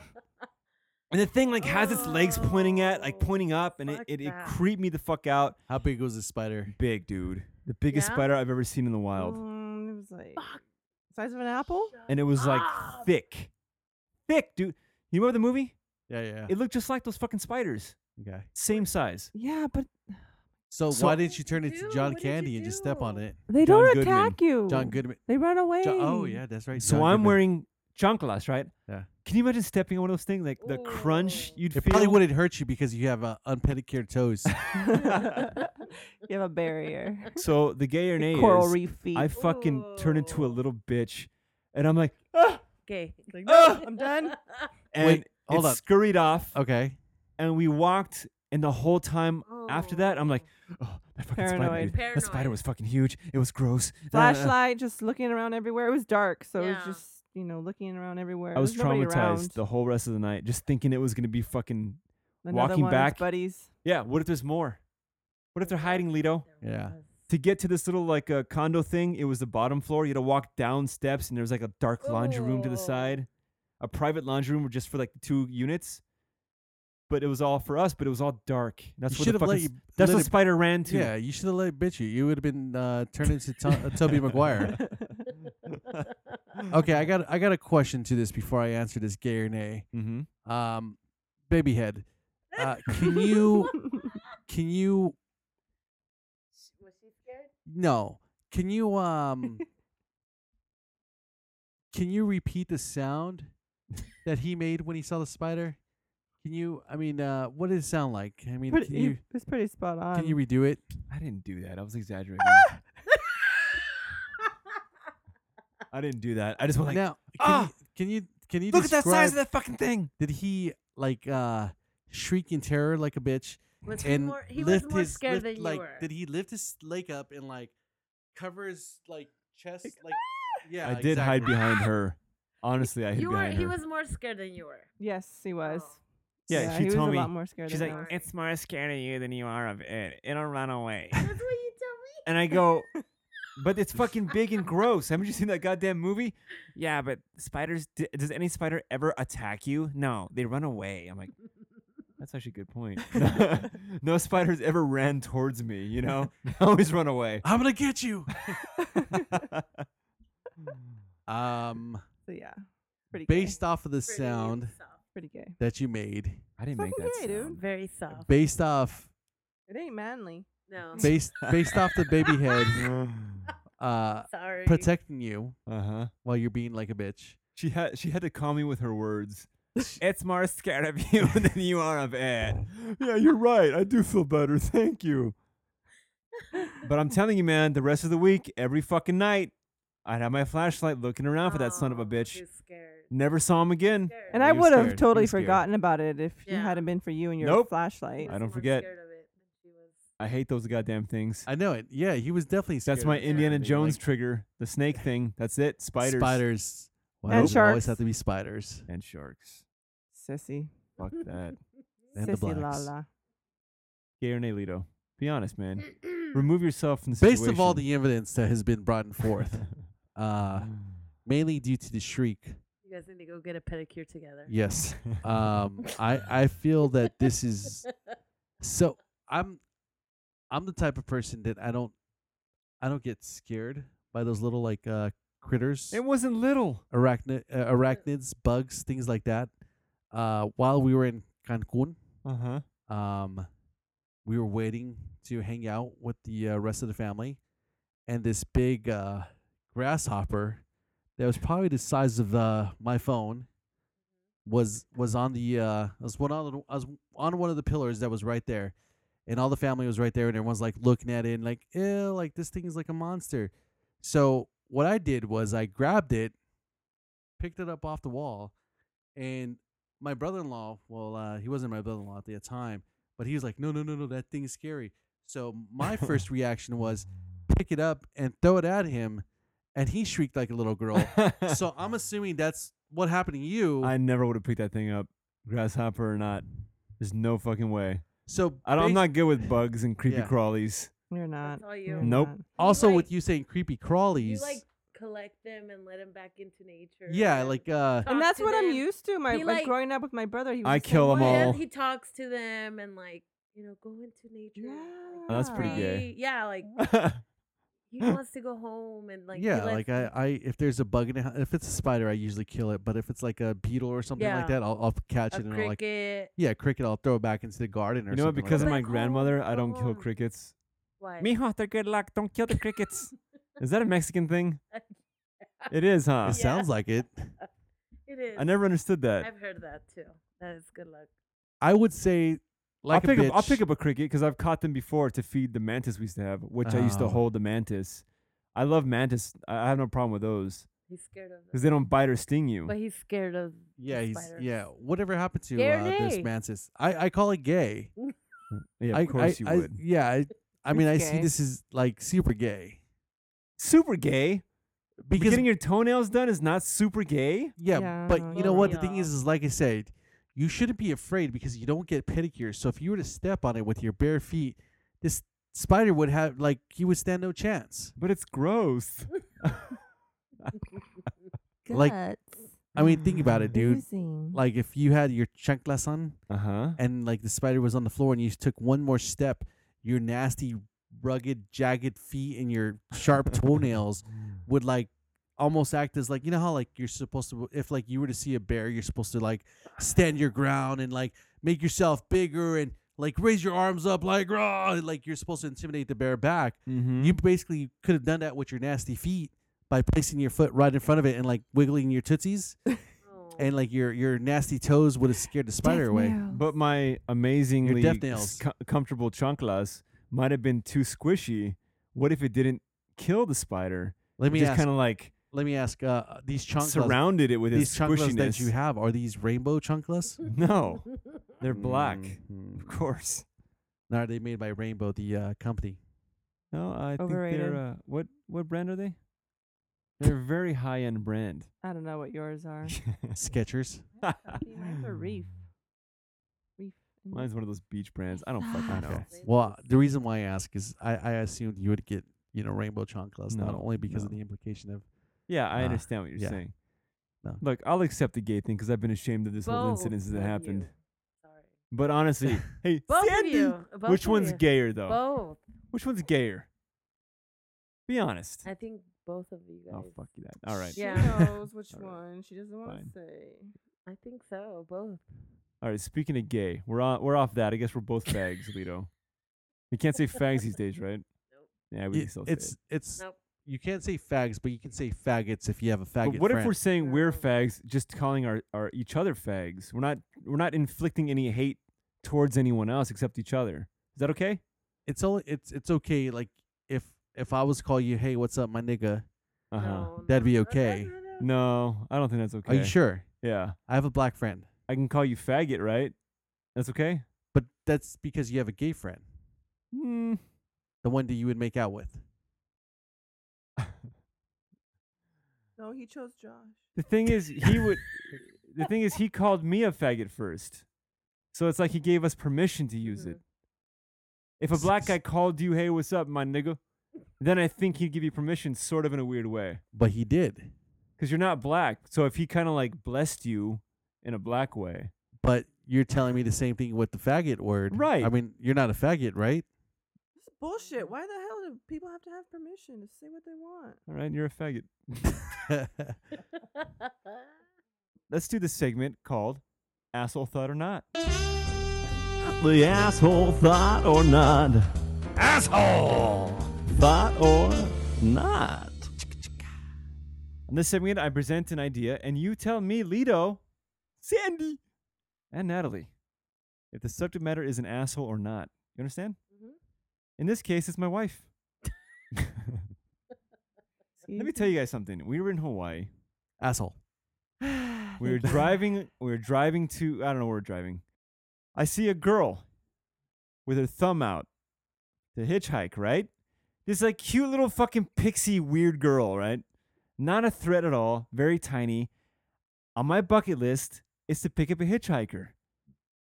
And the thing like has its legs pointing at, like
Oh,
pointing up, and it,
fuck
it, it
that.
creeped me the fuck out.
How big was the spider?
Big dude, the biggest
Yeah?
spider I've ever seen in the wild,
Mm, it was like
Fuck.
size of an apple.
and it was like
Up.
thick, thick, dude. You remember the movie?
Yeah, yeah.
It looked just like those fucking spiders,
Okay.
same size.
Yeah, but
So,
So-
why didn't you turn it to
Dude,
John
what did you
Candy and just step on
do?
it?
they
John
don't
Goodman.
attack you.
John Goodman.
They run away.
Jo- oh yeah, that's right.
Oh, So
John
I'm
Goodman.
wearing chanclas, right?
Yeah.
Can you imagine stepping on one of those things, like the crunch
Ooh.
you'd
It
feel?
probably wouldn't hurt you because you have uh, unpedicured toes.
you have a barrier.
So the gay or nay
Coral
is,
reef feet.
I fucking turn into a
Ooh.
little bitch, and I'm like,
Okay. Like,
Ah!
no.
I'm done.
and
Wait, hold
it
up.
scurried off.
okay.
and we walked and the whole time after that i'm like oh that fucking spider
Paranoid.
dude. that spider
Paranoid.
was fucking huge it was gross Da, da, da."
Flashlight, just looking around everywhere. It was dark, so it was
Yeah.
just you know looking around everywhere.
i was
There nobody
traumatized
around.
the whole rest of the night just thinking it was going to be fucking
Another
walking
one of his
back.
buddies.
yeah what if there's more what if they're hiding lido
Yeah.
to get to this little like uh, condo thing it was the bottom floor you had to walk down steps and there was like a dark laundry room to the
Ooh.
side a private laundry room just for like the two units but it was all for us but it was all dark that's
You
what
should
the
have
fucking
let
s-
you-
that's
let
what
it-
spider ran to
Yeah, you should have let it bit you. You would have been uh, turned into to- uh, Toby Maguire.
Oh.
Okay, I got I got a question to this before I answer this gay or nay.
mm-hmm.
Um, Babyhead, uh, can you can you
Was she scared?
no can you um can you repeat the sound that he made when he saw the spider? Can you? I mean, uh, what did it sound like? I mean,
Pretty-
can
it um,
you
was pretty spot on.
can you redo it?
I didn't do that. I was exaggerating. I didn't do that. I just went like,
now, can,
"Ah!
you, can you can you
look at that size of
describe-
that fucking thing.
Did he like uh shriek in terror like a bitch?
Was he
and
more? He
lift
was more
his,
scared
lift,
than you
like,
were.
Did he lift his leg up and like cover his like chest? Like, yeah,
I did hide
exactly.
behind her. Honestly, I hid
you were.
behind
He
her.
was more scared than you were.
Yes, he was.
Oh.
Yeah, she
he
told
was
me-
a lot more scared
She's
than
like,
I was.
it's more scared of you than you are of it. It'll run away.
That's what you tell
and I go, but it's fucking big and gross. Haven't you seen that goddamn movie? Yeah, but spiders. d- Does any spider ever attack you? No, they run away. I'm like, that's actually a good point. no spiders ever ran towards me. You know, They always run away.
I'm gonna get you. Um,
So yeah, pretty gay.
based off of the
me.
sound
Pretty gay.
that you made,
I didn't make
Fucking
that
gay, dude.
sound.
Very
Oh.
soft.
based off
It ain't manly.
No.
based based off the baby head
uh
uh
Sorry.
protecting you
huh.
while you're being like a bitch.
Uh-huh. She had she had to calm me with her words. it's more scared of you than you are of it. Yeah, you're right. I do feel better. Thank you. But I'm telling you, man, the rest of the week, every fucking night, I'd have my flashlight looking around for that son of a
Oh,
bitch.
you're scared.
Never saw him again.
Scared.
And
Yeah,
I
you're
would
scared.
have
You're
totally
scared.
forgotten about it if it
Yeah.
hadn't been for you and your
Nope.
He
flashlight.
I
was
don't
more
forget.
scared of it than she was.
I hate those goddamn things.
I know it. Yeah, he was definitely.
That's
scared
my
of it.
Indiana
Like,
Jones trigger, the snake thing. That's it. Spiders,
Spiders. Why
And
does it always
sharks.
have to be spiders?
and sharks.
Sissy.
Fuck that.
And the
Sissy
blacks.
Lala.
Gay or Nalito. Be honest, man. Remove yourself from the situation.
Based of all the evidence that has been brought forth, uh, mainly due to the shriek.
You guys need to go get a pedicure together.
Yes. Um, I I feel
uh,
that this is so. I'm I'm the type of person that I don't I don't get scared by those little like uh critters,
It wasn't little.
arachnid uh, arachnids, bugs, things like that. Uh, while we were in Cancun,
Uh huh.
um, we were waiting to hang out with the uh, rest of the family, and this big uh, grasshopper that was probably the size of uh, my phone was was on the uh was one on the, I was on one of the pillars that was right there and all the family was right there and everyone's like looking at it and like ew like this thing is like a monster so what i did was i grabbed it picked it up off the wall and my brother-in-law well uh he wasn't my brother-in-law at the time but he was like no no no no that thing's scary so my first reaction was pick it up and throw it at him and he shrieked like a little girl so i'm assuming that's what happened to you
I never would have picked that thing up, grasshopper or not. There's no fucking way.
so
I don't, I'm
basi-
not good with bugs and creepy
Yeah.
crawlies.
You're not.
all you.
You're
Nope.
not.
also
like-
with you saying creepy crawlies
You like collect them and let them back into nature.
yeah
and
like uh
talk
And that's
to
what I'm
them.
used to. My
He,
like,
like-
growing up with my brother, he was
I
the same
kill 'em
way.
oh, all.
And he talks to them and like you know go into nature. like,
Oh, that's pretty
be
gay.
free. Yeah, like he wants to go home and like he
yeah,
lets
like I, I, if there's a bug in it, if it's a spider, I usually kill it. But if it's like a beetle or something like
Yeah.
that, I'll, I'll catch
a
it and I'll like,
cricket.
yeah, cricket, I'll throw it back into the garden or
You know what?
something.
Because of
like
that.
my
Like, oh,
grandmother, I don't kill
God.
crickets.
What?
Mijo, they're good luck. Don't kill the crickets. Is that a Mexican thing? It is,
that.
huh?
it sounds like it.
It is.
I never understood that.
I've heard that too. That is good luck.
I would say, like
I'll, pick
a bitch,
up, I'll pick up a cricket because I've caught them before to feed the mantis we used to have, which I used to
Oh.
hold the mantis. I love mantis. I I have no problem with those
He's scared of.
because they don't bite or sting you.
But he's scared of.
Yeah,
the
he's
spiders.
yeah. Whatever happened to
Gay or
uh, this
nay?
mantis? I, I call it gay.
yeah, of
I,
course
I,
you
I-
would.
Yeah, I, I mean, I
It's
see
gay.
this is like super gay
super gay. Because
because
getting your toenails done is not super gay.
Yeah,
Yeah,
but
no,
you know
no.
what? The thing
Yeah.
is, is like I said, you shouldn't be afraid because you don't get pedicures. So if you were to step on it with your bare feet, this spider would have like he would stand no chance.
But it's gross.
Like-
Guts.
I mean, think about it,
Mm-hmm.
dude.
Losing.
Like if you had your chanclas on
Uh huh.
and like the spider was on the floor and you took one more step, your nasty, rugged, jagged feet and your sharp toenails
Mm.
would like almost act as like you know how like you're supposed to if like you were to see a bear you're supposed to like stand your ground and like make yourself bigger and like raise your arms up like raw like you're supposed to intimidate the bear back
Mm-hmm.
you basically could have done that with your nasty feet by placing your foot right in front of it and like wiggling your tootsies
Oh.
and like your your nasty toes would have scared the spider away
but my amazingly
death
s-
nails.
co- comfortable chanclas might have been too squishy. What if it didn't kill the spider?
let
It
me
just
ask
kind of like
let me ask uh these chanclas
surrounded it with
these
its
chanclas
squishiness.
that you have are these rainbow chanclas
no, Mm. they're black,
Mhm.
of course.
No, are they made by Rainbow, the uh, company?
No, I think
Overrated.
they're uh, what what brand are they? They're a very high end brand.
I don't know what yours are.
Skechers.
See, Mine's a reef. Reef. and-
Mine's one of those beach brands. I don't fucking know.
Okay. Well, the reason why I ask is I, I assumed you would get you know Rainbow chanclas, not
No,
only because of
no.
the implication of
Uh, Yeah, I
Ah,
understand what you're
yeah.
saying.
No.
Look, I'll accept the gay thing because I've been ashamed of this whole
Both
incident
of
that
you.
happened.
Sorry.
But honestly, hey,
Both
Sandy,
of you. Both
which
of
one's
you.
gayer though?
Both.
Which one's gayer? Be honest.
I think both of you guys.
Oh fuck you that. All right.
She
Yeah.
knows which
All right.
one. She doesn't want to
Fine.
say.
I think so. Both.
All right. Speaking of gay, we're on, we're off that. I guess we're both fags, Lito. We can't say fags these days, right? Yeah, we
It-
can still say
it's
it.
it's
Nope.
you can't say fags, but you can say faggots if you have a faggot.
But what if
friend.
we're saying we're
No.
fags, just calling our, our each other fags? We're not we're not inflicting any hate towards anyone else except each other. Is that okay?
It's only it's it's okay. Like if if I was to call you, hey, what's up, my nigga?
Uh huh.
No,
That'd
no,
be
no, no,
okay.
no, no.
No, I don't think that's okay.
Are you sure?
Yeah,
I have a black friend,
I can call you faggot, right? That's okay.
but that's because you have a gay friend,
Mm.
the one that you would make out with.
No, he chose Josh.
The thing is, he would. the thing is, he called me a faggot first, so it's like he gave us permission to use it.
Mm-hmm.
If a black guy called you, "Hey, what's up, my nigga," then I think he'd give you permission, sort of in a weird way,
But he did.
because you're not black. So if he kind of like blessed you in a black way,
But you're telling me the same thing with the faggot word, I
Right.
mean, you're not a faggot, right?
This is bullshit. Why the hell do people have to have permission to say what they want?
all right, you're a faggot. Let's do this segment called "Asshole Thought or Not."
The asshole thought or not. Asshole! Thought or not.
On this segment, I present an idea, and you tell me, Lido, Sandy, and Natalie, if the subject matter is an asshole or not. You understand?
Mhm.
In this case, it's my wife. Let me tell you guys something. We were in Hawaii.
Asshole.
We were driving. We were driving to. I don't know where we're driving. I see a girl with her thumb out to hitchhike. Right, this like cute little fucking pixie weird girl. Right, not a threat at all. Very tiny. On my bucket list is to pick up a hitchhiker.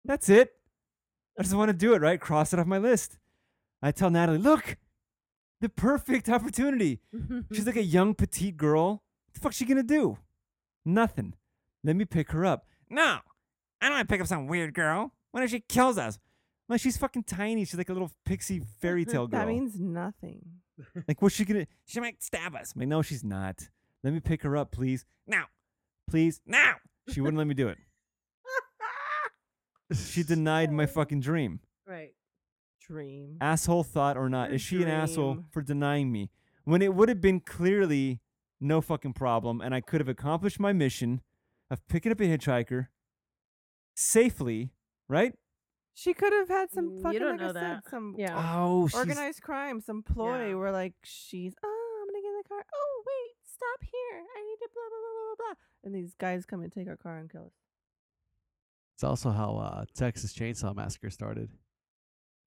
That's it. I just want to do it. Right, cross it off my list. I tell Natalie, look, the perfect opportunity. She's like a young petite girl. What the fuck's she gonna do? Nothing. Let me pick her up. No, I don't want to pick up some weird girl. What if she kills us? Like she's fucking tiny. She's like a little pixie fairy tale girl.
That means nothing.
like what's she gonna? She might stab us. I'm like no, she's not. Let me pick her up, please. Now, please, now. She wouldn't let me do it. She denied my fucking dream.
right.
Dream.
Asshole thought or not,
Your
is she an asshole
dream.
for denying me when it would have been clearly no fucking problem and I could have accomplished my mission of picking up a hitchhiker safely, right?
She could have had some
You
fucking
don't
like
know
I said,
that.
some
Yeah.
Oh, she's
organized crime, some ploy
Yeah.
where like she's oh I'm gonna get in the car. Oh wait, stop here. I need to blah blah blah blah blah. And these guys come and take our car and kill us.
It's also how uh, Texas Chainsaw Massacre started.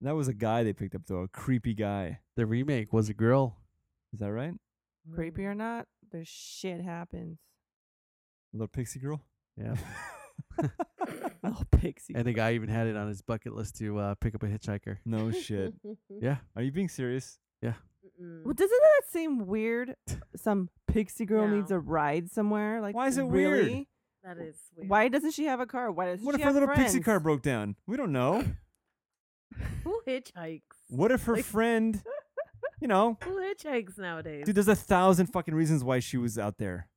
that was a guy they picked up though, a creepy guy.
The remake was a girl.
Is that right?
Creepy or not, the shit happens.
Little pixie girl.
Yeah.
Little pixie.
and the guy even had it on his bucket list to uh, pick up a hitchhiker.
No shit.
Yeah.
Are you being serious?
Mm-mm.
Well, doesn't that seem weird? Some pixie girl
No.
needs a ride somewhere. Like,
Why is it weird?
really?
that is weird.
Why doesn't she have a car? Why doesn't
What
she
if her
have
little pixie car
friends?
broke down? We don't know.
Who hitchhikes?
What if her
Like-
friend, you know,
Who hitchhikes nowadays?
dude, there's a thousand fucking reasons why she was out there.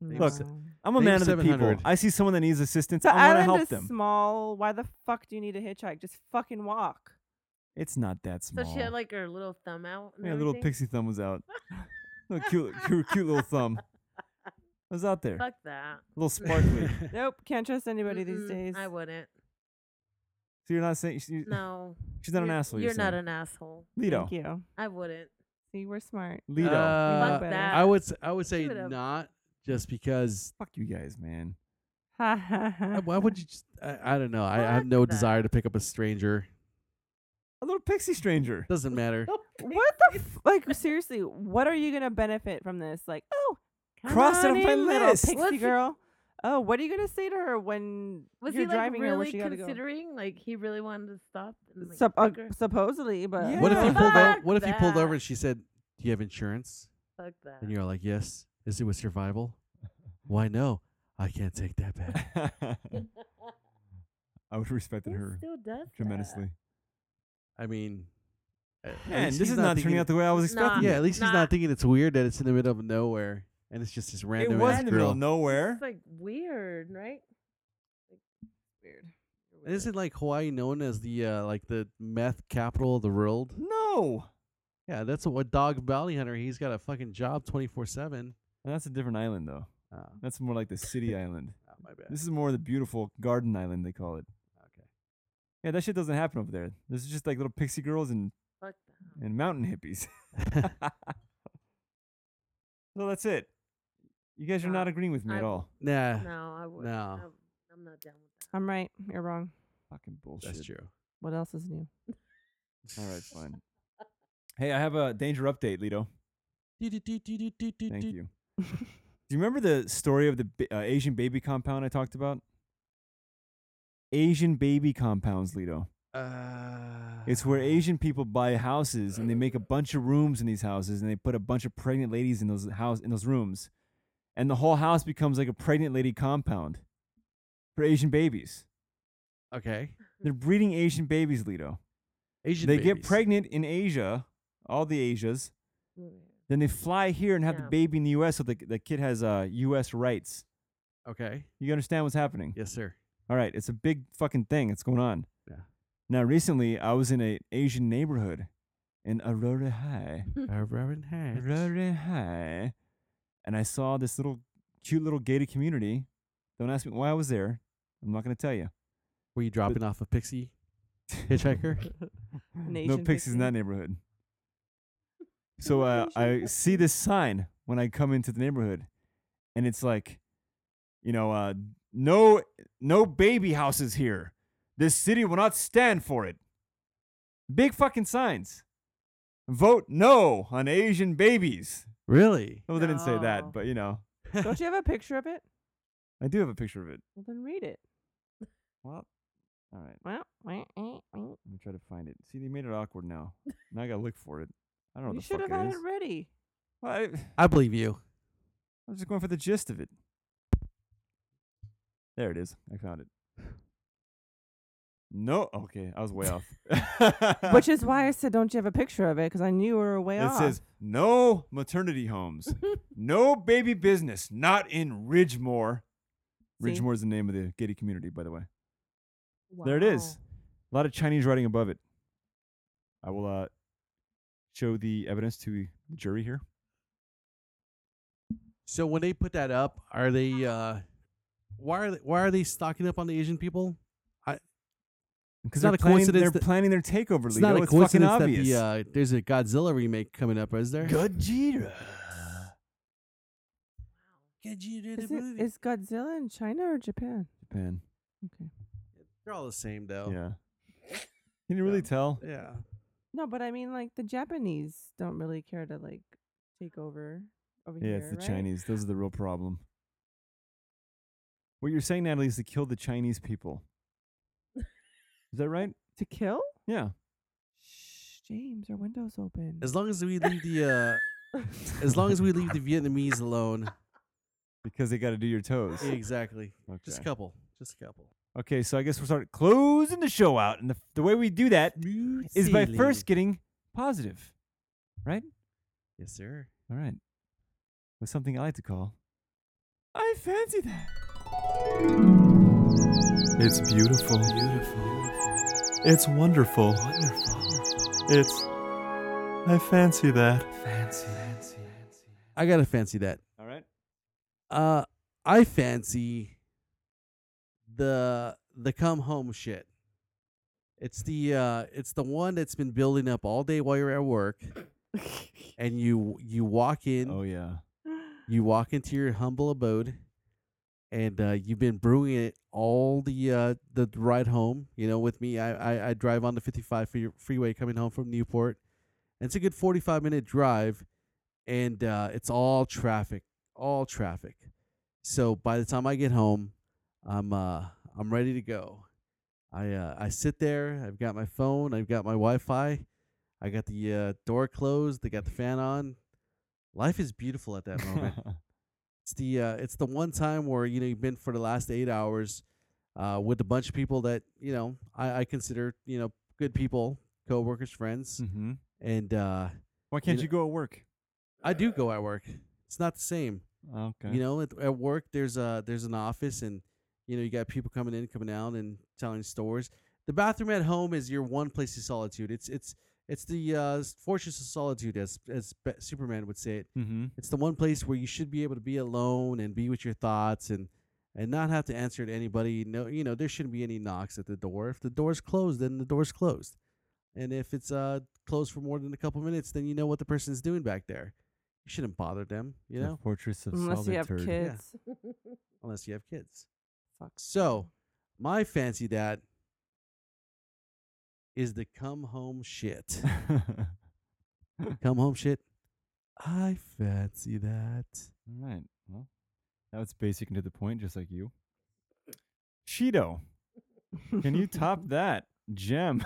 Look,
No.
I'm a
Leave
man of the people.
700.
I see someone that needs assistance.
the
I want to
island
help
is
them.
small. Why the fuck do you need a hitchhike? Just fucking walk.
It's not that small.
so she had like her little thumb out. and
yeah, little
everything?
pixie thumb was out. little cute, cute, cute little thumb was out there.
Fuck that.
little sparkly.
Nope, can't trust anybody
Mm-mm,
these days.
I wouldn't.
so you're not saying she,
No.
she's not an
You're-
asshole.
You're,
You're,
not
saying.
an asshole.
Lido.
Thank you.
I wouldn't.
See, we're smart.
Lido.
Uh,
Fuck
better.
that.
I would s- I would say
would've-
not just because
Fuck you guys, man.
Ha ha ha.
uh, why would you just I, I don't know. I, I have
Fuck
no
that.
desire to pick up a stranger.
A little pixie stranger.
Doesn't matter.
What the f- like? Seriously, what are you gonna benefit from this? Like, oh, come
Cross it
on
off my
in, little
list.
pixie
Was he-
girl. Oh, what are you gonna say to her when
Was
you're
he like
driving her where
really
she gotta go?
considering? Like he really wanted to stop. And, like,
Sup- uh,
fuck her?
supposedly, but
Yeah.
What if he pulled over
Fuck
what if he pulled over
that.
and she said, Do you have insurance?
Fuck that.
And you're like, Yes. Is it with survival? Why no? I can't take that back.
I would have respected
Who
her
still does that?
tremendously.
I mean at
Man,
least
this
he's
is not turning
thinking-
out the way I was
Nah.
expecting.
Yeah,
it.
at least he's
Nah.
not thinking it's weird that it's in the middle of nowhere and it's just this
it
random
was
ass
in the middle
girl.
of nowhere.
It's like weird, right?
weird.
And Isn't like Hawaii known as the uh, like the meth capital of the world?
No,
Yeah, that's what dog bounty hunter. He's got a fucking job twenty four seven.
And that's a different island though.
Oh,
That's more like the city island.
oh, my bad.
This is more the beautiful garden island they call it.
okay.
Yeah, that shit doesn't happen over there. This is just like little pixie girls and,
Fuck that.
and mountain hippies. so that's it. You guys are
Nah,
not agreeing with me at
I-
all.
Nah,
No, I wouldn't.
No.
I'm, I'm not down with that.
I'm right. You're wrong.
Fucking bullshit.
that's true.
What else is new?
All right, fine. hey, I have a danger update, Lido. Thank you. Do you remember the story of the ba- uh, Asian baby compound I talked about? Asian baby compounds, Lido.
Uh,
It's where Asian people buy houses and they make a bunch of rooms in these houses and they put a bunch of pregnant ladies in those house in those rooms. And the whole house becomes like a pregnant lady compound for Asian babies.
okay.
They're breeding Asian babies, Lido.
Asian.
they get
babies.
pregnant in Asia, all the Asias. Then they fly here and have the
Yeah.
baby in the US so the, the kid has uh, US rights.
Okay.
You understand what's happening?
Yes, sir.
All right, it's a big fucking thing that's going on.
Yeah.
Now recently I was in a Asian neighborhood in Aurora High.
Reverend Hatch.
Very high. and I saw this little cute little gated community. Don't ask me why I was there. I'm not going to tell you.
Were you dropping off a pixie hitchhiker?
no
Nation
pixies in that neighborhood. So uh, I see this sign when I come into the neighborhood, and it's like, you know, uh, no, no baby houses here. This city will not stand for it. Big fucking signs. Vote no on Asian babies.
really?
Well, they didn't say
No.
that, but you know,
Don't you have a picture of it?
I do have a picture of it.
Well, then read it.
Well, all right.
Well, eh, you
Let me try to find it. See, they made it awkward now. Now I gotta look for it. I don't know what
should
the
have
fuck
had
it is.
it ready.
Well, I,
I believe you.
I was just going for the gist of it. There it is. I found it. No, okay, I was way off.
Which is why I said, "Don't you have a picture of it?" Because I knew we were way
it
off.
says no maternity homes, no baby business, not in Ridgemore.
See?
Ridgemore is the name of the gated community, by the way. There it is. A lot of Chinese writing above it. I will uh, show the evidence to the jury here.
So when they put that up, are they? uh Why are they, why are they stocking up on the Asian people?
Because
not
they're
a
planning,
coincidence
They're
that-
planning their takeover.
It's
Leo.
not a
it's fucking
coincidence that
obvious.
the, uh, there's a Godzilla remake coming up, is there?
Gojira.
Godzilla
Is, it, is Godzilla in China or Japan?
Japan.
Okay.
They're all the same though.
Yeah. Can you really
Yeah.
tell?
Yeah.
No, but I mean, like the Japanese don't really care to like take over over
Yeah,
here.
it's the
right?
Chinese. Those are the real problem. What you're saying, Natalie, is to kill the Chinese people. Is that right?
to kill.
Yeah.
Shh, James, our window's open.
As long as we leave the uh, as long as we leave the Vietnamese alone.
Because they got to do your toes.
Yeah, exactly.
Okay.
Just a couple. Just a couple.
okay, so I guess we'll start closing the show out. And the, the way we do that is by first getting positive.
Yes, sir.
All right. With something I like to call I fancy that.
It's beautiful. It's wonderful. It's. I fancy that.
I gotta fancy that.
All right.
Uh, I fancy the the come home shit. It's the uh, it's the one that's been building up all day while you're at work, and you you walk in,
Oh, yeah.
you walk into your humble abode, and uh, you've been brewing it all the uh, the ride home. You know, with me, I I, I drive on the 55 free, freeway coming home from Newport. And it's a good 45 minute drive, and uh, it's all traffic, all traffic. So by the time I get home, I'm uh, I'm ready to go. I uh, I sit there. I've got my phone. I've got my Wi-Fi. I got the uh, door closed. They got the fan on. Life is beautiful at that moment. It's the uh, it's the one time where you know you've been for the last eight hours uh, with a bunch of people that you know I, I consider you know good people, coworkers, friends,
mm-hmm.
and uh,
Why can't
know-
you go to work?
I do go at work. It's not the same,
Okay.
you know. At, at work, there's a there's an office, and you know you got people coming in, coming out, and telling stories. The bathroom at home is your one place of solitude. It's it's it's the uh, fortress of solitude, as as Ba- Superman would say it.
mm-hmm.
it's the one place where you should be able to be alone and be with your thoughts and and not have to answer to anybody. No, you know there shouldn't be any knocks at the door. If the door's closed, then the door's closed. And if it's uh closed for more than a couple minutes, then you know what the person's doing back there. You shouldn't bother them, you know,
Fortress of
Unless you have kids.
unless you have kids. So, my fancy that is the come home shit. come home shit. I fancy that.
All right. Well, now it's basic and to the point, just like you. Cheeto, can you top that gem?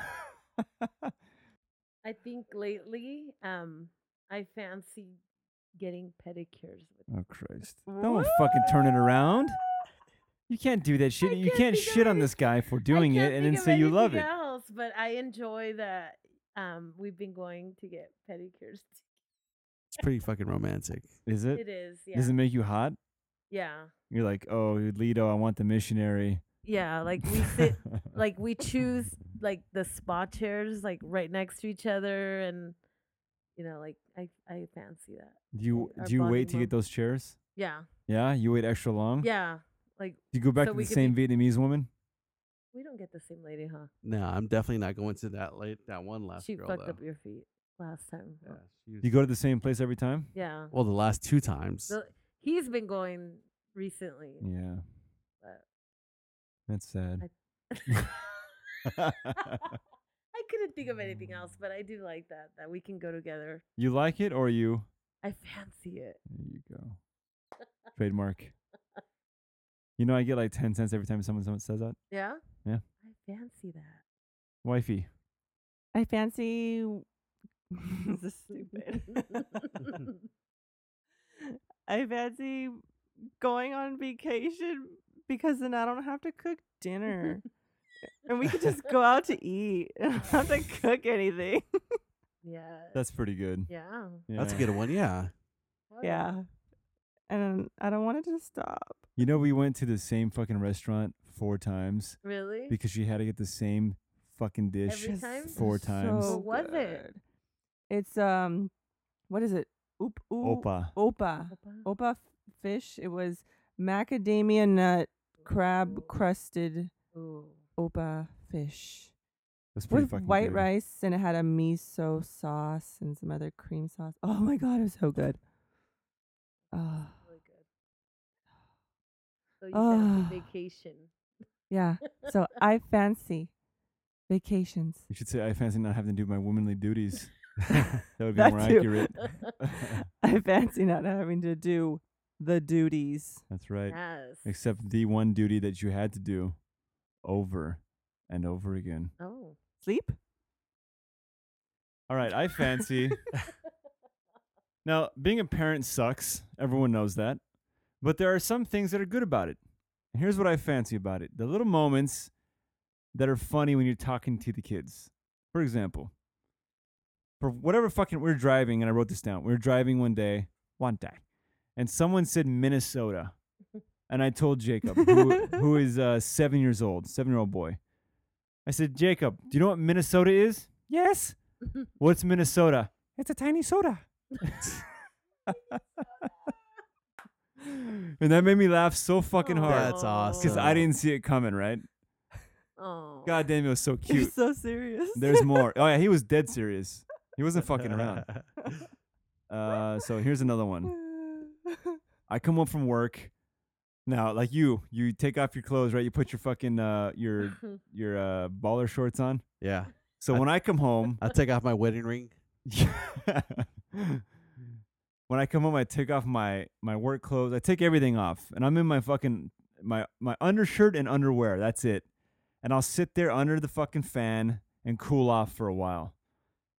I think lately, um, I fancy getting pedicures. With
Oh Christ! Don't fucking turn it around. You can't do that shit.
I
you
can't
can't
think of
shit on
any-
this guy for
I
doing
can't
it and then
think of
say you love
anything
it.
Else, but I enjoy that. Um, we've been going to get pedicures.
It's pretty fucking romantic.
Is it?
It is, yeah,
Does it make you hot?
yeah,
You're like, oh, Lido, I want the missionary.
yeah. Like we sit, like we choose like the spa chairs like right next to each other, and You know, like I I fancy that.
Do you
our
do you wait
bonding
to get
moment.
those chairs?
Yeah.
Yeah, you wait extra long.
Yeah. Like
Do you go back
So
to
we
the
could
same Vietnamese woman?
we don't get the same lady, huh?
No, I'm definitely not going to that late that one last
she
girl
fucked
though.
up your feet last time. huh?
yeah, she was-
Do you go to the same place every time?
Yeah.
well, the last two times.
So he's been going recently.
Yeah,
but-
that's sad.
I couldn't think of anything
Mm.
else, but I do like that that we can go together.
you like it or you?
I fancy it.
There you go. Trademark. You know, I get like ten cents every time someone someone says that.
Yeah.
Yeah.
I fancy that.
Wifey,
I fancy. this is stupid. I fancy going on vacation because then I don't have to cook dinner. and we could just go out to eat. I don't have to cook anything.
yeah.
that's pretty good.
yeah.
That's a
Yeah.
good one. Yeah.
Hell
Yeah. And I don't want it to stop.
You know, we went to the same fucking restaurant four times
Really?
because she had to get the same fucking dish
Every time?
four times.
What was it?
good. It's um what is it? Oop oop
Opa.
opa.
Opa.
Opa f- fish. It was macadamia nut crab crusted
Ooh.
opa fish.
That's pretty
with
fucking
white
good.
rice and it had a miso sauce and some other cream sauce. Oh my god, it was so good. Oh,
Really good. So you fancy
Ah.
vacation.
yeah. So I fancy vacations.
You should say I fancy not having to do my womanly duties. that would be
That
more
too.
accurate.
I fancy not having to do the duties.
That's right.
yes.
Except the one duty that you had to do over and over again.
oh.
Sleep?
All right, I fancy. now, being a parent sucks. Everyone knows that. But there are some things that are good about it. And here's what I fancy about it the little moments that are funny when you're talking to the kids. For example, for whatever fucking we we're driving, and I wrote this down. We were driving one day, one day, and someone said Minnesota. And I told Jacob, who, who is uh, seven years old, seven year old boy, I said, Jacob, do you know what Minnesota is? Yes. What's Minnesota? It's a tiny soda. and that made me laugh so fucking hard
That's awesome.
because I didn't see it coming, right?
Oh.
God damn, it was so
You're
cute.
so serious.
There's more. Oh, yeah, he was dead serious. He wasn't fucking around. Uh, so here's another one. I come home from work. Now, like you, you take off your clothes, right? You put your fucking uh, your your uh, baller shorts on.
Yeah.
Uh,
So when I come home,
I'll take off my wedding ring.
when I come home, I take off my my work clothes. I take everything off, and I'm in my fucking my my undershirt and underwear. That's it. And I'll sit there under the fucking fan and cool off for a while,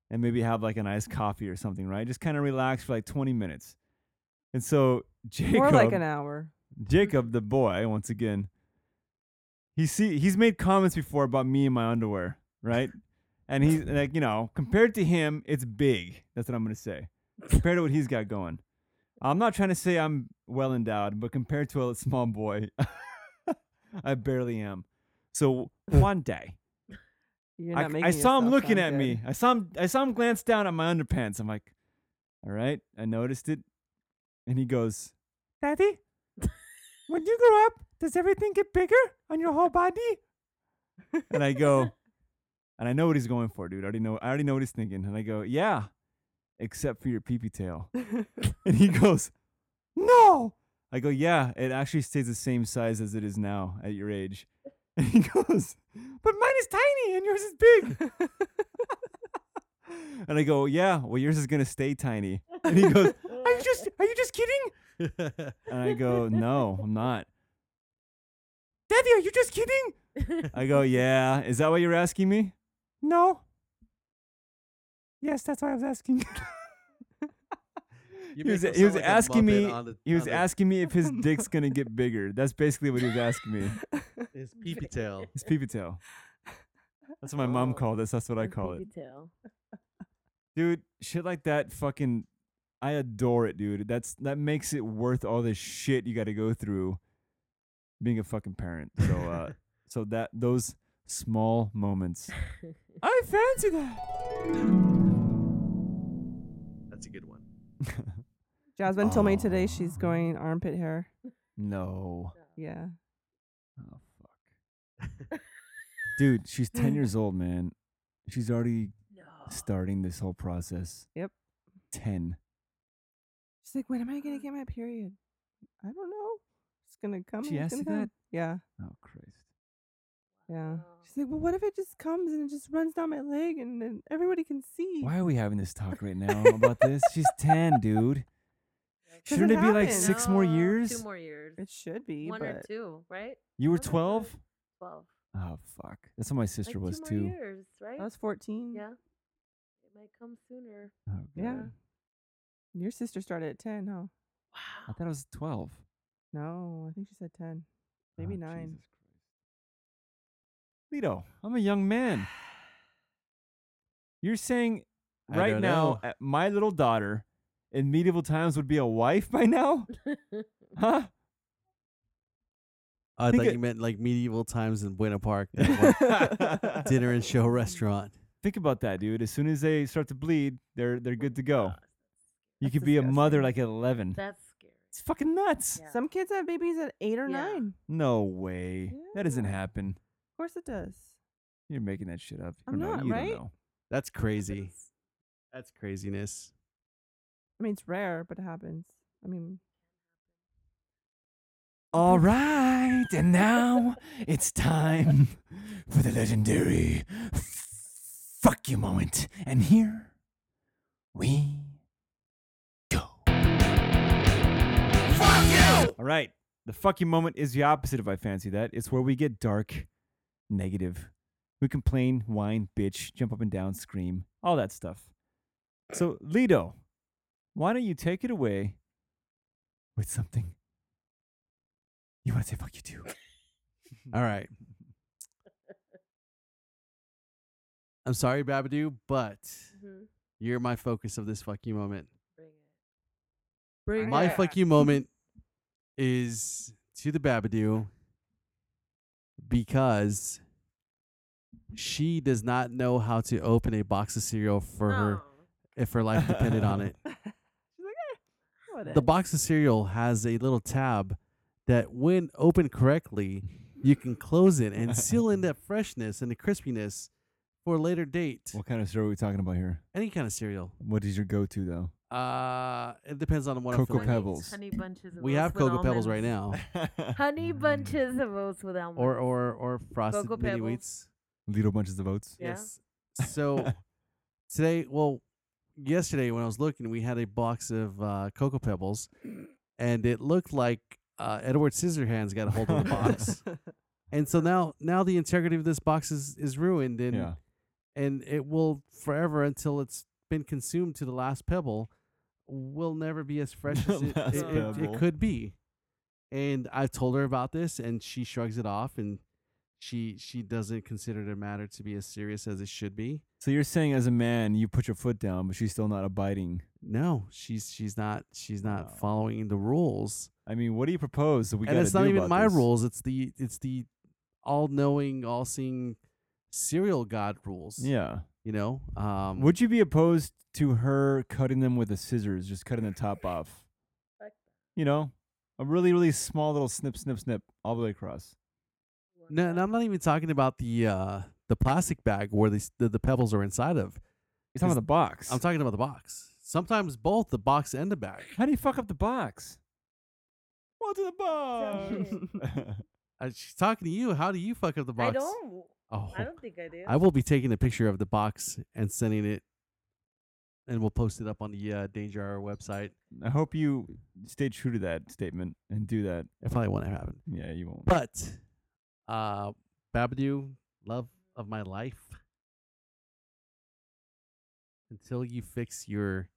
and maybe have like an iced coffee or something, right? Just kind of relax for like 20 minutes. And so Jacob,
More like an hour.
Jacob, the boy, once again, he see he's made comments before about me and my underwear, right? And he's like, you know, compared to him, it's big. That's what I'm gonna say. Compared to what he's got going, I'm not trying to say I'm well endowed, but compared to a small boy, I barely am. So one day,
You're
I,
not making
I saw him
yourself
looking
sound
at
good.
me. I saw him. I saw him glance down at my underpants. I'm like, all right, I noticed it. And he goes, Daddy, when you grow up, does everything get bigger on your whole body? and I go, and I know what he's going for, dude. I already know. I already know what he's thinking. And I go, yeah, except for your peepee tail. and he goes, no. I go, yeah, it actually stays the same size as it is now at your age. And he goes, but mine is tiny and yours is big. and I go, yeah, well, yours is gonna stay tiny. And he goes, are you just are you just kidding? And I go, no, I'm not. Daddy, are you just kidding? I go, yeah. Is that what you're asking me? No. Yes, that's why I was asking.
You
he was,
make him
he was
sound like a
asking
Muppet
me.
on the-
he was
on the-
asking me if his dick's gonna get bigger. That's basically what he was asking me.
His peepee tail.
His peepee tail. That's what my mom
Oh.
called us. That's what I call it.
Tail.
dude shit like that fucking i adore it dude that's that makes it worth all the shit you got to go through being a fucking parent so uh so that those small moments i fancy that
Jasmine told me today she's going armpit hair.
No.
Yeah.
Oh fuck. Dude, she's 10 years old, man. She's already starting this whole process.
Yep.
10.
She's like, when am I gonna get my period? I don't know. It's gonna come.
She
and it's
asked
gonna
you
come.
that?
Yeah.
Oh Christ.
Yeah.
Oh.
She's like, well, what if it just comes and it just runs down my leg and then everybody can see?
Why are we having this talk right now about this? She's 10, dude. Shouldn't it,
Doesn't
be like
happen.
six more
No,
years?
Two more years.
It should be,
One
but
or two, right?
You were
One or two?
12?
Twelve.
Oh fuck. That's what my
Like
sister was
two
too.
More years, right?
I was 14.
yeah. It might come sooner.
Oh,
Yeah.
God.
Your sister started at 10, huh?
I
Wow.
thought it was 12.
No, I think she said 10. Maybe
Oh,
nine.
Jesus Christ. Lito, I'm a young man. You're saying
I
right
don't
now,
know.
uh, my little daughter in medieval times would be a wife by now? huh?
I
think
thought
it-
you meant like medieval times in Buena Park, that one dinner and show restaurant.
Think about that, dude. As soon as they start to bleed, they're they're good to go.
Gosh,
You
That's
could be a mother like
disgusting.
at 11.
That's scary.
It's fucking nuts.
Yeah.
Some kids have babies at 8 or
Yeah.
9. Of
No way. That doesn't
Yeah.
happen.
course it does.
You're making that shit up.
I'm
Or no,
not,
you
right?
Don't know.
That's crazy.
That's-
That's craziness.
I mean, it's rare, but it happens. I mean,
All right, and now it's time for the legendary fuck you moment. And here we go. Fuck you! All right, the fuck you moment is the opposite of I fancy that. It's where we get dark, negative. We complain, whine, bitch, jump up and down, scream, all that stuff. So, Lido, why don't you take it away with something you want to say fuck you too?
All right. I'm sorry, Babadoo, but
Mhm.
you're my focus of this fuck you moment.
Bring it.
bring
My
it.
fuck you moment is to the Babadoo because she does not know how to open a box of cereal for her
Oh,
if her life depended on it.
She's like, eh, whatever.
The box of cereal has a little tab that, when opened correctly, you can close it and seal in that freshness and the crispiness for a later date.
What kind of cereal are we talking about here?
Any kind of cereal.
What is your go-to though?
Uh, it depends on what
Cocoa
I'm feeling.
Pebbles.
Honey bunches. Of
We
oats
have
with
cocoa pebbles right
almonds.
now,
Honey bunches of oats with almonds.
or or or frosted
Cocoa
mini
Pebbles.
wheats.
Little bunches of oats.
Yeah.
Yes. So today, well, yesterday when I was looking, we had a box of uh, cocoa pebbles, and it looked like uh, Edward Scissorhands got a hold of the box. and so now now the integrity of this box is is ruined and
Yeah.
and it will forever until it's been consumed to the last pebble will never be as fresh
The
as it,
last
it, it- it
pebble.
could be and i've told her about this and she shrugs it off and she she doesn't consider the matter to be as serious as it should be
So you're saying as a man, you put your foot down, but she's still not abiding.
no she's she's not she's not
Wow.
following the rules
I mean, what do you propose that we
and
gotta
it's not
do
even
about
my
this?
rules it's the it's the all-knowing all-seeing serial god rules
Yeah.
you know um
Would you be opposed to her cutting them with the scissors, just cutting the top off?
Fuck that.
You know, a really, really small little snip, snip, snip, all the way across.
No, and I'm not even talking about the uh, the plastic bag where the, the the pebbles are inside of.
You're talking about
Is-
the box.
I'm talking about the box. Sometimes both the box and the bag.
How do you fuck up the box? What's in the
shit.
box?
Uh, she's talking to you. How do you fuck up the box?
I don't.
Oh,
I don't think I do.
I will be taking a picture of the box and sending it, and we'll post it up on the uh, Danger Hour website.
I hope you stay true to that statement and do that.
It probably won't happen.
Yeah, you won't.
But, uh, Babadoo, love of my life. Until you fix your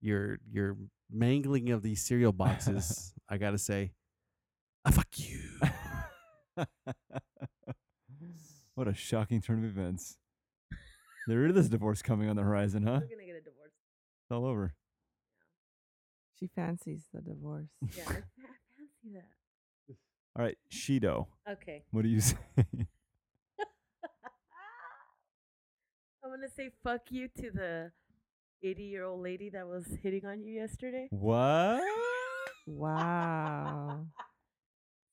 your your mangling of these cereal boxes, I gotta say, I fuck you.
what a shocking turn of events. There is this divorce coming on the horizon, huh?
We're gonna get a divorce.
It's all over.
she fancies the divorce.
Yeah, I fa- I fancy that.
All right, Shido,
Okay.
what do you say?
I'm gonna say fuck you to the 80 year old lady that was hitting on you yesterday?
What?
Wow.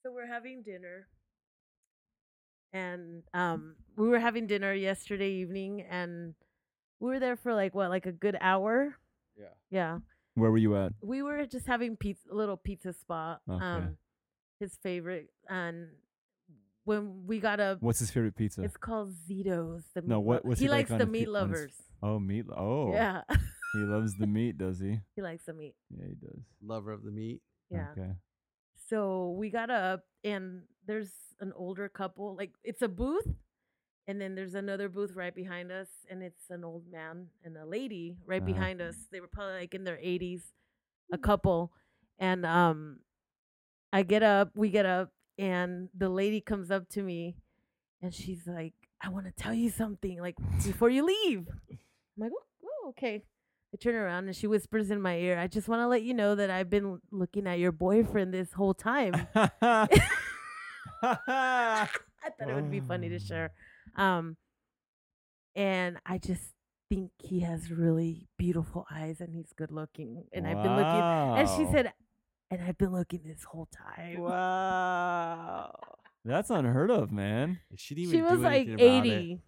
So we're having dinner. And um we were having dinner yesterday evening and we were there for like what, like a good hour?
Yeah.
Yeah.
Where were you at?
We were just having pizza a little pizza spot.
Okay.
Um his favorite and when we got up
What's his favorite pizza?
it's called Zito's the
No, what-
meatlo-
what's
he,
he like
likes
on
the
his
meat
pe- on his-
lovers.
oh, meat. Oh,
Yeah.
He loves the meat, does he?
he likes the meat.
Yeah, he does.
Lover of the meat.
Yeah.
Okay.
So we got up, and there's an older couple. Like it's a booth, and then there's another booth right behind us, and it's an old man and a lady right
Uh-huh. Mm.
behind us. They were probably like in their 80s, a couple. And um, I get up, we get up, and the lady comes up to me, and she's like, "I want to tell you something, like before you leave." I'm like, "Oh, oh, okay." I turn around and she whispers in my ear, I just want to let you know that I've been l- looking at your boyfriend this whole time. I thought it would be funny to share. Um, and I just think he has really beautiful eyes and he's good looking. And I've been looking. And she
Wow.
said, and I've been looking this whole time.
wow.
That's unheard of, man.
She didn't
She
even
was
do
like
anything about it.
80.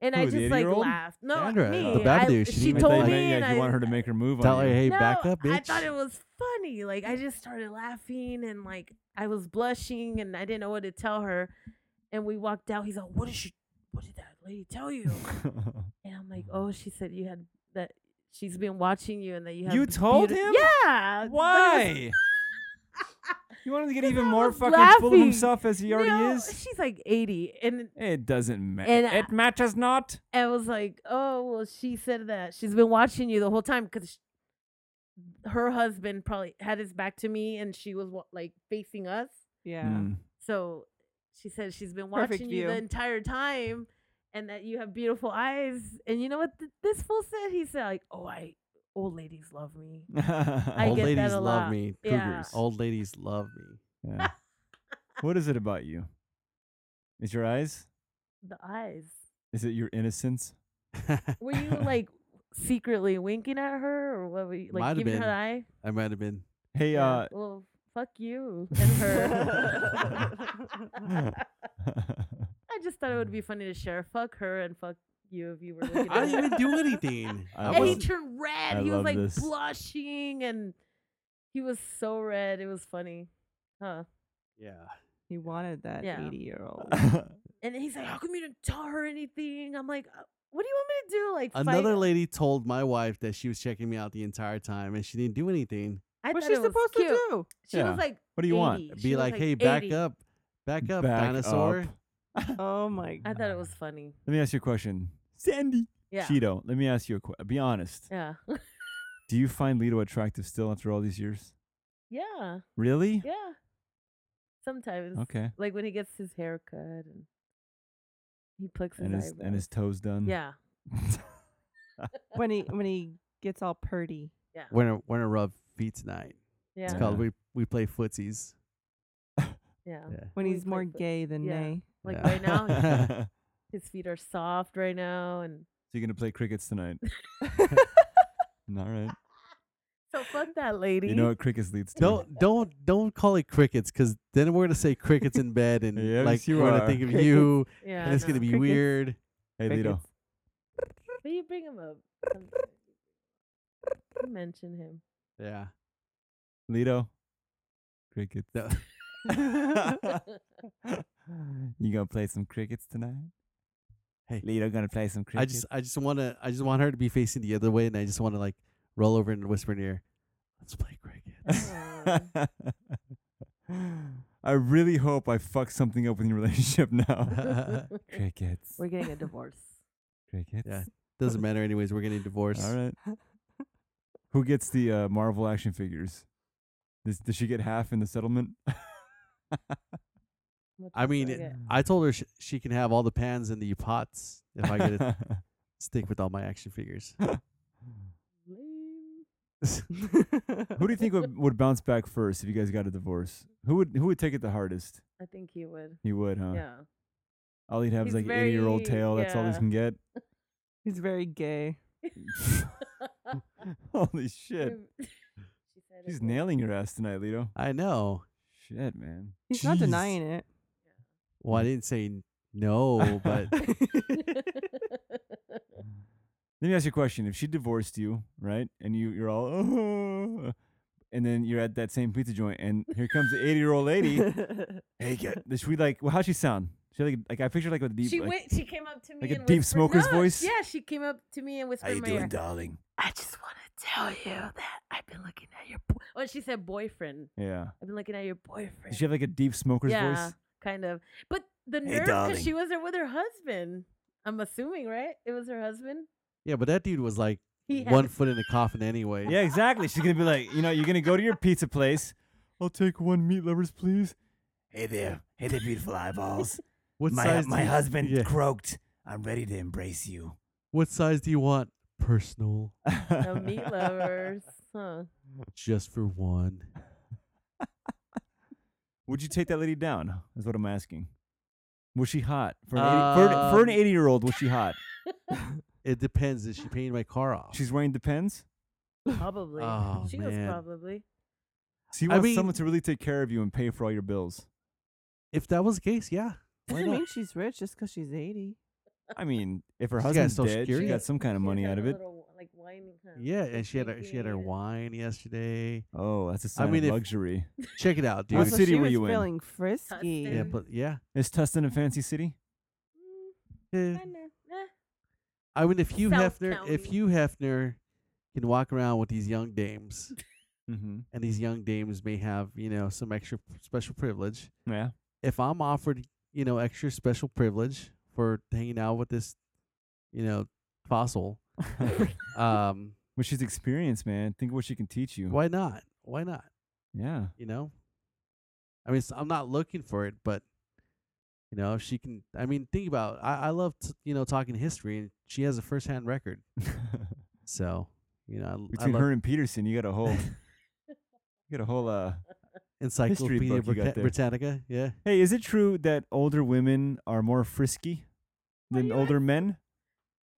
And I
Who, the
just like
80-year-old?
laughed. No,
Sandra,
me.
the bad
I-
dude, she
she
didn't
I
even
told
thought-
think-
me.
yeah,
and
you
I-
want her to make her move
Tell
on
her,
you.
hey, back up, bitch.
I thought it was funny. Like I just started laughing and like I was blushing and I didn't know what to tell her. And we walked out. He's like, "What did she? What did that lady tell you?" and I'm like, "Oh, she said you had that. She's been watching you and that you have."
You
b-
told
beauti-
him?
Yeah. Uh, but it was-
Why? you want him to get
'Cause
even
I
more
was
fucking full of
laughing.
himself as he already
No,
is?
She's like 80, and
It doesn't
And
matter.
I-
It matters not.
I was like, "Oh, well, she said that she's been watching you the whole time because." Her husband probably had his back to me, and she was wa- like facing us.
Yeah.
Mm.
So she said she's been watching
Perfect
you the
view.
entire time and that you have beautiful eyes. And you know what th- this fool said? He said, like, oh, I old ladies love me. I
Old
get that
ladies
a
love
lot.
me.
Yeah.
Cougars. Old ladies love me.
Yeah. what is it about you? Is your eyes?
The eyes.
Is it your innocence?
Were you like secretly winking at her or what were you like
Might have
giving her
been.
the eye?
I might have been.
Hey, uh,
Well, fuck you and her. I just thought it would be funny to share. Fuck her and fuck you if you were looking
I
at
didn't
her.
even do anything.
I
I
and he
wasn't-
was
turned red.
I
he
love
was like
this.
blushing and he was so red. It was funny. Huh.
yeah.
He wanted that
Yeah.
80 year old.
And he's like, How come you didn't tell her anything? I'm like, "Uh, What do you want me to do? Like, fight-
Another lady told my wife that she was checking me out the entire time and she didn't do anything.
I
What's
thought
she
it was
supposed
cute.
to do?
She
Yeah.
was like,
What do you want?
80. She
Be
was
like, hey, back
80."
up. Back up,
Back
dinosaur.
up.
Oh my
I thought it was funny.
Let me ask you a question, Sandy.
Yeah.
Cheeto, let me ask you a question. Be honest.
yeah.
Do you find Lito attractive still after all these years?
yeah.
Really?
Yeah. Sometimes.
Okay.
Like when he gets his hair cut and he plucks his
And his and his toes done.
Yeah.
when he when he gets all purdy.
Yeah.
We're gonna, we're gonna rub feet tonight.
Yeah.
It's
Yeah.
called we we play footsies.
Yeah.
Yeah.
When
We
he's
play
more
foot-
gay than
yeah.
nay.
Like
Yeah.
right now, his-
so
his feet are soft right now and
you're gonna play crickets tonight. all right.
So fuck that lady.
You know what crickets leads to?
Don't don't don't call it crickets because then we're gonna say crickets in bed and
Yes,
like
you
we're
are.
gonna think of
Crickets.
you
yeah,
and it's gonna
no.
be
Crickets.
weird.
Hey, Lito.
Crickets.
But you bring him up. sometimes. You mention him.
Yeah.
Lito. Crickets.
No.
you gonna play some crickets tonight?
Hey.
Lito gonna play some
I
crickets.
just I just wanna I just want her to be facing the other way and I just wanna like roll over and whisper in her ear, let's play cricket.
I really hope I fuck something up in your relationship now. crickets.
We're getting a divorce.
Crickets.
Yeah. Doesn't matter anyways, we're getting divorced.
All right. Who gets the uh, Marvel action figures? Does, does she get half in the settlement?
How much
I
do
mean,
get?
I told her sh- she can have all the pans and the pots if I get to stick with all my action figures.
Lame.
Who do you think would, would bounce back first if you guys got a divorce? Who would who would take it the hardest?
I think he would.
He would, huh?
Yeah.
All he'd have is
He's
like an eighty year old
very-
tail. That's all he
yeah.
can get.
He's very gay.
Holy shit.
She said
She's
it.
nailing your ass tonight, Lito.
I know.
Shit, man.
He's not
Jeez.
denying it.
Well, I didn't say n- no, but
Let me ask you a question. If she divorced you, right, and you you're all, oh, and then you're at that same pizza joint, and here comes the 80 year old lady. hey, get. Does she like? Well, how'd she sound? She like like I pictured like a deep.
she
like,
went. She came up to me
like a
and
deep
whispered-
smoker's
No,
voice?
Yeah, she came up to me and whispered, in my ear,
darling?
"I just want to tell you that I've been looking at your." Bo-. Well, she said boyfriend.
Yeah.
I've been looking at your boyfriend.
Does she have like a deep smoker's
yeah,
voice?
kind of. But the nerve because
darling.
she was there with her husband. I'm assuming, right? It was her husband.
yeah, but that dude was like
He had-
one foot in the coffin anyway.
Yeah, exactly. She's gonna be like, you know, you're gonna go to your pizza place. I'll take one meat lovers, please. Hey there, hey there, beautiful eyeballs.
What size? do you- Yeah.
croaked. I'm ready to embrace you.
What size do you want? Personal,
the meat lovers. Huh.
just for one.
Would you take that lady down? Is what I'm asking. Was she hot for an 80, for, an- for an
Um,
80 year old? Was she hot?
It depends. Is she paying my car off?
She's wearing depends.
Probably.
Oh,
she was
man.
probably.
So you
I
want
mean-
someone to really take care of you and pay for all your bills.
if that was the case, yeah. Why
Doesn't
not?
mean she's rich just because she's 80.
I mean, if her
She's got
husband's
Social
dead,
Security.
she got some kind of
She was
money out
having
of
a
it.
little, like whining, huh?
Yeah, and she had her,
Like,
she had her
yeah.
wine yesterday.
Oh, that's a sign
mean,
of
if-
luxury.
Check it out, dude.
What
also,
city
she
were
was
you in?
feeling frisky.
Yeah,
Tustin.
but yeah.
Is Tustin a fancy city?
Eh.
Mm, kinda, eh.
I mean, if you
South
Hefner, if
County.
you Hefner can walk around with these young dames,
Mm-hmm.
and these young dames may have you know some extra special privilege.
Yeah.
If I'm offered you know extra special privilege for hanging out with this, you know, fossil, um,
But she's experienced, man. Think of what she can teach you.
why not? Why not?
Yeah.
You know, I mean, s I'm not looking for it, but you know, if she can. I mean, think about. it. I I love t- you know talking history, and she has a firsthand record, so. You know, I l- I,
Between
love
her and Peterson, you got a whole, you got a whole. Uh, book
Encyclopedia
you got
Brita-
there.
Britannica. Yeah.
hey, is it true that older women are more frisky
What are
than
you
older men?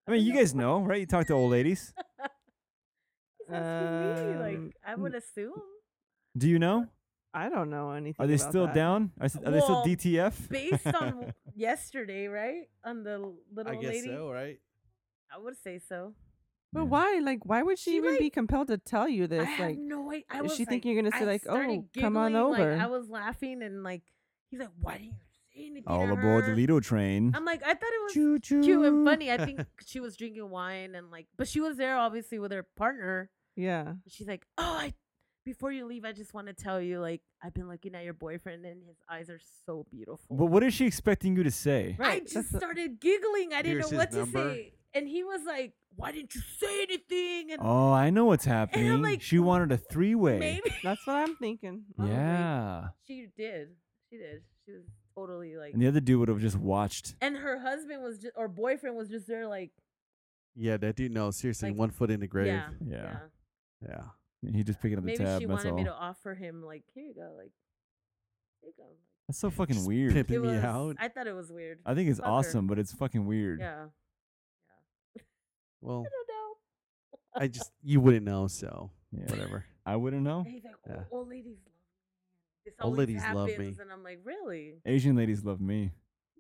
I mean, you guys know, right? You talk to old ladies.
He's asking me,
Um,
like, I would assume.
Do you know?
I don't know anything.
Are they
about
still
that.
down? Are, s- are they still
Well,
DTF?
Based on w- yesterday, right? On the l- little lady.
right?
I would say so.
But
Yeah.
why? Like, why would she,
She,
even
like-
be compelled to tell you
I
this?
have
Like,
no idea. I
is
was
she
like,
thinking you're gonna say
I
like,
started
"Oh, come on
giggling, like,
over"?
I was laughing and like, he's like, why didn't you say anything?
All
to
aboard the
her?"
Lido train.
I'm like, I thought it was
Choo-choo.
cute and funny. I think she was drinking wine and like, but she was there obviously with her partner.
yeah.
She's like, oh, I. Before you leave, I just want to tell you, like, I've been looking at your boyfriend and his eyes are so beautiful.
But what is she expecting you to say?
Right,
I
that's
just
the-
started giggling. I didn't
Here's his
know what to
number.
say. And he was like, Why didn't you say anything? And
Oh, I know what's
I'm
happening.
like,
she wanted a three-way.
maybe
That's what I'm thinking.
Probably.
Yeah.
she did. She did. She was totally like
And the other dude would have just watched.
and her husband was just or boyfriend was just there like
Yeah, that dude. No, seriously,
Like,
one foot in the grave.
Yeah.
Yeah.
Yeah.
Yeah.
And he just picking up the
Maybe
tab.
she
that's
wanted
all.
me to offer him like, here you go, like here you go.
That's so fucking
Just
weird.
pimping
It
me
was-
out.
I thought it was weird.
I think it's
Fucker.
awesome, but it's fucking weird.
Yeah.
well,
I don't know.
I just you wouldn't know, so
Yeah.
whatever.
I wouldn't know.
And he's like,
Yeah.
"Oh, old ladies love me. This
Old
always
ladies love me.
happens." And I'm like, really?
Asian ladies love me.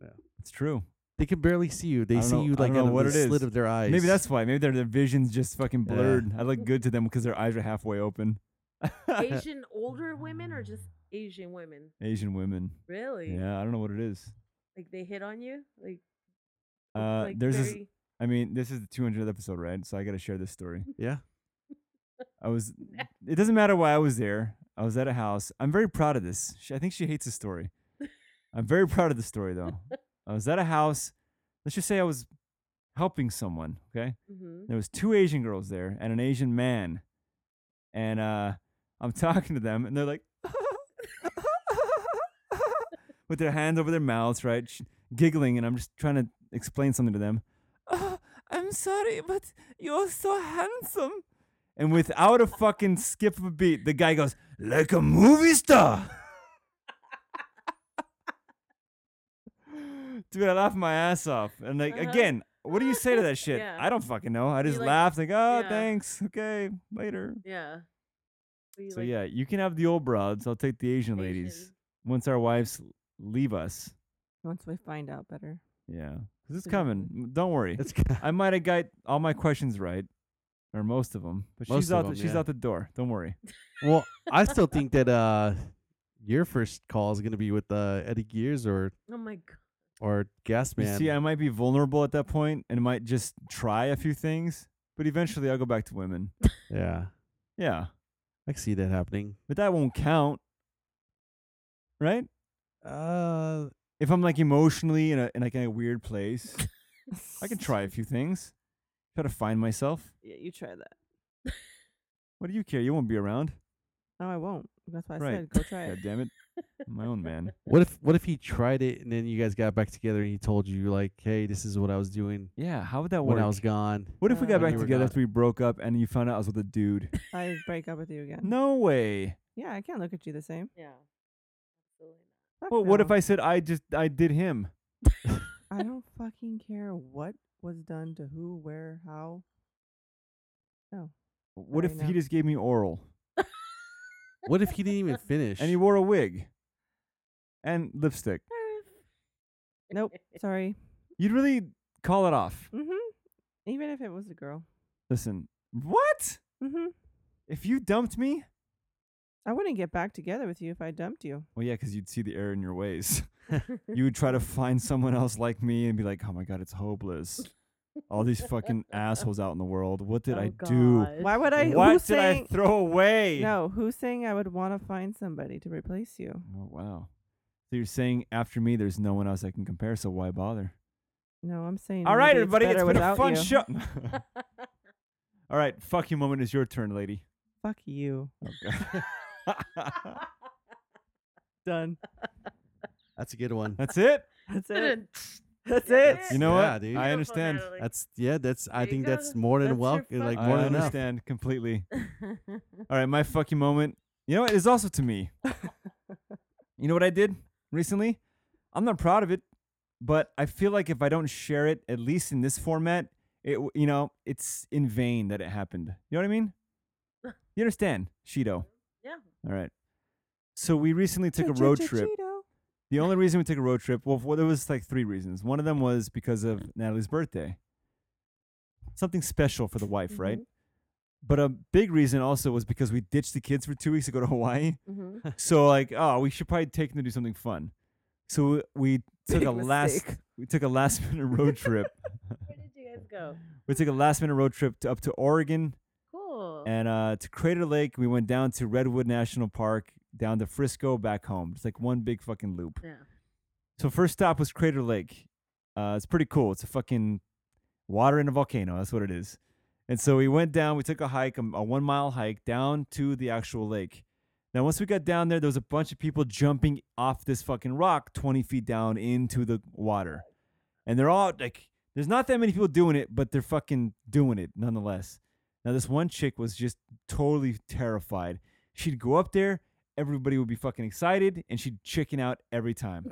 Yeah.
It's true.
They can barely see you.
I
They
don't
see
know-
you
I don't
like
know
out of
what
the
it is.
slit of their eyes.
Maybe that's why. Maybe their, their vision's just fucking
Yeah.
blurred. I look good to them because their eyes are halfway open.
Asian older women or just Asian women?
Asian women.
Really?
Yeah, I don't know what it is.
Like they hit on you? Like,
Uh,
like
there's this.
very...
I mean, this is the 200th episode, right? So I got to share this story.
yeah.
I was. It doesn't matter why I was there. I was at a house. I'm very proud of this. She, I think she hates the story. I'm very proud of the story though. I was at a house. Let's just say I was helping someone. Okay,
hmm
there was two Asian girls there and an Asian man, and uh, I'm talking to them, and they're like, with their hands over their mouths, right, sh- giggling, and I'm just trying to explain something to them. Oh, I'm sorry, but you're so handsome. And without a fucking skip of a beat, the guy goes, like a movie star. Dude, I laughed my ass off. And like
Uh-huh.
again, What do you say to that shit?
Yeah.
I don't fucking know. I
You
just
like-
laughed like, oh,
yeah.
thanks. Okay, later.
Yeah. Were you
So
like,
yeah, you can have the old broads. I'll take the Asian ladies
Asian?
once our wives leave us.
Once we find out better.
Yeah, 'Cause it's
Yeah.
coming. M- Don't worry.
It's
I might have got all my questions right, or most of them. But
Most
she's
of
out. the,
'em,
she's
yeah.
out the door. Don't worry.
well, I still think that uh, your first call is gonna be with uh, Eddie Gears or
Oh my god.
or Gas
You
Man.
see, I might be vulnerable at that point and might just try a few things. But eventually, I'll go back to women.
yeah,
Yeah,
I can see that happening.
but that won't count, right?
Uh,
If I'm like emotionally in a in like a weird place, I can try a few things. Try to find myself.
Yeah, you try that.
What do you care? You won't be around.
No, I won't. That's why I
Right.
said go try
God
it.
damn it. I'm my own man.
what if what if he tried it and then you guys got back together and he told you like, hey, this is what I was doing
Yeah, how would that
when
work?
I was gone.
what if we got
When
back
you were
together
gone.
after we broke up and you found out I was with a dude?
I break up with you again.
no way.
Yeah, I can't look at you the same.
Yeah. Absolutely
Fuck
Well, what if
no.
I said I just I did him?
I don't fucking care what was done to who, where, how.
What
Sorry,
if
no.
he just gave me oral
What if he didn't even finish?
and he wore a wig and lipstick?
Nope. Sorry.
You'd really call it off.
Mm-hmm. Even if it was a girl.
Listen, what?
Mm-hmm.
If you dumped me?
I wouldn't get back together with you if I dumped you.
Well, yeah, because you'd see the error in your ways. you would try to find someone else like me and be like, oh my God, it's hopeless. All these fucking assholes out in the world. What did
Oh
I do?
God.
Why would I?
what
who's
did I
saying?
throw away?
no, who's saying I would want to find somebody to replace you?
Oh wow. So you're saying after me, there's no one else I can compare. So why bother?
No, I'm saying.
All right,
maybe
everybody,
it's,
it's
better
been a
without
fun
you.
show. All right, fuck you moment is your turn, lady.
Fuck you.
Okay.
Done.
That's a good one.
That's it.
That's it.
That's
That's it.
You know
Yeah,
what?
dude.
I understand.
That's yeah. That's I
There you
think
go.
that's more than
That's your
welcome. Like
fucking
more
I
than enough.
understand completely. All right, my fucking moment. You know what? It's also to me. you know what I did recently? I'm not proud of it, but I feel like if I don't share it, at least in this format, it w- you know it's in vain that it happened. You know what I mean? You understand, Shido?
Yeah.
All right. So we recently took a road trip.
Ch-ch-ch-cheeto.
The only reason we took a road trip, well, f- there was like three reasons. One of them was because of Natalie's birthday, something special for the wife, right?
Mm-hmm.
But a big reason also was because we ditched the kids for two weeks to go to Hawaii.
Mm-hmm.
so like, oh, we should probably take them to do something fun. So we took
Big
a last
mistake.
we took a last minute road trip.
Where did you guys go?
we took a last minute road trip to, up to Oregon
Cool.
and uh, to Crater Lake. We went down to Redwood National Park, down to Frisco, back home. It's like one big fucking loop.
yeah.
So first stop was Crater Lake. Uh, it's pretty cool. It's a fucking water in a volcano. That's what it is. And so we went down. We took a hike, um, a one mile hike down to the actual lake. Now once we got down there, there was a bunch of people jumping off this fucking rock, twenty feet down into the water, and they're all like, "There's not that many people doing it, but they're fucking doing it nonetheless." Now this one chick was just totally terrified. She'd go up there, everybody would be fucking excited, and she'd chicken out every time.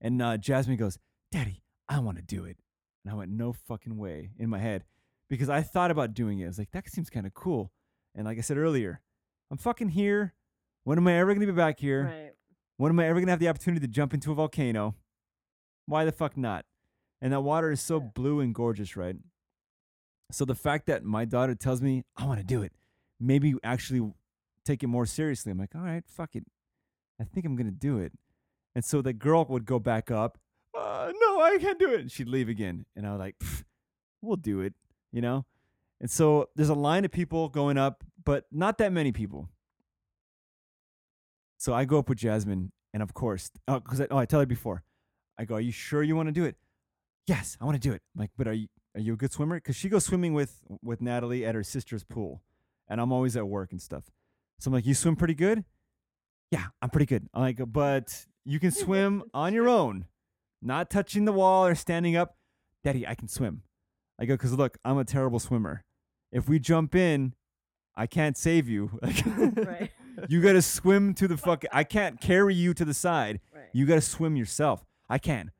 And uh, Jasmine goes, Daddy, I want to do it. And I went, No fucking way in my head because I thought about doing it. I was like, That seems kind of cool. And like I said earlier, I'm fucking here. When am I ever going to be back here?
Right.
When am I ever going to have the opportunity to jump into a volcano? Why the fuck not? And that water is so blue and gorgeous, right? So the fact that my daughter tells me, I want to do it, maybe you actually take it more seriously. I'm like, all right, fuck it. I think I'm going to do it. And so the girl would go back up, uh, no, I can't do it. And she'd leave again. And I was like, "Pff, we'll do it, you know? And so there's a line of people going up, but not that many people. So I go up with Jasmine, and of course, oh, because I, oh, I tell her before, I go, "Are you sure you want to do it?" Yes, I want to do it. I'm like, but are you are you a good swimmer? Because she goes swimming with with Natalie at her sister's pool, and I'm always at work and stuff. So I'm like, you swim pretty good. Yeah, I'm pretty good. I'm like, but you can swim on your own, not touching the wall or standing up. Daddy, I can swim. I go, because look, I'm a terrible swimmer. If we jump in, I can't save you. Like,
Right.
you got to swim to the fuck. I can't carry you to the side.
Right.
You got to swim yourself. I can.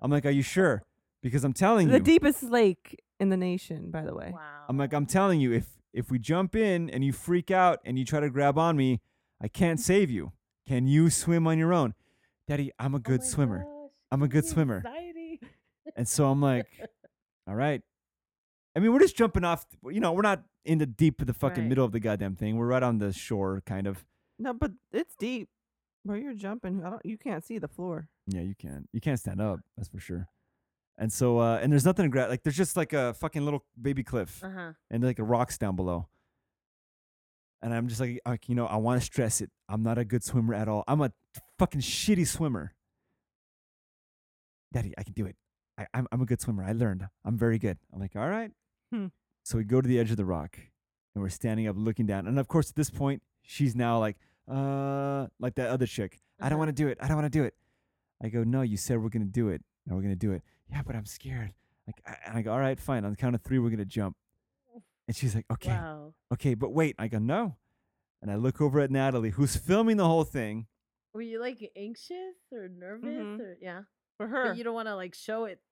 I'm like, are you sure? because I'm telling
the
you,
deepest lake in the nation, by the way.
Wow.
I'm like, I'm telling you, if if we jump in and you freak out and you try to grab on me, I can't save you. Can you swim on your own, Daddy? I'm a
Oh
good
my
swimmer,
gosh,
I'm a
give
good
me
swimmer.
anxiety.
and so I'm like, all right. I mean, we're just jumping off. You know, we're not in the deep of the fucking
Right.
middle of the goddamn thing. We're right on the shore, kind of.
No, but it's deep. Where you're jumping, I don't, you can't see the floor.
Yeah, you can't. You can't stand up. That's for sure. And so, uh, and there's nothing to grab. Like, there's just like a fucking little baby cliff.
Uh-huh.
and like the rocks down below. And I'm just like, like you know, I want to stress it. I'm not a good swimmer at all. I'm a fucking shitty swimmer. Daddy, I can do it. I, I'm I'm a good swimmer. I learned. I'm very good. I'm like, all right.
Hmm.
So we go to the edge of the rock, and we're standing up, looking down. And of course, at this point, she's now like, uh, like that other chick. I don't
Uh-huh.
want to do it. I don't want to do it. I go, no. You said we're gonna do it, and we're gonna do it. Yeah, but I'm scared. Like, I, and I go, all right, fine. On the count of three, we're gonna jump. And she's like, okay,
Wow.
okay, but wait. I go, no. And I look over at Natalie, who's filming the whole thing.
Were you like anxious or nervous
Mhm.
or yeah?
For
But you don't want to like show it.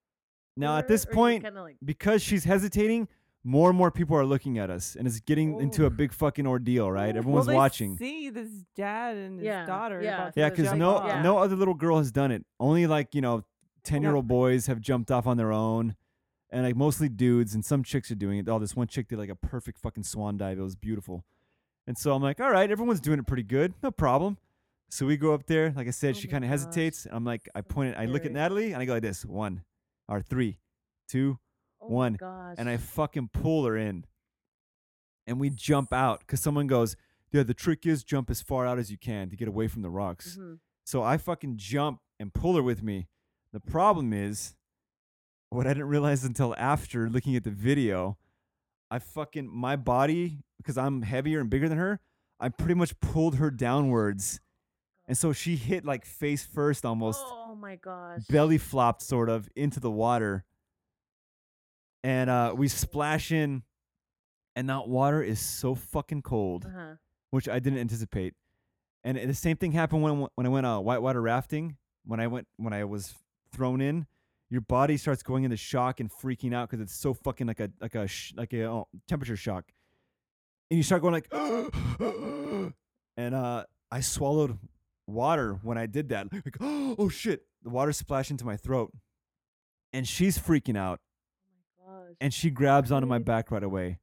Now, at this point,
kind of like
because she's hesitating, more and more people are looking at us, and it's getting into
Oh.
a big fucking ordeal, right?
Well,
Everyone's
well, they
watching.
See this dad and his
Yeah,
daughter.
yeah,
about to
Yeah,
so it's
because
jump
no,
off.
yeah.
no other little girl has done it. Only like you know, ten-year-old boys have jumped off on their own, and like mostly dudes, and some chicks are doing it. Oh, this one chick did like a perfect fucking swan dive. It was beautiful. And so I'm like, all right, everyone's doing it pretty good, no problem. So we go up there. Like I said,
Oh
she
my
kind of
gosh,
hesitates. And I'm like, I
so
point at, I look at
scary.
Natalie, and I go like this: one, or three, two,
oh
one,
My gosh.
and I fucking pull her in. And we jump out because someone goes, Yeah, the trick is jump as far out as you can to get away from the rocks.
Mhm.
So I fucking jump and pull her with me. The problem is, what I didn't realize until after looking at the video, I fucking, my body, because I'm heavier and bigger than her, I pretty much pulled her downwards. And so she hit like face first almost
Oh my gosh.
belly flopped sort of into the water and uh we splash in and that water is so fucking cold
Uh-huh.
which i didn't anticipate and the same thing happened when when i went uh, whitewater rafting when i went when i was thrown in your body starts going into shock and freaking out because it's so fucking like a like a sh- like a oh, temperature shock and you start going like and uh i swallowed water when i did that like oh shit the water splashed into my throat and she's freaking out
Oh Gosh.
and she grabs onto my
Crazy.
back right away.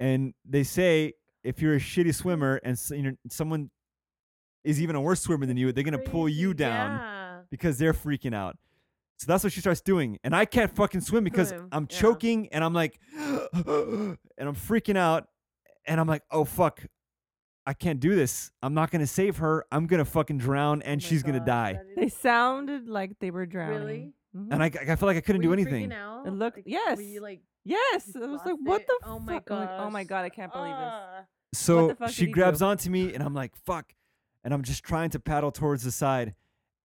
And they say if you're a shitty swimmer and s- you know, someone is even a worse swimmer than you, they're gonna pull you
Crazy,
down
Yeah. Oh
because they're freaking out. So that's what she starts doing, and I can't fucking swim because
Swim,
I'm
yeah.
choking and I'm like, and I'm freaking out, and I'm like, oh fuck, I can't do this. I'm not gonna save her. I'm gonna fucking drown,
Oh my
and she's gonna
gosh,
die.
that
They
is-
sounded like they were drowning.
Really?
Mhm.
And I, I felt like I couldn't
Were
do
you freaking
anything.
out?
It looked-
Like,
yes.
Were you like?
yes,
you
I was
lost
like, "What
it?
the
Oh my
fuck?" I'm like, oh my
gosh.
god, I can't believe this.
Ah.
So
fuck
she
did he
grabs
do?
onto me and I'm like, fuck. And I'm just trying to paddle towards the side.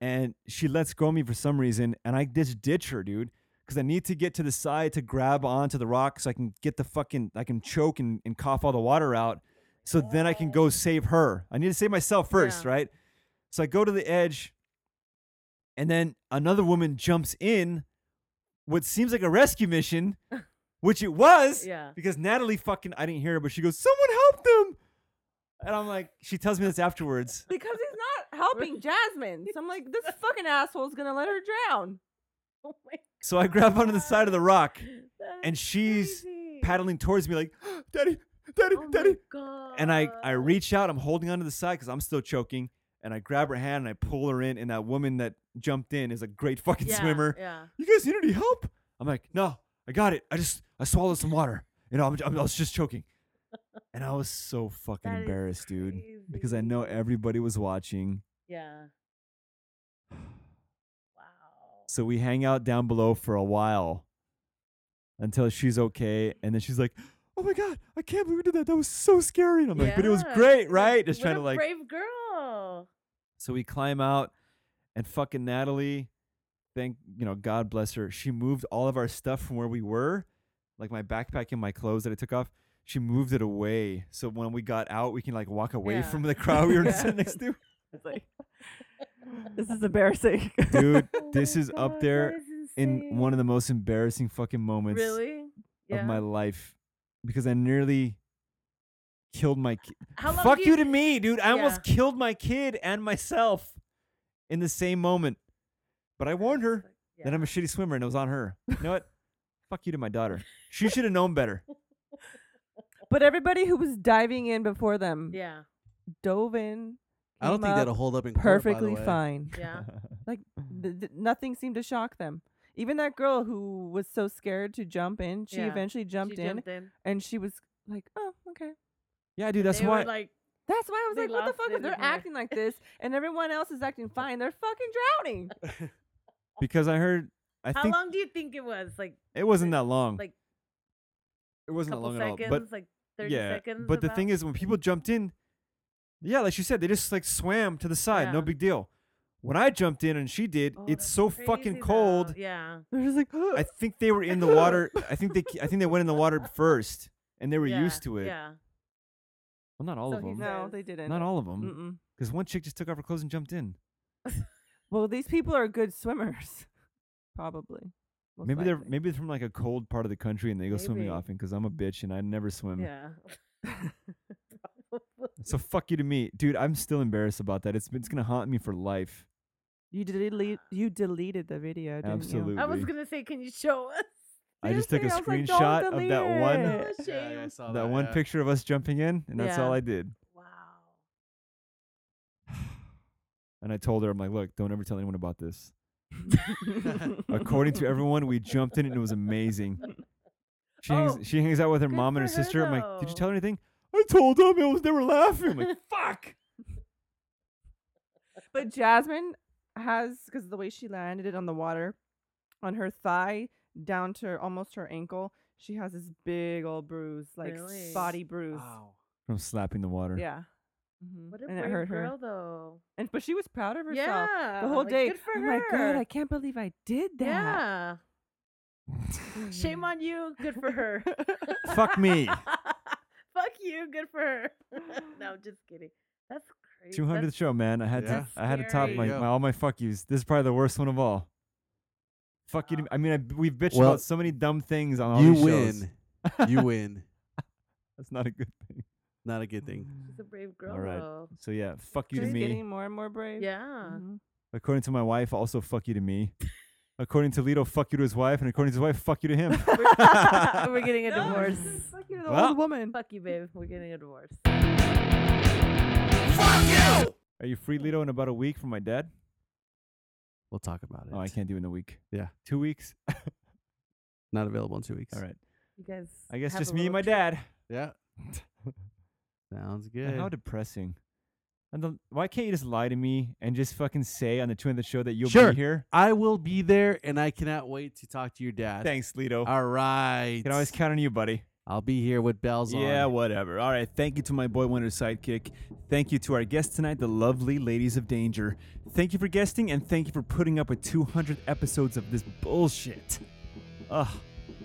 And she lets go of me for some reason. And I just ditch her, dude. Cause I need to get to the side to grab onto the rock so I can get the fucking I can choke and, and cough all the water out. So then I can go save her. I need to save myself first,
Yeah.
right? So I go to the edge and then another woman jumps in what seems like a rescue mission, which it was
Yeah.
because Natalie fucking I didn't hear her, but she goes, "Someone help them!" And I'm like, she tells me this afterwards.
Because he's not helping Jasmine. So I'm like, this fucking asshole's gonna let her drown.
Oh my
So I grab onto the side of the rock,
That
and
is
she's
crazy.
paddling towards me like, "Daddy, daddy,
Oh my
daddy!" And I I
gosh.
reach out, I'm holding onto the side because I'm still choking, and I grab her hand and I pull her in, and that woman that jumped in is a great fucking
Yeah,
swimmer.
Yeah.
you guys need any help? I'm like, no, I got it. I just, I swallowed some water. You know, I'm, I'm, I was just choking. And I was so fucking
That is
embarrassed, dude, because I know
crazy.
everybody was watching.
Yeah. Wow.
So we hang out down below for a while until she's okay. And then she's like, oh my God, I can't believe we did that. That was so scary. And I'm like, but it was
Yeah.
great,
Like,
right? Just
what
trying
a
to like,
brave girl.
so we climb out and fucking Natalie, thank, you know, God bless her. She moved all of our stuff from where we were, like my backpack and my clothes that I took off. She moved it away. So when we got out, we can like walk away
Yeah.
from the crowd we were
Yeah.
sitting next to.
It's like, this is embarrassing.
Dude,
Oh
this
my
is
God,
up there.
That is
in one of the most embarrassing fucking moments
really
of my life because I nearly killed my kid.
How long
Fuck
do
you, to me, dude. I almost
Yeah.
killed my kid and myself in the same moment. But I warned her that I'm a shitty swimmer and it was on her. You know what? Fuck you to my daughter. She should have known better.
But everybody who was diving in before them
yeah
dove in.
I don't
came
think
up
that'll hold up in court, by the
perfectly
way.
fine.
yeah
Like th- th- nothing seemed to shock them. Even that girl who was so scared to jump in, she
Yeah.
eventually jumped
she
in,
jumped in
and she was like, "Oh, okay."
Yeah, dude. That's
they
why.
were like
That's why I was
They
like, "What the
lost
fuck?"
it
If they're
in there.
acting like this, and everyone else is acting fine, they're fucking drowning.
because I heard. I
"Oh, how
think
long do you think it was like
it wasn't that long.
like,
it
a
wasn't that
couple
long
seconds
at all. But
like 30
yeah.
seconds
but the thing
about?
is, when people jumped in, yeah, like she said, they just like swam to the side. No
Yeah.
big deal. When I jumped in and she did,
Oh,
it's
that's
so
crazy
fucking
though.
cold.
yeah
They're just like,
I think they were in the water. I think they. I think they went in the water first, and they were
yeah,
used to it.
yeah
Well, not all
So
of
he's
them.
"No,
says-
they didn't."
Not all of them.
Mm-mm.
Because one chick just took off her clothes and jumped in.
Well, these people are good swimmers, probably. most
maybe they're
likely.
maybe they're from like a cold part of the country and they go swimming
Maybe.
often. Because I'm a bitch and I never swim.
yeah
So fuck you to me, dude. I'm still embarrassed about that. It's it's gonna haunt me for life.
You deleted you deleted the video. Didn't
Absolutely.
You?
i was gonna say can you show us
I just took a
Seriously, I was like,
screenshot
"Don't
of that
delete
one
it."
that,
Oh, shame.
saw
one picture of us jumping in, and that's all
Yeah.
I did.
wow
And I told her, I'm like, look, don't ever tell anyone about this. According to everyone, we jumped in and it was amazing. She hangs,
Oh,
she hangs out with her
good
mom and her
for her,
sister. I'm like, did you
though.
tell her anything? I told them it was they were laughing. I'm like, fuck.
But Jasmine has because of the way she landed it on the water, on her thigh down to almost her ankle, she has this big old bruise, like
Really?
spotty bruise.
From slapping the water.
Yeah. Mhm.
what a
and it
brave
hurt
girl
her.
though
And but she was proud of herself
yeah
the whole
like,
day.
good for
oh
her.
my god, I can't believe I did that. Mm-hmm.
yeah Shame on you. Good for her.
Fuck me.
Fuck you. Good for her. no, I'm just kidding. That's crazy.
200th show, man. I had
Yeah.
to. I had to top
Scary.
my,
Yeah.
my all my fuck yous. This is probably the worst one of all. Fuck you. to me. I mean, I, we've bitched
Well,
about so many dumb things on all
You
these shows.
win. you win.
That's not a good thing.
Not a good
Mm.
thing.
She's a brave girl.
All right.
though.
So yeah, fuck you to
Mm-hmm. She's
me.
getting more and more brave.
Yeah.
Mhm.
According to my wife, also fuck you to me. according to Lito, fuck you to his wife, and according to his wife, fuck you to him.
We're getting a
No,
divorce.
Fuck you, the
Well.
old woman.
Fuck you, babe. We're getting a divorce.
Are you free, Lito, in about a week from my dad?
We'll talk about it.
Oh, I can't do it in a week.
Yeah.
Two weeks?
Not available in two weeks.
All right.
You guys.
I guess
have
just
a
me and
little
my
trip.
dad.
Yeah. Sounds good.
How depressing. And the, why can't you just lie to me and just fucking say on the twin of the show that you'll
Sure.
be here?
I will be there, and I cannot wait to talk to your dad.
Thanks, Lito.
All right.
You Can always count on you, buddy.
I'll be here with bells on.
Yeah, whatever. All right. Thank you to my boy Wonder Sidekick. Thank you to our guest tonight, the lovely Ladies of Danger. Thank you for guesting and thank you for putting up with 200 episodes of this bullshit. Ugh.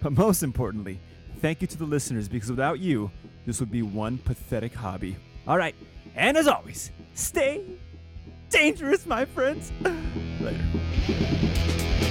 But most importantly, thank you to the listeners because without you, this would be one pathetic hobby. All right. And as always, stay dangerous, my friends. Later.